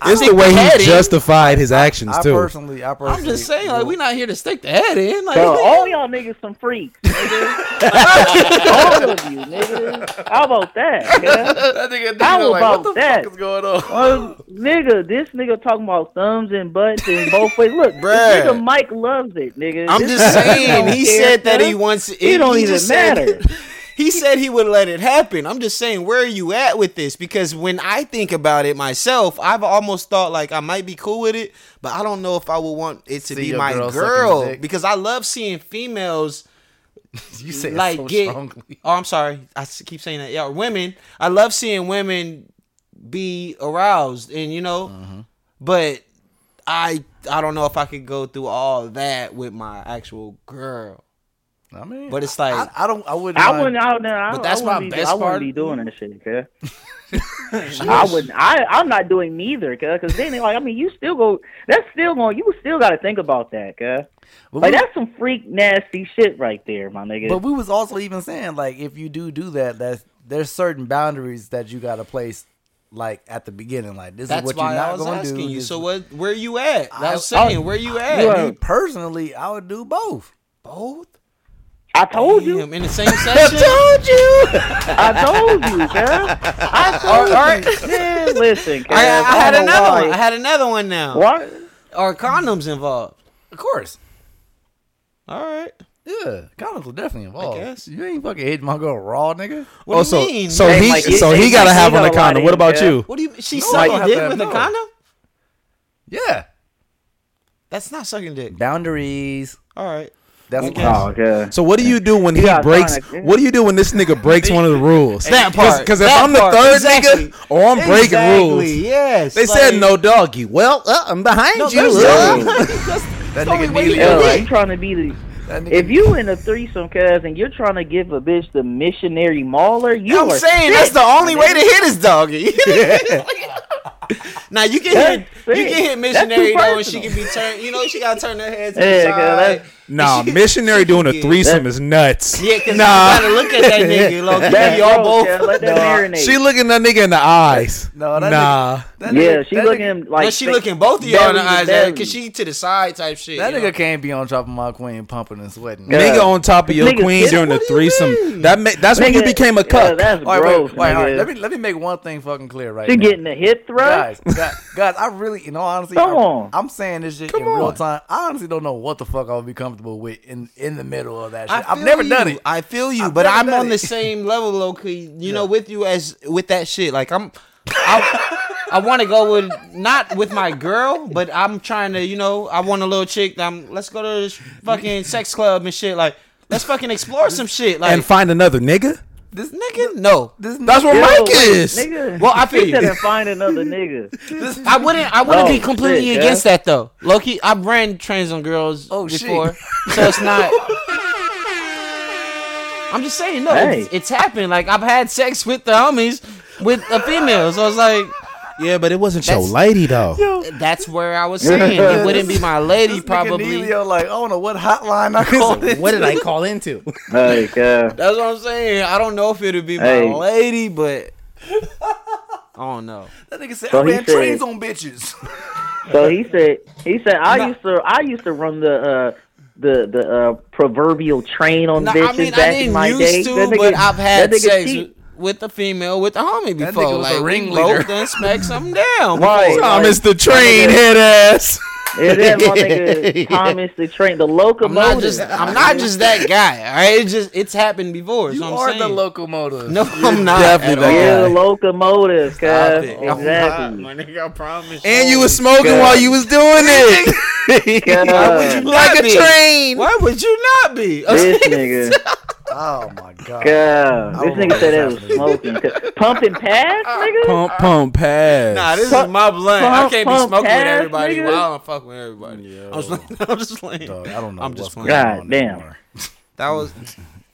Speaker 4: It's the
Speaker 3: think
Speaker 4: way
Speaker 3: the head
Speaker 4: he
Speaker 3: in.
Speaker 4: justified his actions
Speaker 2: I
Speaker 4: too.
Speaker 2: personally, I personally,
Speaker 3: I'm just saying, like we're not here to stick the head in. Like,
Speaker 11: Bro, all y'all niggas some freaks, nigga. all of you, nigga. How about that? cuz?
Speaker 2: that nigga, nigga
Speaker 11: How
Speaker 2: like,
Speaker 11: about
Speaker 2: what the
Speaker 11: that?
Speaker 2: fuck is going on?
Speaker 11: Uh, nigga, this nigga talking about thumbs and butts and both ways. Look, this
Speaker 3: Bruh.
Speaker 11: nigga Mike loves it, nigga.
Speaker 3: I'm
Speaker 11: This
Speaker 3: just
Speaker 11: nigga
Speaker 3: saying.
Speaker 11: don't
Speaker 3: He
Speaker 11: care,
Speaker 3: said that
Speaker 11: cuz.
Speaker 3: he wants.
Speaker 11: It don't
Speaker 3: he
Speaker 11: even
Speaker 3: just said-
Speaker 11: matter.
Speaker 3: he said he would let it happen. I'm just saying, where are you at with this? Because when I think about it myself, I've almost thought like I might be cool with it, but I don't know if I would want it to
Speaker 2: See
Speaker 3: be
Speaker 2: your
Speaker 3: my
Speaker 2: girl
Speaker 3: girl,
Speaker 2: sucking dick.
Speaker 3: because I love seeing females
Speaker 2: You say
Speaker 3: like
Speaker 2: like, so
Speaker 3: get.
Speaker 2: strongly.
Speaker 3: Oh, I'm sorry. I s- keep saying that. Yeah, women. I love seeing women be aroused, and you know,
Speaker 2: Mm-hmm.
Speaker 3: but I I don't know if I could go through all that with my actual girl.
Speaker 2: I mean,
Speaker 3: But it's like-
Speaker 2: I, I don't. I wouldn't.
Speaker 11: I
Speaker 2: mind-
Speaker 11: wouldn't. I, no, I,
Speaker 3: But that's
Speaker 11: I
Speaker 3: my
Speaker 11: wouldn't be,
Speaker 3: best
Speaker 11: I wouldn't
Speaker 3: part.
Speaker 11: be doing that shit, cuz. I wouldn't. I I'm not doing neither, cuz. Cause then like, I mean, you still go. That's still going. You still got to think about that, cuz.
Speaker 2: But
Speaker 11: Like
Speaker 2: we-
Speaker 11: that's some freak nasty shit right there, my nigga.
Speaker 2: But we was also even saying like if you do do that, that there's certain boundaries that you got to place like at the beginning. Like this
Speaker 3: That's
Speaker 2: is what
Speaker 3: why
Speaker 2: you're
Speaker 3: I
Speaker 2: not
Speaker 3: was
Speaker 2: going to
Speaker 3: asking
Speaker 2: do.
Speaker 3: you.
Speaker 2: This-
Speaker 3: So what? Where you at?
Speaker 2: I-
Speaker 3: I was saying, where you at?
Speaker 11: Yeah.
Speaker 2: Me personally, I would do both.
Speaker 3: Both.
Speaker 11: I told you.
Speaker 3: Damn, in the same session.
Speaker 11: I told you, cuz. I told you. Man, listen, cuz.
Speaker 3: I, I had
Speaker 11: don't know
Speaker 3: another
Speaker 11: why.
Speaker 3: one. I had another one now.
Speaker 11: What?
Speaker 3: Are condoms involved?
Speaker 2: Of course.
Speaker 3: All right.
Speaker 2: Yeah, condoms were definitely involved.
Speaker 3: guess.
Speaker 2: You ain't fucking hitting my girl raw, nigga.
Speaker 4: What do Oh, you so- mean? so Hey, he- like, so he gotta have on a condom. What about you?
Speaker 3: What do you? She
Speaker 2: No, I
Speaker 3: sucking
Speaker 2: don't have
Speaker 3: dick
Speaker 2: to
Speaker 3: with
Speaker 2: have-
Speaker 3: a condom?
Speaker 2: Yeah.
Speaker 3: That's not sucking dick.
Speaker 2: Boundaries.
Speaker 3: All right.
Speaker 2: That's
Speaker 3: Okay.
Speaker 4: Oh,
Speaker 2: yeah.
Speaker 4: So what do you do when he
Speaker 2: got
Speaker 4: breaks?
Speaker 2: Sonic, yeah.
Speaker 4: What do you do when this nigga breaks one of the rules?
Speaker 2: That part.
Speaker 4: Because if
Speaker 2: That
Speaker 4: I'm the
Speaker 2: part.
Speaker 4: third
Speaker 2: Exactly.
Speaker 4: nigga, or I'm breaking
Speaker 2: Exactly,
Speaker 4: rules.
Speaker 2: yes.
Speaker 4: They
Speaker 2: Like-
Speaker 4: said no doggy. Well, uh, I'm behind
Speaker 2: No,
Speaker 4: you.
Speaker 2: there's
Speaker 4: uh.
Speaker 2: no-
Speaker 11: That
Speaker 2: nigga
Speaker 11: way
Speaker 2: needed
Speaker 11: you
Speaker 2: it.
Speaker 11: ain't trying to be the. If you in a threesome, cuz, and you're trying to give a bitch the missionary mauler, you
Speaker 3: I'm
Speaker 11: are
Speaker 3: saying
Speaker 11: sick,
Speaker 3: that's the only way to
Speaker 11: nigga.
Speaker 3: hit his doggy. now you can hit
Speaker 11: That's
Speaker 3: you can hit
Speaker 11: sick. That's
Speaker 3: missionary
Speaker 11: too
Speaker 3: though, and she can be turned. You know, she gotta turn her head to the
Speaker 4: Yeah,
Speaker 3: side.
Speaker 4: girl, that- Nah, missionary doing a threesome is nuts.
Speaker 3: Yeah, 'cause
Speaker 4: nah.
Speaker 3: you gotta look at that nigga, low key.
Speaker 4: That's
Speaker 3: Y'all
Speaker 4: gross,
Speaker 3: both-
Speaker 4: yeah, let that
Speaker 3: Nah.
Speaker 4: marinate. She looking that nigga in the eyes.
Speaker 2: No,
Speaker 3: that
Speaker 4: nah.
Speaker 11: yeah, she looking like
Speaker 3: but she looking both of y'all in the eyes
Speaker 2: belly.
Speaker 3: at because she to the side type shit.
Speaker 2: That
Speaker 3: you
Speaker 2: nigga
Speaker 3: know?
Speaker 2: can't be on top of my queen pumping and sweating.
Speaker 4: Nigga on top of your queen during the threesome. That ma- that's when you became a cuck.
Speaker 2: All right, wait, wait, all right, Let me let me make one thing fucking clear right
Speaker 11: She
Speaker 2: now.
Speaker 11: getting the hip
Speaker 2: guys,
Speaker 11: thrust?
Speaker 2: guys, guys, I really, you know, honestly,
Speaker 11: Come
Speaker 2: I,
Speaker 11: on.
Speaker 2: I'm saying this shit in real time. I honestly don't know what the fuck I would be comfortable with in in the middle of that shit.
Speaker 3: I
Speaker 2: I've
Speaker 3: feel
Speaker 2: never
Speaker 3: you.
Speaker 2: done it.
Speaker 3: I feel you,
Speaker 2: I've
Speaker 3: but
Speaker 2: never
Speaker 3: I'm
Speaker 2: done
Speaker 3: on
Speaker 2: it.
Speaker 3: the same level, Loki. You know, with you as with that shit. Like I'm, I, I want to go with not with my girl, but I'm trying to. You know, I want a little chick. that I'm let's go to this fucking sex club and shit. Like let's fucking explore some shit. Like
Speaker 4: and find another nigga.
Speaker 3: this nigga, no.
Speaker 4: That's where
Speaker 3: Yo,
Speaker 4: Mike
Speaker 3: wait,
Speaker 4: is.
Speaker 11: Nigga.
Speaker 3: Well, I feel
Speaker 11: She said
Speaker 3: you.
Speaker 11: and find another nigga.
Speaker 3: I wouldn't. I wouldn't
Speaker 11: Oh,
Speaker 3: be completely
Speaker 11: shit,
Speaker 3: against
Speaker 11: yeah.
Speaker 3: that though. Loki, I've ran trains on girls
Speaker 2: Oh, shit.
Speaker 3: before, so it's not. I'm just saying, no,
Speaker 11: Hey.
Speaker 3: it's, it's happened. Like I've had sex with the homies with a female, so it's like,
Speaker 4: yeah, but it wasn't
Speaker 3: your
Speaker 4: lady though.
Speaker 3: that's where I was saying it wouldn't be my lady,
Speaker 2: This nigga
Speaker 3: probably.
Speaker 2: Neelio, like, I don't know what hotline I called.
Speaker 4: what did I call into?
Speaker 11: Like, uh,
Speaker 3: That's what I'm saying. I don't know if it'd be
Speaker 11: Hey.
Speaker 3: my lady, but I don't know.
Speaker 2: That nigga said,
Speaker 11: So
Speaker 2: I
Speaker 11: he
Speaker 2: ran
Speaker 11: said-
Speaker 2: trains on bitches.
Speaker 11: so he said, he said, I used to, I used to run the, uh, the the uh, proverbial train on
Speaker 3: No,
Speaker 11: bitches
Speaker 3: I mean,
Speaker 11: back
Speaker 3: I
Speaker 11: in
Speaker 3: didn't
Speaker 11: my
Speaker 3: used
Speaker 11: day.
Speaker 3: to,
Speaker 11: That nigga-
Speaker 3: but I've had
Speaker 11: that nigga
Speaker 3: sex
Speaker 11: cheat.
Speaker 3: with a female, with a homie
Speaker 2: That nigga
Speaker 3: before.
Speaker 2: was a
Speaker 3: like, we
Speaker 2: ringleader.
Speaker 3: both done smacked something down.
Speaker 11: Right,
Speaker 3: before.
Speaker 4: Thomas the train
Speaker 11: nigga-
Speaker 4: head ass.
Speaker 11: Yeah, that my nigga Thomas the train, the
Speaker 3: I'm not
Speaker 11: locomotive.
Speaker 3: just I'm not just that guy. All right, it's just it's happened before.
Speaker 2: You
Speaker 3: so I'm
Speaker 2: are the
Speaker 3: saying.
Speaker 2: locomotive.
Speaker 3: No, I'm not.
Speaker 4: definitely
Speaker 3: at
Speaker 4: the
Speaker 3: all.
Speaker 11: yeah, the locomotive, cuz.
Speaker 3: Stop it. I'm
Speaker 11: Exactly.
Speaker 3: not, my nigga, I promise.
Speaker 4: And you was smoking
Speaker 11: Oh, God.
Speaker 4: while you was doing it.
Speaker 3: Why would you
Speaker 11: God,
Speaker 3: not
Speaker 4: like a
Speaker 3: be?
Speaker 4: train.
Speaker 3: Why would you not be?
Speaker 11: this nigga,
Speaker 2: Oh my god.
Speaker 11: God,
Speaker 2: I
Speaker 11: this
Speaker 2: don't know
Speaker 11: nigga said that
Speaker 2: what's
Speaker 11: was smoking, cuz. pumping pass, nigga.
Speaker 4: Pump, pump, pass.
Speaker 3: Nah, this is
Speaker 11: Pump-
Speaker 3: my blunt. I
Speaker 11: pump-
Speaker 3: can't be
Speaker 11: pump
Speaker 3: smoking with
Speaker 11: ass,
Speaker 3: everybody.
Speaker 11: nigga.
Speaker 3: Well, I don't fuck with everybody. I was like, I'm just playing.
Speaker 2: Dog, I don't know.
Speaker 3: I'm
Speaker 2: what's
Speaker 3: just
Speaker 2: going
Speaker 3: playing.
Speaker 11: God
Speaker 2: on
Speaker 11: damn.
Speaker 2: anymore.
Speaker 3: That was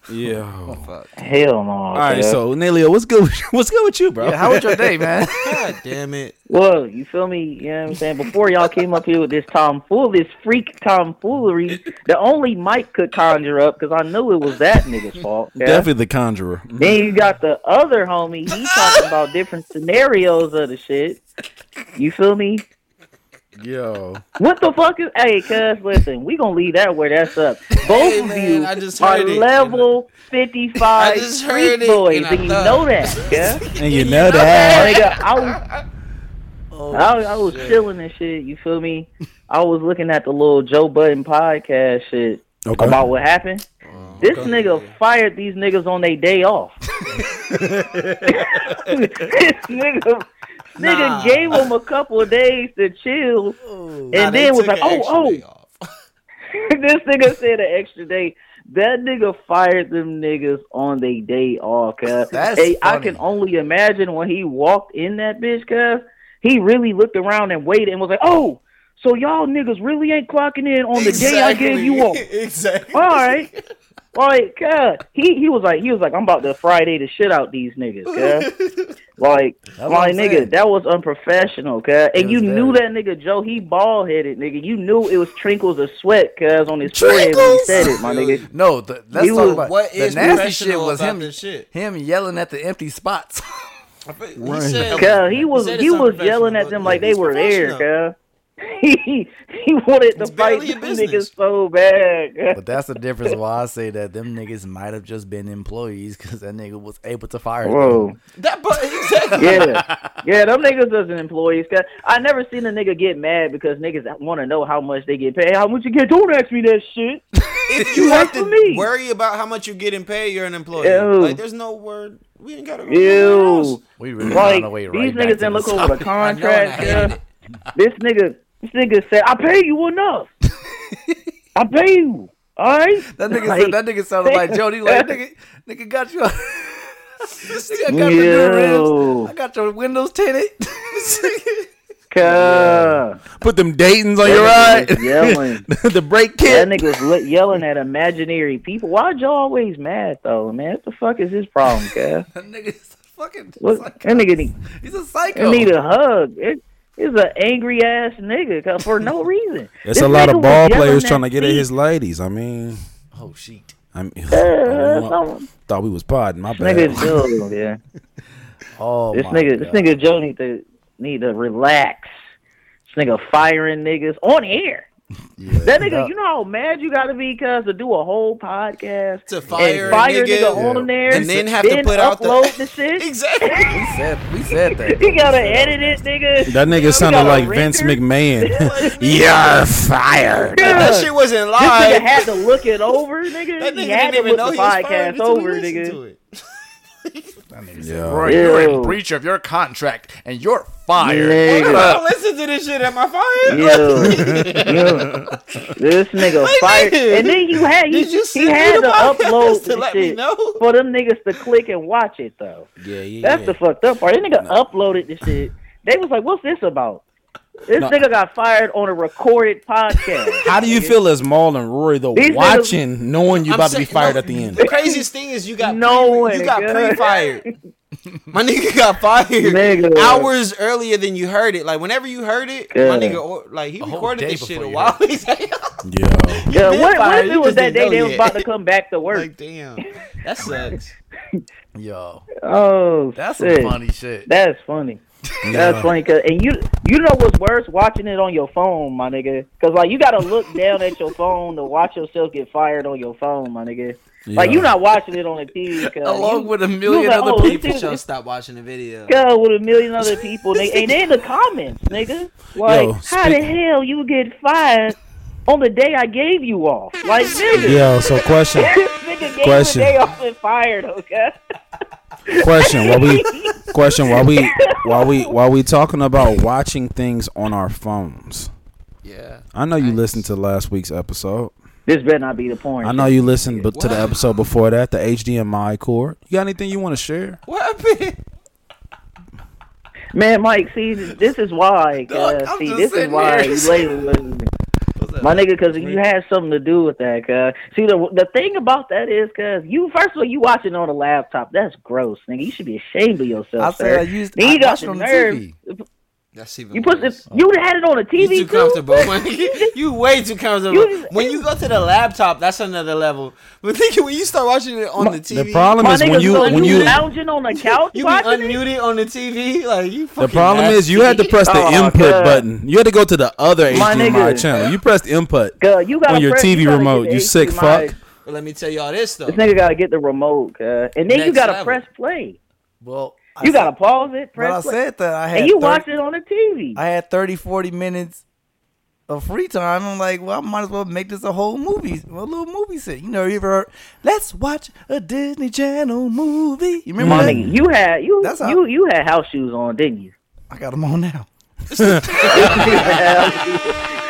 Speaker 3: Oh,
Speaker 4: Yeah.
Speaker 3: fuck.
Speaker 11: Hell no.
Speaker 4: All right, so Nelio, what's good? With you? What's good with you, bro?
Speaker 2: Yeah, how was your day, man?
Speaker 3: God damn it.
Speaker 11: Well, you feel me? You know what I'm saying? Before y'all came up here with this tomfool, this freak tomfoolery, the only Mike could conjure up, because I knew it was that nigga's fault. yeah?
Speaker 4: Definitely the conjurer.
Speaker 11: Then you got the other homie. He talking about different scenarios of the shit. You feel me?
Speaker 4: Yo,
Speaker 11: What the fuck is? Hey, cuz, listen, we gonna leave that where that's up. Both
Speaker 3: Hey,
Speaker 11: of
Speaker 3: man,
Speaker 11: you
Speaker 3: I just
Speaker 11: are
Speaker 3: heard it,
Speaker 11: level fifty-five
Speaker 3: I just
Speaker 11: street
Speaker 3: heard it,
Speaker 11: boys,
Speaker 3: and I
Speaker 11: and, you
Speaker 3: thought-
Speaker 11: know that, yeah.
Speaker 4: and you know that.
Speaker 11: Nigga, I was,
Speaker 3: Oh,
Speaker 11: I, was- I was chilling and shit. You feel me? I was looking at the little Joe Budden podcast shit
Speaker 4: Okay.
Speaker 11: about what happened. this nigga fired these niggas on their day off. this nigga,
Speaker 3: Nah.
Speaker 11: nigga gave them a couple of days to chill,
Speaker 3: Nah,
Speaker 11: and
Speaker 3: they
Speaker 11: then was
Speaker 3: took
Speaker 11: like,
Speaker 3: an
Speaker 11: "Oh,
Speaker 3: extra
Speaker 11: oh,
Speaker 3: day off.
Speaker 11: this nigga said an extra day." That nigga fired them niggas on their day off, cuz.
Speaker 2: That's
Speaker 11: Hey, I
Speaker 2: funny.
Speaker 11: can only imagine when he walked in that bitch, cuz he really looked around and waited and was like, "Oh, so y'all niggas really ain't clocking in on the day I gave you off."
Speaker 3: exactly.
Speaker 11: All right. Like, God, he he was like he was like I'm about to Friday the shit out these niggas, cuz. like,
Speaker 2: what
Speaker 11: like
Speaker 2: I'm saying.
Speaker 11: nigga, that was unprofessional, cuz. And you
Speaker 2: was
Speaker 11: knew that nigga Joe, he bald headed, nigga. You knew it was trinkles of sweat, cuz, on his forehead when he said it, my nigga.
Speaker 2: No, the, let's
Speaker 11: You
Speaker 2: talk
Speaker 11: was-
Speaker 2: about
Speaker 3: what
Speaker 2: the
Speaker 3: is
Speaker 2: nasty
Speaker 3: professional
Speaker 2: shit was
Speaker 3: about
Speaker 2: him,
Speaker 3: this shit?
Speaker 2: him yelling at the empty spots.
Speaker 3: He said,
Speaker 11: Cuz he was
Speaker 3: said
Speaker 11: he
Speaker 3: it's
Speaker 11: was
Speaker 3: unprofessional,
Speaker 11: yelling at
Speaker 3: but
Speaker 11: them like they
Speaker 3: it's
Speaker 11: were there,
Speaker 3: professional.
Speaker 11: cuz. He he wanted to
Speaker 3: It's
Speaker 11: fight
Speaker 3: barely a
Speaker 11: these
Speaker 3: business.
Speaker 11: niggas so bad. cuz.
Speaker 2: but that's the difference why I say that them niggas might have just been employees because that nigga was able to fire them.
Speaker 11: Whoa.
Speaker 3: That but exactly.
Speaker 11: yeah, yeah, them niggas doesn't employees. Cause I never seen a nigga get mad because niggas want to know how much they get paid. How much you get? Don't ask me that shit.
Speaker 3: if you have to worry about how much you're getting paid, you're an employee.
Speaker 11: Ew.
Speaker 3: Like there's no word. We ain't got to.
Speaker 11: Ew.
Speaker 2: We
Speaker 3: really
Speaker 11: like,
Speaker 3: found a way right
Speaker 11: These
Speaker 3: back
Speaker 11: niggas
Speaker 3: to
Speaker 11: didn't
Speaker 3: the
Speaker 11: look over
Speaker 3: topic.
Speaker 11: the
Speaker 3: I know, and I
Speaker 11: contract.
Speaker 3: hated
Speaker 11: yeah. This nigga, this nigga said, "I pay you enough. I pay you. All right."
Speaker 2: That nigga said- that nigga sounded like Jody, like, nigga- nigga got you. I got the new
Speaker 11: Yo.
Speaker 2: rims. I got your windows tinted.
Speaker 4: Put them Dayton's on
Speaker 11: That
Speaker 4: your
Speaker 11: nigga was
Speaker 4: ride.
Speaker 11: yelling.
Speaker 4: the brake
Speaker 11: That
Speaker 4: kit.
Speaker 11: nigga was li- yelling at imaginary people. Why y'all always mad though, man? What the fuck is his problem, guy?
Speaker 2: that nigga is a fucking.
Speaker 11: What, that nigga need,
Speaker 2: He's a
Speaker 11: that
Speaker 2: psycho.
Speaker 11: need a hug. It, it's an angry ass nigga 'cause for no reason.
Speaker 4: It's
Speaker 11: This
Speaker 4: a lot
Speaker 11: nigga
Speaker 4: of
Speaker 11: was
Speaker 4: ball
Speaker 11: yelling
Speaker 4: players trying to
Speaker 11: at
Speaker 4: get at
Speaker 11: me.
Speaker 4: his ladies. I mean,
Speaker 2: oh shit.
Speaker 4: I mean,
Speaker 11: some-
Speaker 4: thought we was podding. My bad.
Speaker 11: This nigga, Joe, yeah.
Speaker 2: Oh,
Speaker 11: this
Speaker 4: my
Speaker 11: nigga, this
Speaker 4: God.
Speaker 11: nigga Joe need to need to relax. This nigga firing niggas on air. that nigga, you know how mad you gotta be, cause to do a whole podcast to
Speaker 3: fire a
Speaker 11: and fire a
Speaker 3: nigga.
Speaker 11: nigga,
Speaker 3: Yeah.
Speaker 11: on there,
Speaker 3: And then have to put out the-
Speaker 11: upload the shit.
Speaker 3: exactly.
Speaker 2: We said we said that.
Speaker 11: you gotta edit it, nigga.
Speaker 4: That nigga
Speaker 11: You
Speaker 4: sounded
Speaker 11: gotta
Speaker 4: like
Speaker 11: render.
Speaker 4: Vince McMahon. You're fired.
Speaker 11: Yeah.
Speaker 3: That shit wasn't
Speaker 11: This nigga
Speaker 3: live.
Speaker 11: had to look it over, nigga.
Speaker 3: That
Speaker 11: he
Speaker 3: nigga
Speaker 11: had
Speaker 3: didn't
Speaker 11: to
Speaker 3: even
Speaker 11: look
Speaker 3: know
Speaker 11: the
Speaker 3: he was fired
Speaker 11: podcast
Speaker 3: until he
Speaker 11: over,
Speaker 3: listened
Speaker 11: nigga.
Speaker 3: to it.
Speaker 2: Roy, you're in
Speaker 11: Ew.
Speaker 2: breach of your contract and you're fired.
Speaker 11: Nigga.
Speaker 2: Shut
Speaker 3: I
Speaker 2: up.
Speaker 3: listen to this shit. Am I fired?
Speaker 11: Yo, yo, this nigga
Speaker 3: Like,
Speaker 11: fired,
Speaker 3: nigga,
Speaker 11: and then you had he,
Speaker 3: did you
Speaker 11: he
Speaker 3: send me
Speaker 11: had
Speaker 3: the
Speaker 11: to
Speaker 3: podcast
Speaker 11: upload
Speaker 3: to
Speaker 11: the
Speaker 3: let me
Speaker 11: shit for them niggas to click and watch it though.
Speaker 4: Yeah, yeah.
Speaker 11: That's the fucked up part. This nigga uploaded this shit. They was like, "What's this about?" This
Speaker 4: No.
Speaker 11: nigga got fired on a recorded podcast.
Speaker 4: How do you feel as Maul and Roy though
Speaker 11: These niggas-
Speaker 4: watching, knowing you
Speaker 11: I'm
Speaker 4: about to be
Speaker 11: saying-
Speaker 4: fired
Speaker 11: no,
Speaker 4: at the end?
Speaker 3: The craziest thing is you got
Speaker 11: No
Speaker 3: pre,
Speaker 11: way,
Speaker 3: you got
Speaker 11: God.
Speaker 3: pre fired. My nigga got fired
Speaker 11: Nigga.
Speaker 3: hours earlier than you heard it. Like whenever you heard it,
Speaker 11: Yeah.
Speaker 3: my nigga or, like he recorded
Speaker 2: day
Speaker 3: this shit
Speaker 2: before
Speaker 3: a
Speaker 2: you
Speaker 3: while. He's like,
Speaker 11: Yeah, what,
Speaker 3: been
Speaker 11: what
Speaker 3: fired,
Speaker 11: if it
Speaker 3: you
Speaker 11: was
Speaker 3: just
Speaker 11: that
Speaker 3: didn't
Speaker 11: day
Speaker 3: know
Speaker 11: they was
Speaker 3: yet.
Speaker 11: about to come back to work?
Speaker 3: like damn, that sucks.
Speaker 2: Yo,
Speaker 11: Oh,
Speaker 2: that's
Speaker 11: shit.
Speaker 2: some funny shit.
Speaker 11: That's funny.
Speaker 2: Yeah.
Speaker 11: That's funny, cause and you you know what's worse, watching it on your phone, my nigga. Cause like you gotta look down at your phone to watch yourself get fired on your phone, my nigga. Like
Speaker 4: Yeah.
Speaker 11: you not watching it on the TV, cause
Speaker 2: Along
Speaker 11: you,
Speaker 2: with a
Speaker 11: you
Speaker 2: million
Speaker 11: like,
Speaker 2: other
Speaker 11: oh, this
Speaker 2: people,
Speaker 11: is-
Speaker 3: Y'all stop watching the video.
Speaker 11: God, with a million other people, nigga. and then the comments, nigga. Like,
Speaker 4: Yo,
Speaker 11: how the
Speaker 4: speak-
Speaker 11: hell you get fired on the day I gave you off? Like, nigga,
Speaker 4: Yo, so question,
Speaker 11: this nigga gave
Speaker 4: Question.
Speaker 11: you a day off and fired, okay?
Speaker 4: question. While we, question while we, while we, while we talking about watching things on our phones.
Speaker 3: Yeah.
Speaker 4: I know you listened to last week's episode.
Speaker 11: This better not be the porn.
Speaker 4: I know you listened but to the episode before that, the HDMI cord. You got anything you want to share?
Speaker 3: What happened?
Speaker 11: Man, Mike, see, this is why.
Speaker 3: Dog,
Speaker 11: uh,
Speaker 3: I'm
Speaker 11: see,
Speaker 3: just
Speaker 11: this is
Speaker 3: sitting
Speaker 11: why
Speaker 3: here.
Speaker 11: you label me. My nigga, because you had something to do with that, cuz. See, the, the thing about that is, cuz, you, first of all, you watching on a laptop. That's gross, nigga. You should be ashamed of yourself.
Speaker 2: I said
Speaker 11: sir.
Speaker 2: I used.
Speaker 11: Then
Speaker 2: I
Speaker 11: you got
Speaker 2: watched it
Speaker 11: the
Speaker 2: on the
Speaker 11: nerve.
Speaker 2: TV.
Speaker 3: That's even.
Speaker 11: You put this, you had it on a TV.
Speaker 3: You too comfortable. you way too comfortable.
Speaker 11: You-
Speaker 3: when you go to the laptop, that's another level. But think when you start watching it on the TV,
Speaker 4: The problem
Speaker 11: My
Speaker 4: is when
Speaker 11: nigga,
Speaker 4: you
Speaker 11: so
Speaker 4: when
Speaker 11: you
Speaker 4: you
Speaker 11: lounging on the couch
Speaker 3: you be
Speaker 11: watching it?
Speaker 3: unmuted on the TV, like you.
Speaker 4: the
Speaker 3: fucking
Speaker 4: problem is you had to press the
Speaker 11: Oh,
Speaker 4: input
Speaker 11: God.
Speaker 4: button. You had to go to the other
Speaker 11: My
Speaker 4: HDMI
Speaker 11: nigga.
Speaker 4: channel. You pressed input
Speaker 11: Cuz, you gotta
Speaker 4: on your
Speaker 11: press-
Speaker 4: TV
Speaker 11: gotta
Speaker 4: remote.
Speaker 11: get the
Speaker 4: You sick
Speaker 11: HDMI.
Speaker 4: fuck.
Speaker 3: But let me tell y'all this though.
Speaker 11: This nigga gotta get the remote, cuz. And then you
Speaker 3: Next
Speaker 11: gotta
Speaker 3: level.
Speaker 11: press play.
Speaker 2: Well, I
Speaker 11: You
Speaker 2: said-
Speaker 11: gotta pause it,
Speaker 2: But I
Speaker 11: press play.
Speaker 2: said that I had.
Speaker 11: And you
Speaker 2: 30
Speaker 11: watch it on the TV.
Speaker 2: I had 30, 40 minutes of free time. I'm like, well, I might as well make this a whole movie, a little movie set. You know, you ever heard, let's watch a Disney Channel movie. You remember
Speaker 11: My
Speaker 4: Mm.
Speaker 2: that?
Speaker 11: nigga, you had you
Speaker 2: That's how-
Speaker 11: you you had house shoes on, didn't you?
Speaker 2: I got them on now.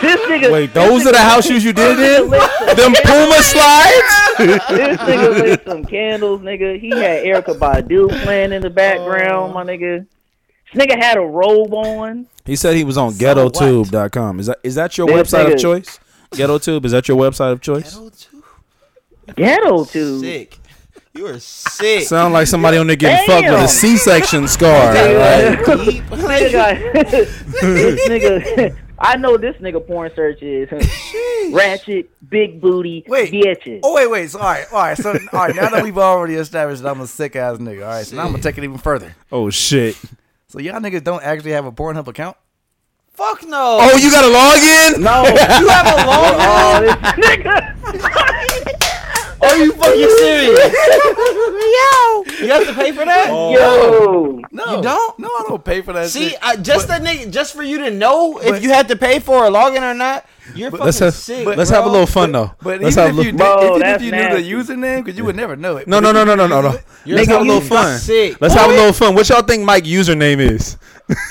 Speaker 11: This nigga.
Speaker 4: Wait, those are the house shoes you did in? Them Puma slides?
Speaker 11: This nigga lit some candles, nigga. He had Erica Badu playing in the background, my nigga. This nigga had a robe on.
Speaker 4: He said he was on ghettotube.com. Is that is that your
Speaker 11: This
Speaker 4: website
Speaker 11: nigga-
Speaker 4: of choice? GhettoTube, is that your website of choice?
Speaker 11: Ghetto too.
Speaker 3: Sick. You are sick.
Speaker 4: Sound like somebody on there getting fucked with a
Speaker 11: Damn.
Speaker 4: C-section scar. right?
Speaker 11: This nigga, got- this nigga, I know this nigga porn search is ratchet, big booty,
Speaker 2: Wait.
Speaker 11: bitches.
Speaker 2: Oh, wait, wait. So, all right, all right. So, all right, now that we've already established that I'm a sick ass nigga, all right, so now I'm going to take it even further.
Speaker 4: Oh shit!
Speaker 2: So, y'all niggas don't actually have a Pornhub account?
Speaker 3: Fuck no.
Speaker 4: Oh, you got a login?
Speaker 11: No,
Speaker 3: You have a long.
Speaker 11: oh, this nigga,
Speaker 3: Are you fucking serious? Yo, you have to pay for that.
Speaker 11: yo,
Speaker 2: No. You don't? No, I don't pay for that
Speaker 3: See,
Speaker 2: shit.
Speaker 3: I, just that nigga, just for you to know
Speaker 2: But-
Speaker 3: if you had to pay for a login or not. You're
Speaker 4: But let's
Speaker 3: fucking
Speaker 4: have-
Speaker 3: sick.
Speaker 4: let's have a little fun, though.
Speaker 2: But
Speaker 4: Let's
Speaker 2: even
Speaker 4: have a
Speaker 2: if you,
Speaker 4: little-
Speaker 2: did,
Speaker 4: Bro,
Speaker 2: even if
Speaker 4: that's
Speaker 2: you knew the username, because you would never know it.
Speaker 4: No,
Speaker 2: But
Speaker 4: no,
Speaker 2: if
Speaker 4: no,
Speaker 2: you
Speaker 4: no, no,
Speaker 2: knew
Speaker 4: no,
Speaker 2: it-
Speaker 4: no.
Speaker 2: You're
Speaker 4: Let's have a
Speaker 2: fucking
Speaker 4: little fun.
Speaker 2: sick.
Speaker 4: Let's have a little fun. What y'all think Mike's username is?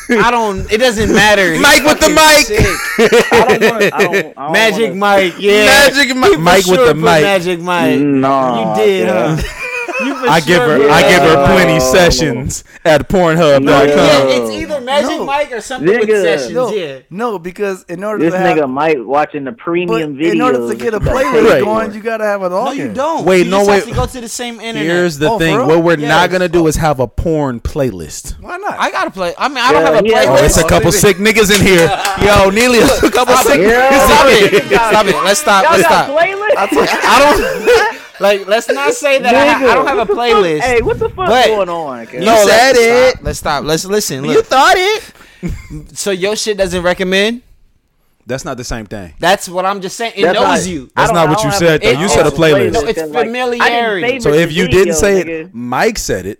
Speaker 3: I don't. It doesn't matter.
Speaker 4: Mike with the mic.
Speaker 3: I don't want- I don't- I don't Magic wanna- Mike, yeah.
Speaker 4: Magic Mike.
Speaker 3: You for
Speaker 4: Mike with
Speaker 3: sure
Speaker 4: the
Speaker 3: put
Speaker 4: mic.
Speaker 3: Magic Mike.
Speaker 4: No.
Speaker 3: You did, huh? You for
Speaker 4: I give
Speaker 3: sure
Speaker 4: her.
Speaker 3: put
Speaker 4: I give her
Speaker 3: Magic
Speaker 4: plenty
Speaker 3: Mike.
Speaker 4: sessions at Pornhub.com.
Speaker 3: No, yeah, it's either Magic Mike or something with
Speaker 11: Nigga.
Speaker 3: sessions.
Speaker 11: No.
Speaker 3: Yeah.
Speaker 2: No, because in order
Speaker 11: This
Speaker 2: to have
Speaker 11: nigga Mike watching the premium videos.
Speaker 2: in order to get a playlist
Speaker 4: Right.
Speaker 2: going, you gotta have an audience. No, you
Speaker 3: don't.
Speaker 4: Wait, You no, just have wait. to
Speaker 3: go to the same internet.
Speaker 4: Here's the
Speaker 3: Oh, for
Speaker 4: thing.
Speaker 3: real?
Speaker 4: What we're
Speaker 3: Yes.
Speaker 4: not gonna do is have a porn playlist.
Speaker 2: Why not?
Speaker 3: I gotta play. I mean, I don't
Speaker 4: Yeah,
Speaker 3: have a
Speaker 4: yeah.
Speaker 3: playlist.
Speaker 4: Oh, it's a couple sick niggas in here. Yo, Neely, a couple
Speaker 3: Stop
Speaker 4: sick.
Speaker 3: it.
Speaker 4: niggas
Speaker 3: Stop
Speaker 4: in
Speaker 3: it.
Speaker 4: here.
Speaker 3: Stop it. Let's stop.
Speaker 4: Y'all
Speaker 3: Let's
Speaker 4: got
Speaker 3: stop. I don't like. Let's not say that I, ha- I don't have a playlist.
Speaker 11: Hey, what the fuck
Speaker 3: but
Speaker 11: going on? cuz?
Speaker 3: No, let's stop. Let's stop. Let's listen.
Speaker 4: You
Speaker 3: Look. thought it. so your shit doesn't recommend.
Speaker 4: That's not the same thing.
Speaker 3: That's what I'm just saying. It
Speaker 4: That's
Speaker 3: knows
Speaker 4: not-
Speaker 3: you.
Speaker 4: that's I don't- not what I you don't said, have a though. You said a playlist.
Speaker 3: No, it's
Speaker 4: playlist, like,
Speaker 3: familiarity.
Speaker 4: So if you didn't say it, Mike said it.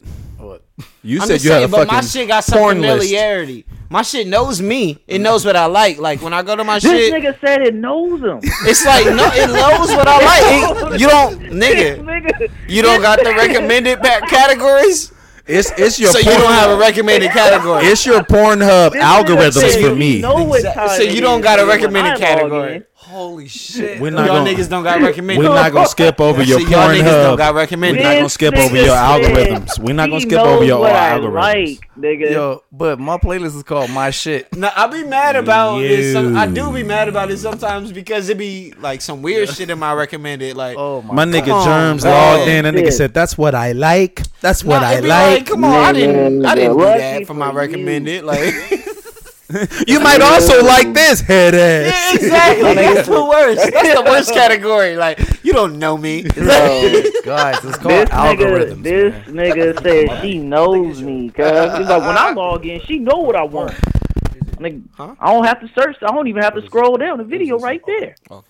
Speaker 4: You
Speaker 3: I'm
Speaker 4: said
Speaker 3: just
Speaker 4: you
Speaker 3: saying,
Speaker 4: had a
Speaker 3: but
Speaker 4: fucking
Speaker 3: my shit got some
Speaker 4: porn list.
Speaker 3: familiarity. My shit knows me. It knows what I like. Like when I go to my
Speaker 11: This
Speaker 3: shit,
Speaker 11: nigga said it knows him.
Speaker 3: it's like no, it knows what I like. It- you don't, nigga. You don't got the recommended back categories.
Speaker 4: It's it's your
Speaker 3: so you don't have a recommended category.
Speaker 4: It's your Pornhub algorithms
Speaker 3: said
Speaker 4: for
Speaker 3: you
Speaker 4: me.
Speaker 3: Exactly. So you don't got a recommended category.
Speaker 2: Holy shit.
Speaker 4: We're not
Speaker 3: y'all
Speaker 4: gonna-
Speaker 3: niggas don't got recommended.
Speaker 4: We're not gonna skip over
Speaker 3: So
Speaker 4: your
Speaker 3: y'all
Speaker 4: Pornhub.
Speaker 3: niggas don't got recommended.
Speaker 4: We're not gonna skip over your algorithms. We're not gonna skip over your algorithms.
Speaker 11: nigga.
Speaker 2: Yo, but my playlist is called My Shit.
Speaker 3: No, I be mad about it. Some, I do
Speaker 2: You.
Speaker 3: be mad about it sometimes because it be like some weird shit in my recommended. Like, oh
Speaker 4: My nigga Germs logged in. That nigga said, "That's what I like. That's what I like."
Speaker 3: Come on, I didn't, I didn't do that for my recommended. Like,
Speaker 4: You might also like this head ass.
Speaker 3: exactly. That's the worst. That's the worst category. Like, you don't know me.
Speaker 2: Guys, it's
Speaker 11: This nigga, this nigga said she knows me, cuz. He's like, when I log in, she know what I want. Nigga, I don't have to search. I don't even have to scroll down. The video right there.
Speaker 2: Oh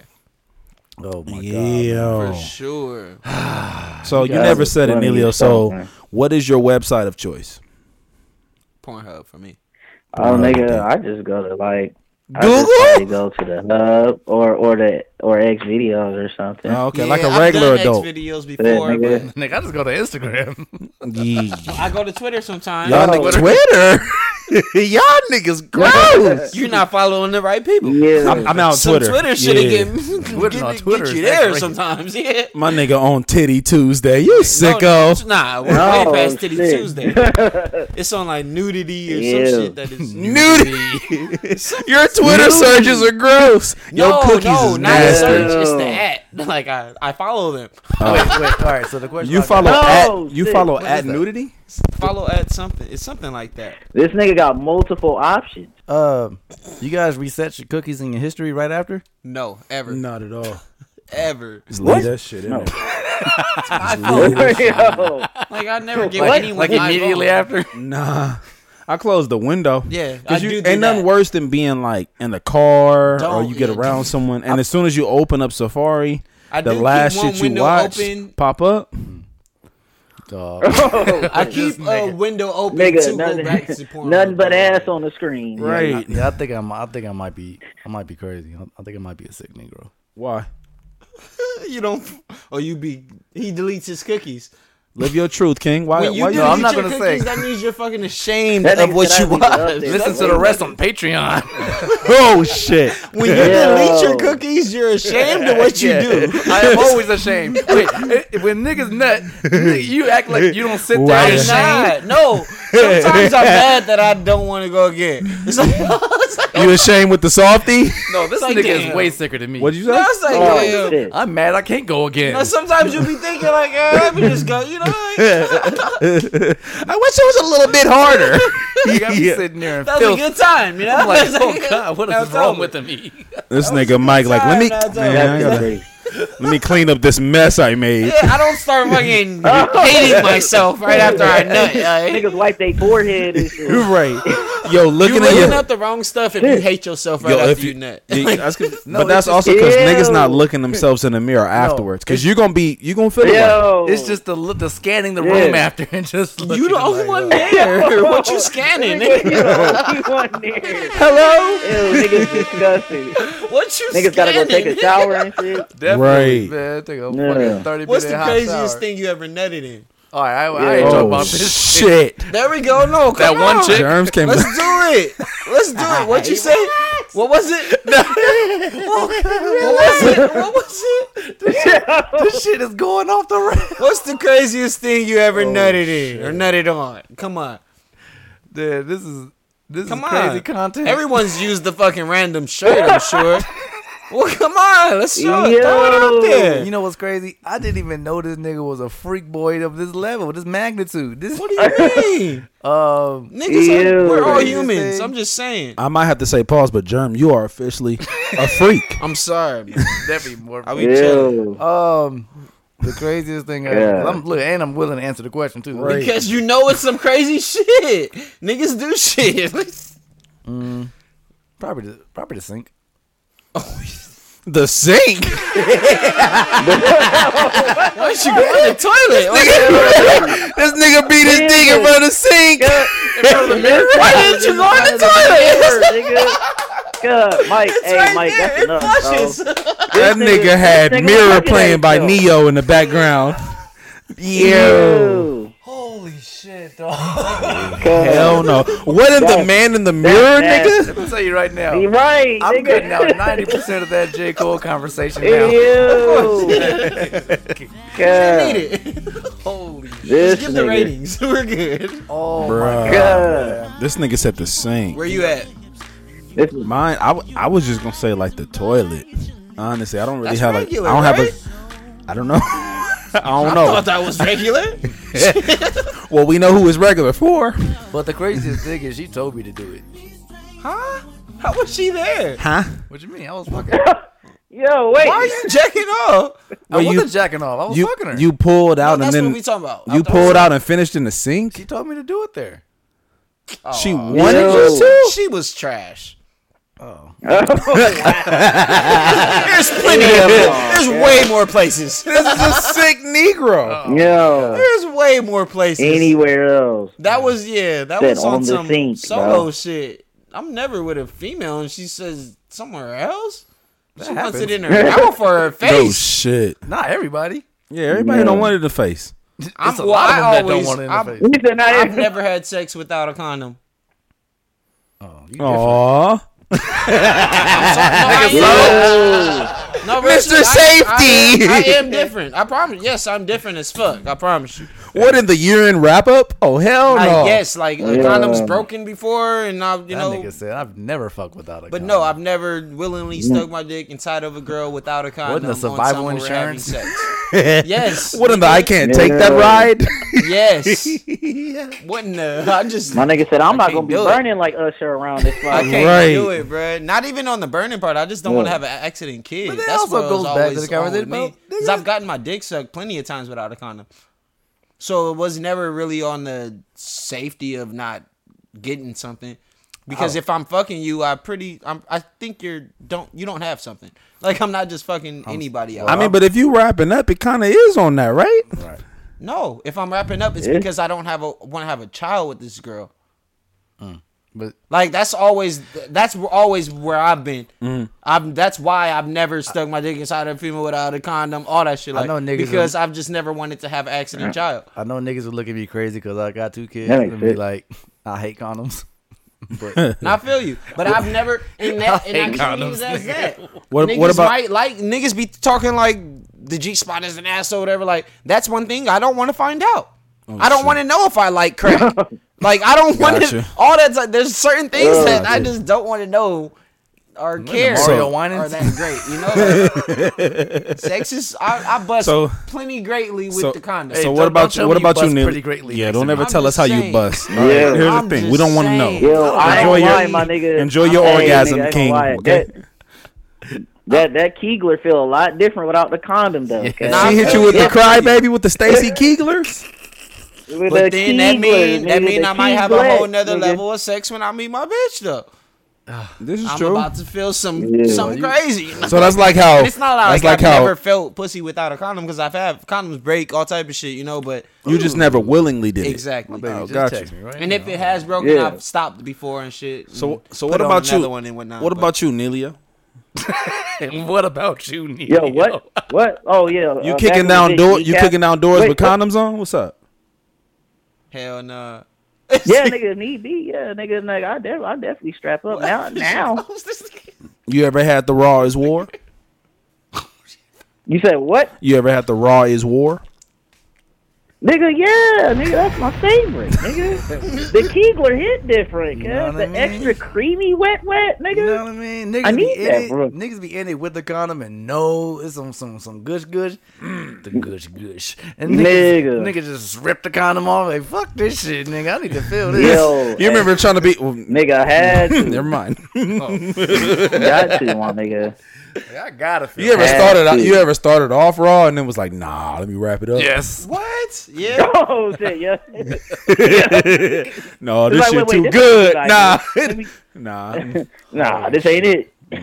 Speaker 2: my
Speaker 4: god.
Speaker 3: For sure.
Speaker 4: Oh. So you
Speaker 3: guys
Speaker 4: never
Speaker 3: are
Speaker 4: said it,
Speaker 3: funny
Speaker 4: Nelio.
Speaker 3: as fuck,
Speaker 4: So
Speaker 3: man.
Speaker 4: what is your website of choice?
Speaker 3: Pornhub for me.
Speaker 11: Oh, nigga, I just go to like Google. I just probably go to the hub or or the or X videos or something.
Speaker 4: Oh, okay, like a Yeah, I've regular done X adult.
Speaker 3: videos
Speaker 11: Yeah,
Speaker 3: before,
Speaker 11: nigga.
Speaker 2: Nigga, I just go to Instagram.
Speaker 3: I go to Twitter sometimes.
Speaker 4: Y'all niggas Twitter. Y'all niggas gross.
Speaker 3: You're not following the right people.
Speaker 4: Yeah. I'm- I'm out on
Speaker 3: Some
Speaker 4: Twitter.
Speaker 3: Twitter should have
Speaker 4: Yeah.
Speaker 3: get,
Speaker 2: Twitter,
Speaker 3: get,
Speaker 2: no,
Speaker 3: get
Speaker 2: Twitter
Speaker 3: you
Speaker 2: is that
Speaker 3: there
Speaker 2: crazy.
Speaker 3: sometimes. Yeah.
Speaker 4: My nigga on Titty Tuesday. You
Speaker 3: No,
Speaker 4: sicko.
Speaker 3: nah, we're
Speaker 4: No,
Speaker 3: way past Titty
Speaker 4: Oh, shit.
Speaker 3: Tuesday. It's on like nudity or
Speaker 4: Ew.
Speaker 3: some shit that is
Speaker 4: Nudity. Your Twitter searches are gross.
Speaker 3: No,
Speaker 4: Your cookies
Speaker 3: no, not
Speaker 4: is
Speaker 3: the
Speaker 4: nasty.
Speaker 3: search. It's the at. Like I, I follow them.
Speaker 4: Oh. Wait,
Speaker 2: wait, all right. So the question
Speaker 4: You follow at you follow
Speaker 3: What
Speaker 4: at
Speaker 3: is that?
Speaker 4: nudity.
Speaker 3: Follow at something. It's something like that.
Speaker 11: This nigga got multiple options.
Speaker 2: Um, you guys reset your cookies and your history right after?
Speaker 3: No, ever.
Speaker 4: Not at all.
Speaker 3: Ever.
Speaker 4: Just leave that shit in
Speaker 2: No.
Speaker 4: there.
Speaker 3: I
Speaker 4: leave that shit in there.
Speaker 3: Like I never give
Speaker 2: Like-
Speaker 3: anyone
Speaker 2: like
Speaker 3: my
Speaker 2: immediately
Speaker 3: phone.
Speaker 2: after?
Speaker 4: Nah. I closed the window.
Speaker 3: Yeah, I
Speaker 4: Cause you
Speaker 3: do
Speaker 4: ain't
Speaker 3: do
Speaker 4: nothing worse than being like in the car or
Speaker 3: Don't,
Speaker 4: you get
Speaker 3: yeah,
Speaker 4: around someone, and as soon as you open up Safari,
Speaker 3: I
Speaker 4: the
Speaker 3: do keep
Speaker 4: last
Speaker 3: one
Speaker 4: shit you
Speaker 3: window
Speaker 4: watch
Speaker 3: open.
Speaker 4: pop up.
Speaker 11: Oh,
Speaker 3: I keep uh, a window open to
Speaker 11: Nigga,
Speaker 3: go back to
Speaker 11: nothing,
Speaker 3: porn.
Speaker 11: nothing but ass on the screen.
Speaker 2: Yeah, I, yeah, I think I'm. I think I might be. I might be crazy. I, I think I might be a sick Negro.
Speaker 4: Why?
Speaker 3: you don't. Or Oh, you be. He deletes his cookies.
Speaker 4: Live your truth, King. Why?
Speaker 3: When you
Speaker 4: why
Speaker 3: delete
Speaker 4: you-
Speaker 3: your cookies, that means you're fucking ashamed
Speaker 4: That
Speaker 3: of
Speaker 4: nigga
Speaker 3: what
Speaker 4: said
Speaker 3: you
Speaker 4: I need to
Speaker 3: watch.
Speaker 4: update Listen to
Speaker 2: the rest on Patreon.
Speaker 4: oh shit!
Speaker 3: When you delete your cookies, you're ashamed of what you
Speaker 2: Yeah.
Speaker 3: do.
Speaker 2: I am always ashamed. Wait, eh, when niggas nut, nigga, you act like you don't sit there
Speaker 3: I'm
Speaker 2: ashamed.
Speaker 3: not. No. Sometimes I'm mad that I don't want to go again. It's like, it's like
Speaker 4: you ashamed with the softy?
Speaker 2: No, this
Speaker 3: It's like,
Speaker 2: nigga is
Speaker 3: damn.
Speaker 2: way sicker than me.
Speaker 4: What'd you say?
Speaker 3: No, it's like,
Speaker 2: Oh,
Speaker 3: damn.
Speaker 2: shit. I'm mad. I can't go again.
Speaker 3: Now, sometimes you'll be thinking like, eh, let me just go. You know, like,
Speaker 4: I wish it was a little bit harder.
Speaker 2: you got me sitting there and
Speaker 3: that was a good time. You know,
Speaker 2: I'm like,
Speaker 3: It's
Speaker 2: oh god, what
Speaker 3: Now
Speaker 2: is
Speaker 3: it's
Speaker 2: wrong
Speaker 3: over.
Speaker 2: with me?
Speaker 4: This nigga Mike, like, let me.
Speaker 3: Nah, it's
Speaker 4: Man, I
Speaker 3: over.
Speaker 4: gotta- Let me clean up this mess I made.
Speaker 3: I don't start fucking hating myself right after I nut.
Speaker 11: Niggas wipe their forehead and shit.
Speaker 4: You're right. Yo, looking
Speaker 3: you
Speaker 4: at
Speaker 3: looking
Speaker 4: your.
Speaker 3: up the wrong stuff if you hate yourself right
Speaker 4: Yo,
Speaker 3: after
Speaker 4: if
Speaker 3: you,
Speaker 4: you-
Speaker 3: nut.
Speaker 4: Yeah, that's 'cause-
Speaker 3: no,
Speaker 4: but
Speaker 3: it's
Speaker 4: that's
Speaker 3: just-
Speaker 4: also because niggas not
Speaker 3: Ew.
Speaker 4: looking themselves in the mirror afterwards. Because you're gonna be, you're gonna feel
Speaker 2: Yo.
Speaker 4: it.
Speaker 2: It's just the look- the scanning the room after and just uh, you the only
Speaker 3: one
Speaker 2: there.
Speaker 3: What you scanning,
Speaker 11: Nigga, you
Speaker 3: nigga?
Speaker 11: the only one there.
Speaker 3: Hello?
Speaker 11: Ew, niggas disgusting.
Speaker 3: What you
Speaker 11: Niggas gotta go take a
Speaker 3: scanning?
Speaker 11: shower and shit.
Speaker 4: Right.
Speaker 2: man. Take a
Speaker 11: Yeah.
Speaker 2: fucking thirty
Speaker 3: What's
Speaker 2: minute
Speaker 3: the
Speaker 2: hot
Speaker 3: craziest
Speaker 2: shower.
Speaker 3: thing you ever nutted in?
Speaker 2: All right, I, I ain't
Speaker 4: Yeah.
Speaker 2: jump
Speaker 4: Oh,
Speaker 2: on this
Speaker 4: shit.
Speaker 3: There we go. No,
Speaker 2: That
Speaker 3: come
Speaker 2: one
Speaker 3: on.
Speaker 2: chick?
Speaker 4: Germs came
Speaker 3: Let's do
Speaker 4: back.
Speaker 3: it. Let's do it. What you say? What was it? what, what was it? What was it?
Speaker 2: this shit is going off the rails. Oh,
Speaker 3: What's the craziest thing you ever nutted in or nutted on? Come on.
Speaker 2: Dude, this is this
Speaker 3: Come
Speaker 2: is
Speaker 3: on.
Speaker 2: crazy content.
Speaker 3: Everyone's used the fucking random shirt, I'm sure. well, come on. Let's show it. Throw it out there.
Speaker 2: You know what's crazy? I didn't even know this nigga was a freak boy of this level, this magnitude. This what
Speaker 3: do you mean?
Speaker 2: um,
Speaker 3: Niggas, are,
Speaker 2: Ew.
Speaker 3: we're all
Speaker 2: Craziest
Speaker 3: humans.
Speaker 2: thing.
Speaker 3: I'm just saying.
Speaker 4: I might have to say pause, but Germ, you are officially a freak.
Speaker 3: I'm sorry, man.
Speaker 2: That'd be more.
Speaker 3: Are we chilling?
Speaker 2: Um, the craziest thing. I,
Speaker 3: Yeah.
Speaker 2: I'm, look, and I'm willing to answer the question too.
Speaker 3: Because you know it's some crazy shit. Niggas do shit.
Speaker 2: Mm, probably the, probably the sink.
Speaker 3: Oh,
Speaker 4: The sink.
Speaker 3: Why don't you go in the toilet?
Speaker 4: this nigga beat his dick in front of the sink.
Speaker 3: Why didn't you go in the toilet?
Speaker 11: God, Mike, hey, Mike, that's enough, bro.
Speaker 4: That nigga had
Speaker 11: this nigga
Speaker 4: Mirror
Speaker 11: looking at
Speaker 4: playing by
Speaker 11: himself.
Speaker 4: Neo in the background. Yo.
Speaker 2: Holy shit, dog.
Speaker 4: Hell no. What if the man in the mirror, nigga?
Speaker 2: Let me tell you right now.
Speaker 11: You right,
Speaker 2: I'm
Speaker 11: nigga.
Speaker 2: getting out 90% of that J. Cole conversation now.
Speaker 11: Ew.
Speaker 2: God.
Speaker 3: Holy shit.
Speaker 4: This
Speaker 3: Just give the
Speaker 4: nigga.
Speaker 3: ratings. We're good.
Speaker 2: Oh
Speaker 4: Bruh.
Speaker 11: God.
Speaker 4: This nigga said the sink.
Speaker 3: Where you at?
Speaker 4: Mine, I, w- I was just gonna say like the toilet. Honestly, I don't really
Speaker 3: That's
Speaker 4: have
Speaker 3: regular,
Speaker 4: like I don't
Speaker 3: right?
Speaker 4: have a. I don't know. I don't
Speaker 3: I
Speaker 4: know.
Speaker 3: thought that was regular.
Speaker 4: well, we know who it's regular for.
Speaker 2: But the craziest thing is, she told me to do it.
Speaker 3: huh? How was she there?
Speaker 4: Huh?
Speaker 2: What you mean? I was fucking.
Speaker 11: Yo,
Speaker 3: Why are you jacking off?
Speaker 2: I
Speaker 4: Well, you-
Speaker 2: wasn't jacking off. I was
Speaker 4: You
Speaker 2: fucking her.
Speaker 4: you pulled out
Speaker 2: that's
Speaker 4: and then
Speaker 2: what we talking about. I
Speaker 4: you
Speaker 2: thought-
Speaker 4: pulled out and finished in the sink.
Speaker 2: she told me to do it there.
Speaker 4: she wanted you to.
Speaker 3: Oh, She was trash.
Speaker 11: Oh.
Speaker 4: There's
Speaker 3: There's plenty of There's way more places.
Speaker 4: This is a sick Negro.
Speaker 11: Yo.
Speaker 3: There's way more places.
Speaker 11: Anywhere else.
Speaker 3: That was yeah. That
Speaker 11: Said
Speaker 3: was on,
Speaker 11: on the
Speaker 3: some
Speaker 11: sink,
Speaker 3: solo
Speaker 11: bro.
Speaker 3: shit. I'm never with a female, and she says somewhere else.
Speaker 2: That
Speaker 3: she wants
Speaker 2: happens.
Speaker 3: it in her mouth or her
Speaker 4: No
Speaker 3: face.
Speaker 4: shit.
Speaker 2: Not everybody.
Speaker 4: Yeah, everybody
Speaker 2: Yeah.
Speaker 4: don't want it in the face.
Speaker 3: I'm,
Speaker 2: It's a
Speaker 3: well,
Speaker 2: lot of
Speaker 3: I
Speaker 2: them that
Speaker 3: always,
Speaker 2: don't want it in
Speaker 3: I'm-
Speaker 2: the face.
Speaker 3: I've never had sex without a condom.
Speaker 4: Aww.
Speaker 3: I am- No, Richard,
Speaker 4: Mr. Safety.
Speaker 3: I, I, am different. I promise. Yes, I'm different as fuck. I promise you.
Speaker 4: What in the urine wrap up? Oh hell
Speaker 3: Like,
Speaker 4: no.
Speaker 3: yes, like a
Speaker 4: Yeah.
Speaker 3: condom's broken before, and I, you
Speaker 2: That
Speaker 3: know,
Speaker 2: nigga said, I've never fucked without a
Speaker 3: But
Speaker 2: condom.
Speaker 3: no, I've never willingly
Speaker 4: Mm.
Speaker 3: stuck my dick inside of a girl without a condom.
Speaker 2: Wasn't a survival
Speaker 3: on someone we're having
Speaker 2: insurance?
Speaker 3: Sex. yes.
Speaker 4: What in the I can't take that
Speaker 11: Yeah.
Speaker 4: ride?
Speaker 3: Yes. what in the? I just.
Speaker 11: My nigga said, I'm
Speaker 3: I
Speaker 11: not going to
Speaker 3: can't
Speaker 11: be
Speaker 3: do it.
Speaker 11: burning like Usher around this
Speaker 3: I
Speaker 11: fucking
Speaker 3: can't
Speaker 4: Right.
Speaker 3: do it, bruh. Not even on the burning part. I just don't want to
Speaker 11: Yeah.
Speaker 3: have an accident kid.
Speaker 2: that
Speaker 3: That's
Speaker 2: also
Speaker 3: what
Speaker 2: goes
Speaker 3: was
Speaker 2: back to
Speaker 3: always
Speaker 2: the conversation
Speaker 3: on with me. Because I've gotten my dick sucked plenty of times without a condom. So it was never really on the safety of not getting something. Because
Speaker 2: Oh.
Speaker 3: if I'm fucking you, I pretty, I'm, I think you're don't you don't have something. Like I'm not just fucking anybody else.
Speaker 4: I mean, but if you wrapping up, it kind of is on that, right? Right.
Speaker 3: no, if I'm wrapping up, it's
Speaker 4: Yeah.
Speaker 3: because I don't have a want to have a child with this girl.
Speaker 2: But
Speaker 3: Like that's always that's always where I've been.
Speaker 4: Mhm.
Speaker 3: I'm that's why I've never stuck my dick inside a female without a condom, all that shit.
Speaker 2: I
Speaker 3: Like,
Speaker 2: know niggas
Speaker 3: because
Speaker 2: who-
Speaker 3: I've just never wanted to have an accident child.
Speaker 2: I know niggas would look at me crazy because I got two kids
Speaker 3: That ain't
Speaker 2: and be
Speaker 3: shit.
Speaker 2: like, I hate condoms. But
Speaker 3: And I feel you, but I've never and that and I
Speaker 2: Hate
Speaker 3: can't
Speaker 2: condoms,
Speaker 3: even ask that.
Speaker 4: What-
Speaker 3: niggas
Speaker 4: what about-
Speaker 3: might like niggas be talking like the G spot is an asshole, whatever. Like that's one thing I don't want to find out.
Speaker 4: Oh,
Speaker 3: I don't want to know if I like crack. like I don't want to.
Speaker 4: Gotcha. Oh,
Speaker 3: All that's like, there's certain things
Speaker 4: Ugh.
Speaker 3: that I just don't want to know or care.
Speaker 4: Mario
Speaker 3: are
Speaker 4: Winans?
Speaker 3: that great? You know, like, sex is I, I bust
Speaker 4: So-
Speaker 3: plenty greatly with the condom.
Speaker 4: So what about you? What about you, Neil? Yeah, don't ever
Speaker 3: I'm
Speaker 4: tell us
Speaker 3: just
Speaker 4: how you
Speaker 3: saying.
Speaker 4: bust. All right,
Speaker 11: Yeah.
Speaker 4: Here's
Speaker 11: I'm
Speaker 4: the thing:
Speaker 11: just
Speaker 4: we don't want to know.
Speaker 11: saying. Yo, I ain't lying, my nigga.
Speaker 4: Enjoy your
Speaker 11: Hey,
Speaker 4: orgasm,
Speaker 11: nigga, I ain't
Speaker 4: King.
Speaker 11: lying.
Speaker 4: Okay.
Speaker 11: That that Keegler feel a lot different without the condom though. cuz.
Speaker 4: she hit you with the cry baby with the Stacy Keegler.
Speaker 11: With
Speaker 3: But
Speaker 11: the
Speaker 3: then that
Speaker 11: Keegler,
Speaker 3: mean that
Speaker 11: nigga,
Speaker 3: mean
Speaker 11: the
Speaker 3: I might have a
Speaker 11: Keegler,
Speaker 3: whole nother
Speaker 11: nigga.
Speaker 3: level of sex when I meet my bitch though.
Speaker 4: This
Speaker 3: is I'm
Speaker 4: true.
Speaker 3: about to feel some
Speaker 4: Yeah.
Speaker 3: something
Speaker 4: You-
Speaker 3: crazy.
Speaker 4: So that's like how-
Speaker 3: it's not like
Speaker 4: that's like
Speaker 3: I've
Speaker 4: how-
Speaker 3: never felt pussy without a condom because I've had condoms break all type of shit, you know. But
Speaker 4: You just never willingly did it.
Speaker 3: exactly.
Speaker 4: Oh, gotcha. right
Speaker 3: and if it has broken,
Speaker 4: Yeah.
Speaker 3: I've stopped before and shit.
Speaker 4: So
Speaker 3: and
Speaker 4: so
Speaker 3: put
Speaker 4: what
Speaker 3: on
Speaker 4: about you?
Speaker 3: another One and whatnot,
Speaker 4: what
Speaker 3: but-
Speaker 4: about you, Nelia?
Speaker 12: what about you,
Speaker 11: Yo, what? What? Oh yeah.
Speaker 4: You
Speaker 11: uh, back in
Speaker 4: kicking
Speaker 11: the
Speaker 4: down
Speaker 11: day,
Speaker 4: door?
Speaker 11: he
Speaker 4: You
Speaker 11: cap-
Speaker 4: kicking down doors
Speaker 11: Wait,
Speaker 4: with
Speaker 11: what?
Speaker 4: condoms on? What's up?
Speaker 3: Hell no.
Speaker 11: yeah, nigga, if need be. Yeah, nigga, nigga, I, def- I definitely strap up now. Now,
Speaker 4: You ever had the raw is war?
Speaker 11: You said what?
Speaker 4: You ever had the raw is war?
Speaker 11: nigga, yeah, nigga, that's my favorite, nigga. the Keegler hit different, cuz
Speaker 2: know what
Speaker 11: the
Speaker 2: I mean?
Speaker 11: extra creamy, wet, wet, nigga. You know
Speaker 2: what I mean? Niggas
Speaker 11: I
Speaker 2: be
Speaker 11: need
Speaker 2: in
Speaker 11: that,
Speaker 2: it.
Speaker 11: bro.
Speaker 2: Niggas be in it with the condom and no, it's some some some gush gush, Mm, the gush gush, and niggas,
Speaker 4: Nigga.
Speaker 2: niggas just rip the condom off. Like fuck this shit, nigga. I need to feel this.
Speaker 4: you remember trying to be nigga?
Speaker 11: eh, I had to.
Speaker 4: Never mind.
Speaker 2: Oh.
Speaker 11: Got to, my nigga.
Speaker 2: I gotta feel.
Speaker 4: You ever
Speaker 2: that.
Speaker 4: started? out- You ever started off raw and then was like, nah, let me wrap it up.
Speaker 2: Yes.
Speaker 3: What? Yeah.
Speaker 11: Oh shit, yeah.
Speaker 4: no,
Speaker 11: It's
Speaker 4: this
Speaker 11: like, wait,
Speaker 4: shit
Speaker 11: wait,
Speaker 4: too
Speaker 11: this
Speaker 4: good.
Speaker 11: is like-
Speaker 4: nah,
Speaker 11: let me-
Speaker 4: nah, Mm.
Speaker 11: nah, this ain't it.
Speaker 3: I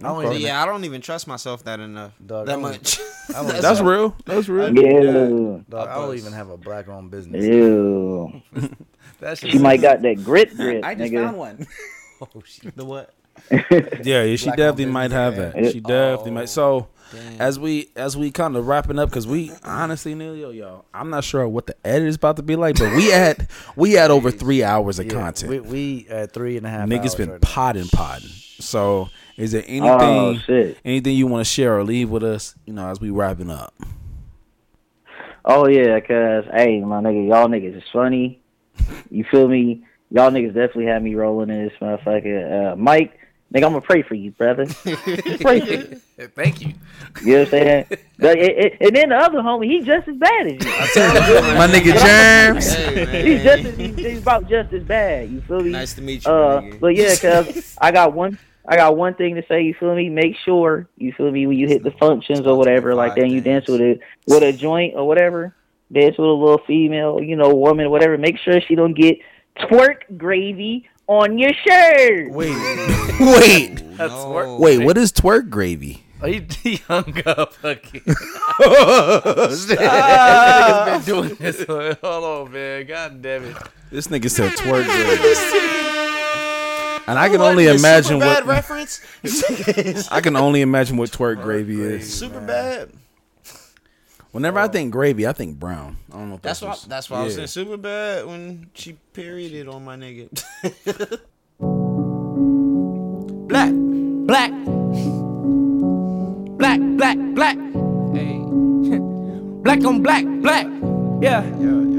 Speaker 3: don't even- yeah, I don't even trust myself that enough. that
Speaker 2: I don't-
Speaker 3: much.
Speaker 2: I don't-
Speaker 3: That's
Speaker 4: That's
Speaker 3: all.
Speaker 4: real. That's real.
Speaker 11: Yeah.
Speaker 2: Dog, I don't even have a black owned business.
Speaker 11: Ew.
Speaker 2: That shit
Speaker 11: she might
Speaker 2: is-
Speaker 11: got that grit, grit,
Speaker 2: I just
Speaker 11: nigga.
Speaker 2: found
Speaker 3: one. oh shit. The what?
Speaker 4: yeah, yeah, she
Speaker 3: Black
Speaker 4: definitely
Speaker 3: owned
Speaker 4: might
Speaker 3: business,
Speaker 4: have
Speaker 3: man.
Speaker 4: that. She
Speaker 3: It-
Speaker 4: definitely might. So,
Speaker 2: Oh,
Speaker 3: damn.
Speaker 4: as we as we kind of wrapping up, because we honestly, Neil, y'all, I'm not sure what the edit is about to be like, but we had we had over three hours of
Speaker 2: Yeah,
Speaker 4: content.
Speaker 2: We, we at three and a half.
Speaker 4: Niggas
Speaker 2: hours
Speaker 4: been
Speaker 2: right now.
Speaker 4: potting potting. So, is there anything
Speaker 11: Oh, shit.
Speaker 4: anything you want to share or leave with us? You know, as we wrapping up.
Speaker 11: Oh yeah, cause hey, my nigga, y'all niggas is funny. You feel me? Y'all niggas definitely had me rolling in this motherfucker. Uh, Mike, nigga, I'm gonna pray for you, brother. pray for you.
Speaker 2: Thank you.
Speaker 11: You know what I'm saying? Like, it- it- and then the other homie, he just as bad as you.
Speaker 4: My nigga James.
Speaker 11: he's just as, he's, he's about just as bad. You feel me?
Speaker 3: Nice to meet you.
Speaker 11: Uh,
Speaker 3: nigga.
Speaker 11: but yeah, cause I got one, I got one thing to say. You feel me? Make sure you feel me when you hit the functions or whatever. Like then you dance with a with a joint or whatever. Dance with a little female, you know, woman, or whatever. Make sure she don't get twerk gravy on your shirt.
Speaker 2: Wait,
Speaker 4: wait,
Speaker 2: That's work.
Speaker 4: wait. What is twerk gravy?
Speaker 2: Oh, he, he hung up again.
Speaker 4: Oh, shit.
Speaker 2: That nigga's been doing this. Hold on, man. God damn it.
Speaker 4: This nigga said twerk gravy, and I can only imagine what.
Speaker 3: Superbad reference.
Speaker 4: I can only imagine what twerk gravy is.
Speaker 3: Super bad.
Speaker 4: Whenever I think gravy, I think brown. I don't know. If
Speaker 3: That's why.
Speaker 4: was-
Speaker 3: That's why I was
Speaker 4: yeah.
Speaker 3: in super bad when she perioded on my nigga.
Speaker 13: Black, black, black, black, black. Hey. Black on black, black. Yeah.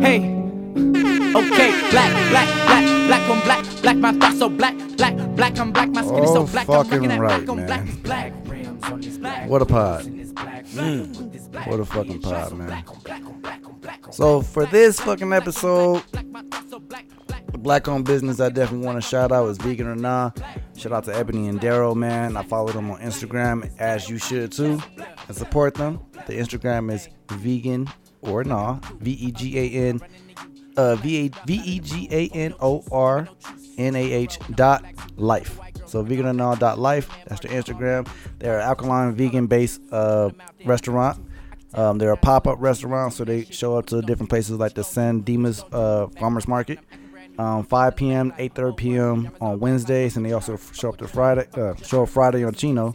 Speaker 13: Hey. Okay, black, black, black, black on black, black. My thoughts so black, black, black. I'm black. My skin is so
Speaker 2: Oh,
Speaker 13: black. I'm
Speaker 2: fucking
Speaker 13: looking at
Speaker 2: right,
Speaker 13: black on
Speaker 2: man.
Speaker 13: black, it's black. Rims on this black.
Speaker 2: What a pod.
Speaker 13: Mm.
Speaker 2: What a fucking pod, man. So for this fucking episode, Black on Business, I definitely want to shout out is vegan or nah. Shout out to Ebony and Daryl, man. I follow them on Instagram as you should too, and support them. The Instagram is vegan or nah, V E G A N, uh, V A V E G A N O R N A H dot life. So vegan or nah dot life. That's their Instagram. They're an alkaline vegan based uh, restaurant. Um, they're a pop up restaurant, so they show up to different places like the San Dimas uh, Farmers Market, um, 5 p.m., 8:30 p.m. on Wednesdays, and they also f- show up to Friday, uh, show up Friday on Chino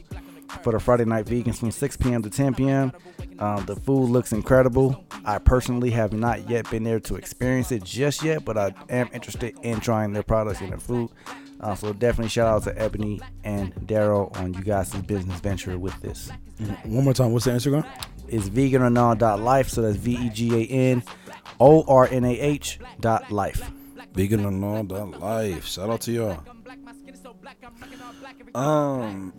Speaker 2: for the Friday night vegans from 6 p.m. to 10 p.m. Um, the food looks incredible. I personally have not yet been there to experience it just yet, but I am interested in trying their products and their food. Uh, so definitely shout out to Ebony and Daryl on you guys' business venture with this
Speaker 4: One more time. What's the Instagram?
Speaker 2: is vegan or non dot life. So that's V E G A N O R N A H dot life.
Speaker 4: Vegan and all that life. Shout out to y'all. Um,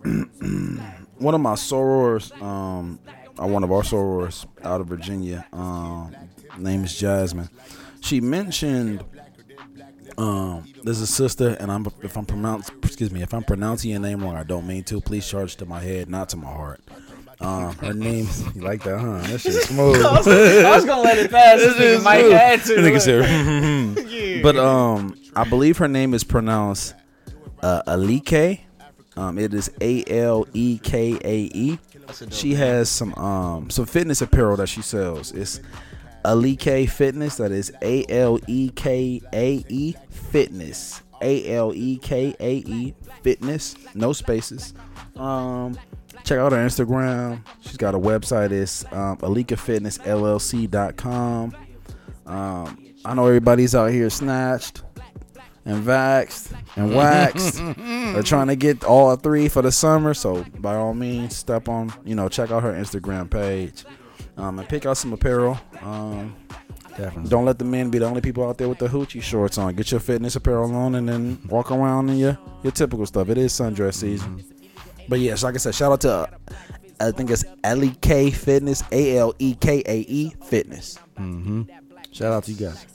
Speaker 4: one of my sorors, um, or one of our sorors out of Virginia, um, name is Jasmine. She mentioned Um, there's a sister, and I'm if I'm pronounce excuse me if I'm pronouncing your name wrong, I don't mean to. Please charge to my head, not to my heart. Um, her name you like that, huh? That shit's smooth.
Speaker 3: I was- I was gonna let it pass. This nigga Mike had to.
Speaker 4: Nigga said, "Hmm, but um, I believe her name is pronounced uh, Alike. Um, it is A L E K A E. She has some um some fitness apparel that she sells. It's Alike Fitness. That is A L E K A E Fitness. A L E K A E Fitness. No spaces. Um, check out her Instagram. She's got a website. It's um, alikafitnessllc.com. Um, I know everybody's out here snatched and vaxxed and waxed. They're trying to get all three for the summer. So by all means, step on, you know, check out her Instagram page um, and pick out some apparel. Um,
Speaker 2: Definitely.
Speaker 4: Don't let the men be the only people out there with the hoochie shorts on. Get your fitness apparel on and then walk around in your, your typical stuff. It is sundress season. But yes, like I said, shout out to, uh, I think it's L-E-K Fitness, E A-L-E-K-A-E Fitness. Mm-hmm. Shout out to you guys.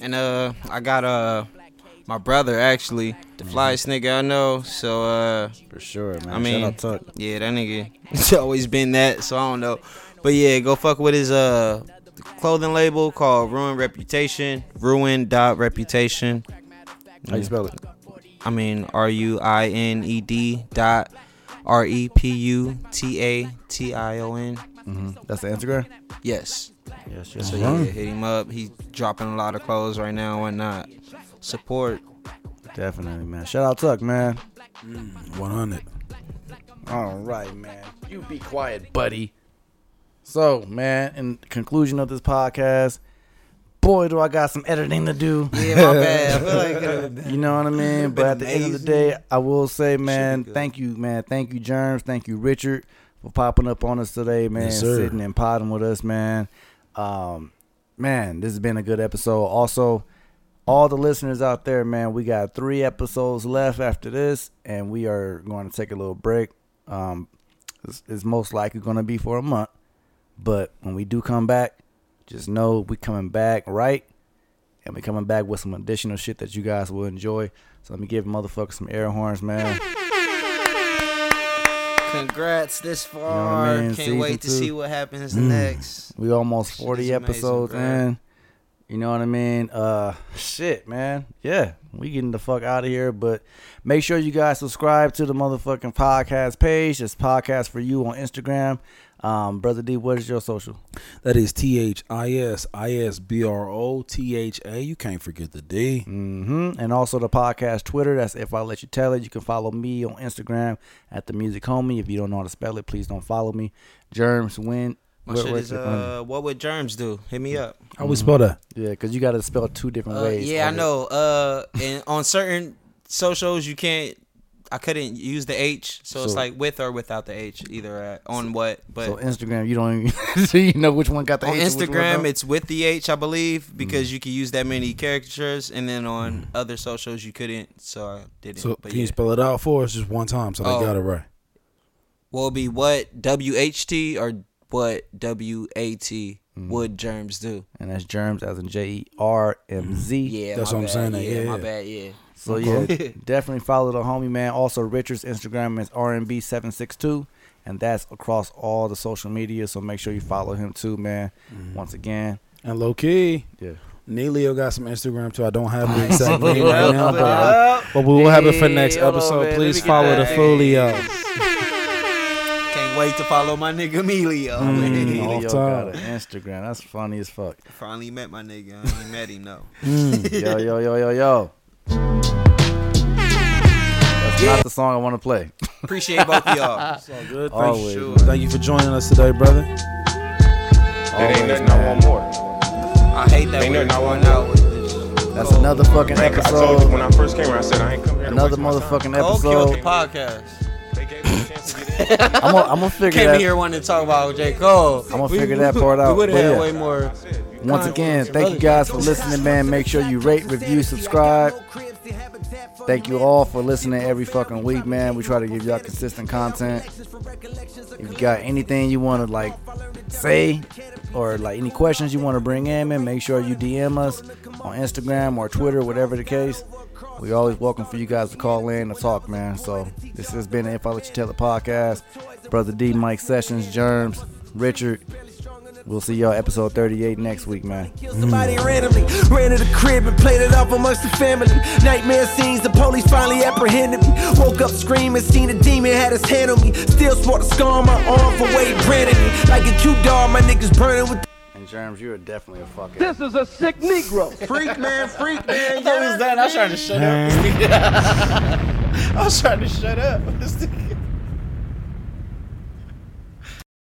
Speaker 3: And uh, I got uh, my brother actually, the flyest nigga I know. So uh,
Speaker 2: for sure, man.
Speaker 3: I
Speaker 2: Shout
Speaker 3: mean,
Speaker 2: out Tuck.
Speaker 3: yeah, that nigga, he's always been that. So I don't know, but yeah, go fuck with his uh clothing label called Ruin Reputation. Ruin dot Reputation.
Speaker 2: How you spell it?
Speaker 3: I mean, R U I N E D dot R E P U T A T I O N.
Speaker 2: Mm-hmm. That's the Instagram.
Speaker 3: Yes. Yes,
Speaker 2: yes.
Speaker 3: So yeah,
Speaker 2: Alright.
Speaker 3: hit him up. He's dropping a lot of clothes right now and whatnot. Support.
Speaker 2: Definitely, man. Shout out Tuck, man.
Speaker 4: Mm, One hundred.
Speaker 2: All right, man.
Speaker 14: You be quiet,
Speaker 2: buddy. So, man, in conclusion of this podcast, boy, do I got some editing to do.
Speaker 3: Yeah, my bad. I feel like it would've been-
Speaker 2: you know what I mean.
Speaker 3: would've
Speaker 2: But
Speaker 3: been
Speaker 2: at the end of the
Speaker 3: amazing.
Speaker 2: day, I will say, man, thank you, man, thank you, Germs, thank you, Richard, for popping up on us today, man,
Speaker 4: Yes, sir.
Speaker 2: sitting and potting with us, man. Um, man, this has been a good episode. Also, all the listeners out there, man, we got three episodes left after this, and we are going to take a little break. Um, it's, it's most likely going to be for a month, but when we do come back, just know we coming back right, and we coming back with some additional shit that you guys will enjoy. So let me give motherfuckers some air horns, man.
Speaker 3: Congrats this
Speaker 2: You know what
Speaker 3: far.
Speaker 2: I mean?
Speaker 3: Can't wait to
Speaker 2: Season two.
Speaker 3: see what happens
Speaker 2: Mm.
Speaker 3: next.
Speaker 2: We almost 40
Speaker 3: amazing,
Speaker 2: episodes
Speaker 3: bro.
Speaker 2: in. You know what I mean? Uh shit, man. Yeah, we getting the fuck out of here, but make sure you guys subscribe to the motherfucking podcast page. It's podcast for you on Instagram. Um brother D, what is your social?
Speaker 4: That is T H I S I S B R O T H A. You can't forget the D.
Speaker 2: Mm-hmm. And also the podcast Twitter. That's if I let you tell it. You can follow me on Instagram at the music homie. If you don't know how to spell it, please don't follow me. Germs win.
Speaker 3: My shit is uh, what would germs do? Hit me up.
Speaker 4: How we spell that?
Speaker 2: Yeah, because you got to spell two different
Speaker 3: Uh,
Speaker 2: ways.
Speaker 3: yeah, I
Speaker 2: of it.
Speaker 3: know. Uh, and on certain socials, you can't. I couldn't use the H, so, it's
Speaker 2: So-
Speaker 3: like with or without the H, either uh, on what. But
Speaker 2: so Instagram, you don't even so you know which one got the Mm.
Speaker 3: on
Speaker 2: H and which one
Speaker 3: Instagram,
Speaker 2: don't.
Speaker 3: it's with the H, I believe, because you can use that many characters, and then
Speaker 2: Mm.
Speaker 3: on other socials, you couldn't, so I didn't.
Speaker 4: So
Speaker 3: but
Speaker 4: can you
Speaker 3: yeah.
Speaker 4: spell it out for us just one time so they
Speaker 3: Oh.
Speaker 4: got it right?
Speaker 3: what would be what W H T or what W A T
Speaker 2: Mm.
Speaker 3: would germs do?
Speaker 2: and that's germs as in J E R M Z.
Speaker 3: Yeah, my bad, Yeah, my bad. Yeah.
Speaker 2: So yeah, definitely follow the homie man. Also, Richard's Instagram is RNB762, and that's across all the social media. So make sure you follow him too, man. Once again,
Speaker 4: Mm. And low key.
Speaker 2: Yeah.
Speaker 4: Neelio got some Instagram too. I don't have the
Speaker 2: Nice.
Speaker 4: exact name
Speaker 2: Put it up,
Speaker 4: right now,
Speaker 2: put
Speaker 4: but,
Speaker 2: it
Speaker 4: I-
Speaker 2: up.
Speaker 4: but we will have it for
Speaker 2: Hey,
Speaker 4: next
Speaker 2: hold on,
Speaker 4: episode.
Speaker 2: man. Let
Speaker 4: Please
Speaker 2: me get
Speaker 4: follow the
Speaker 2: that.
Speaker 4: Folio.
Speaker 3: Can't wait to follow my nigga Emilio.
Speaker 2: Mm,
Speaker 3: Emilio.
Speaker 2: Leo got an Instagram. That's funny as fuck. Mm.
Speaker 3: Finally met my nigga. I ain't met him though.
Speaker 2: yo yo yo yo yo. That's not the song I want to play.
Speaker 3: Appreciate both of y'all.
Speaker 4: It's all good. Thank,
Speaker 2: Always,
Speaker 4: you.
Speaker 2: man.
Speaker 4: Thank you for joining us today, brother.
Speaker 2: Always, man.
Speaker 3: I hate that. Ain't nothing I want out with this.
Speaker 2: That's another fucking
Speaker 3: Like I
Speaker 2: episode.
Speaker 3: told you when I first came here, I
Speaker 6: said I ain't come
Speaker 3: here to
Speaker 2: Another motherfucking
Speaker 3: Cole killed the
Speaker 2: episode.
Speaker 3: podcast.
Speaker 2: I'm gonna- I'm gonna figure
Speaker 3: Came
Speaker 2: that-
Speaker 3: here wanting to talk about J. Cole.
Speaker 2: I'm gonna figure that part out,
Speaker 3: We would
Speaker 2: but
Speaker 3: have
Speaker 2: yeah.
Speaker 3: way more.
Speaker 2: Once again, thank you guys for listening, man. Make sure you rate, review, subscribe. Thank you all for listening every fucking week, man. We try to give y'all consistent content. If you got anything you want to like say or like any questions you want to bring in, man, make sure you DM us on Instagram or Twitter, whatever the case. We always welcome for you guys to call in and talk, man. So this has been the If I Let You Tell It podcast. Brother D, Mike Sessions, Germs, Richard. We'll see y'all episode 38 next week, man.
Speaker 7: Somebody randomly ran to the crib and played it off amongst the family. Nightmare scenes, the police finally apprehended me. Woke up screaming, seen a demon had his hand on me. Still swore the scar on my arm for Wade Brandon. Like a cute dog, my niggas burning with.
Speaker 2: And Germs, you are definitely a fucking.
Speaker 7: This is a sick Negro. Freak man, freak man.
Speaker 3: I thought it was done. I was trying to shut up. I was trying to shut up.